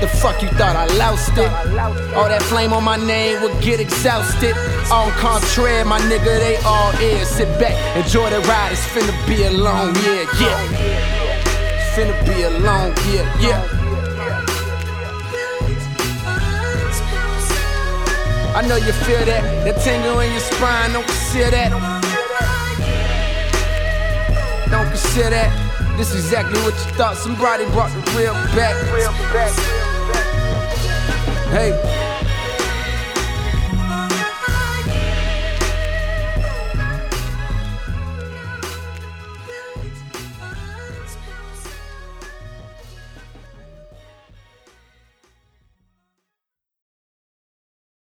Speaker 3: The fuck you thought I loused it? All that flame on my name would get exhausted. On contrary, my nigga, they all ears. Sit back, enjoy the ride. It's finna be a long year, yeah. It's finna be a long year, yeah. I know you feel that, that tingle in your spine. Don't consider that. Don't consider that. This is exactly what you thought. Somebody brought the real back. Hey.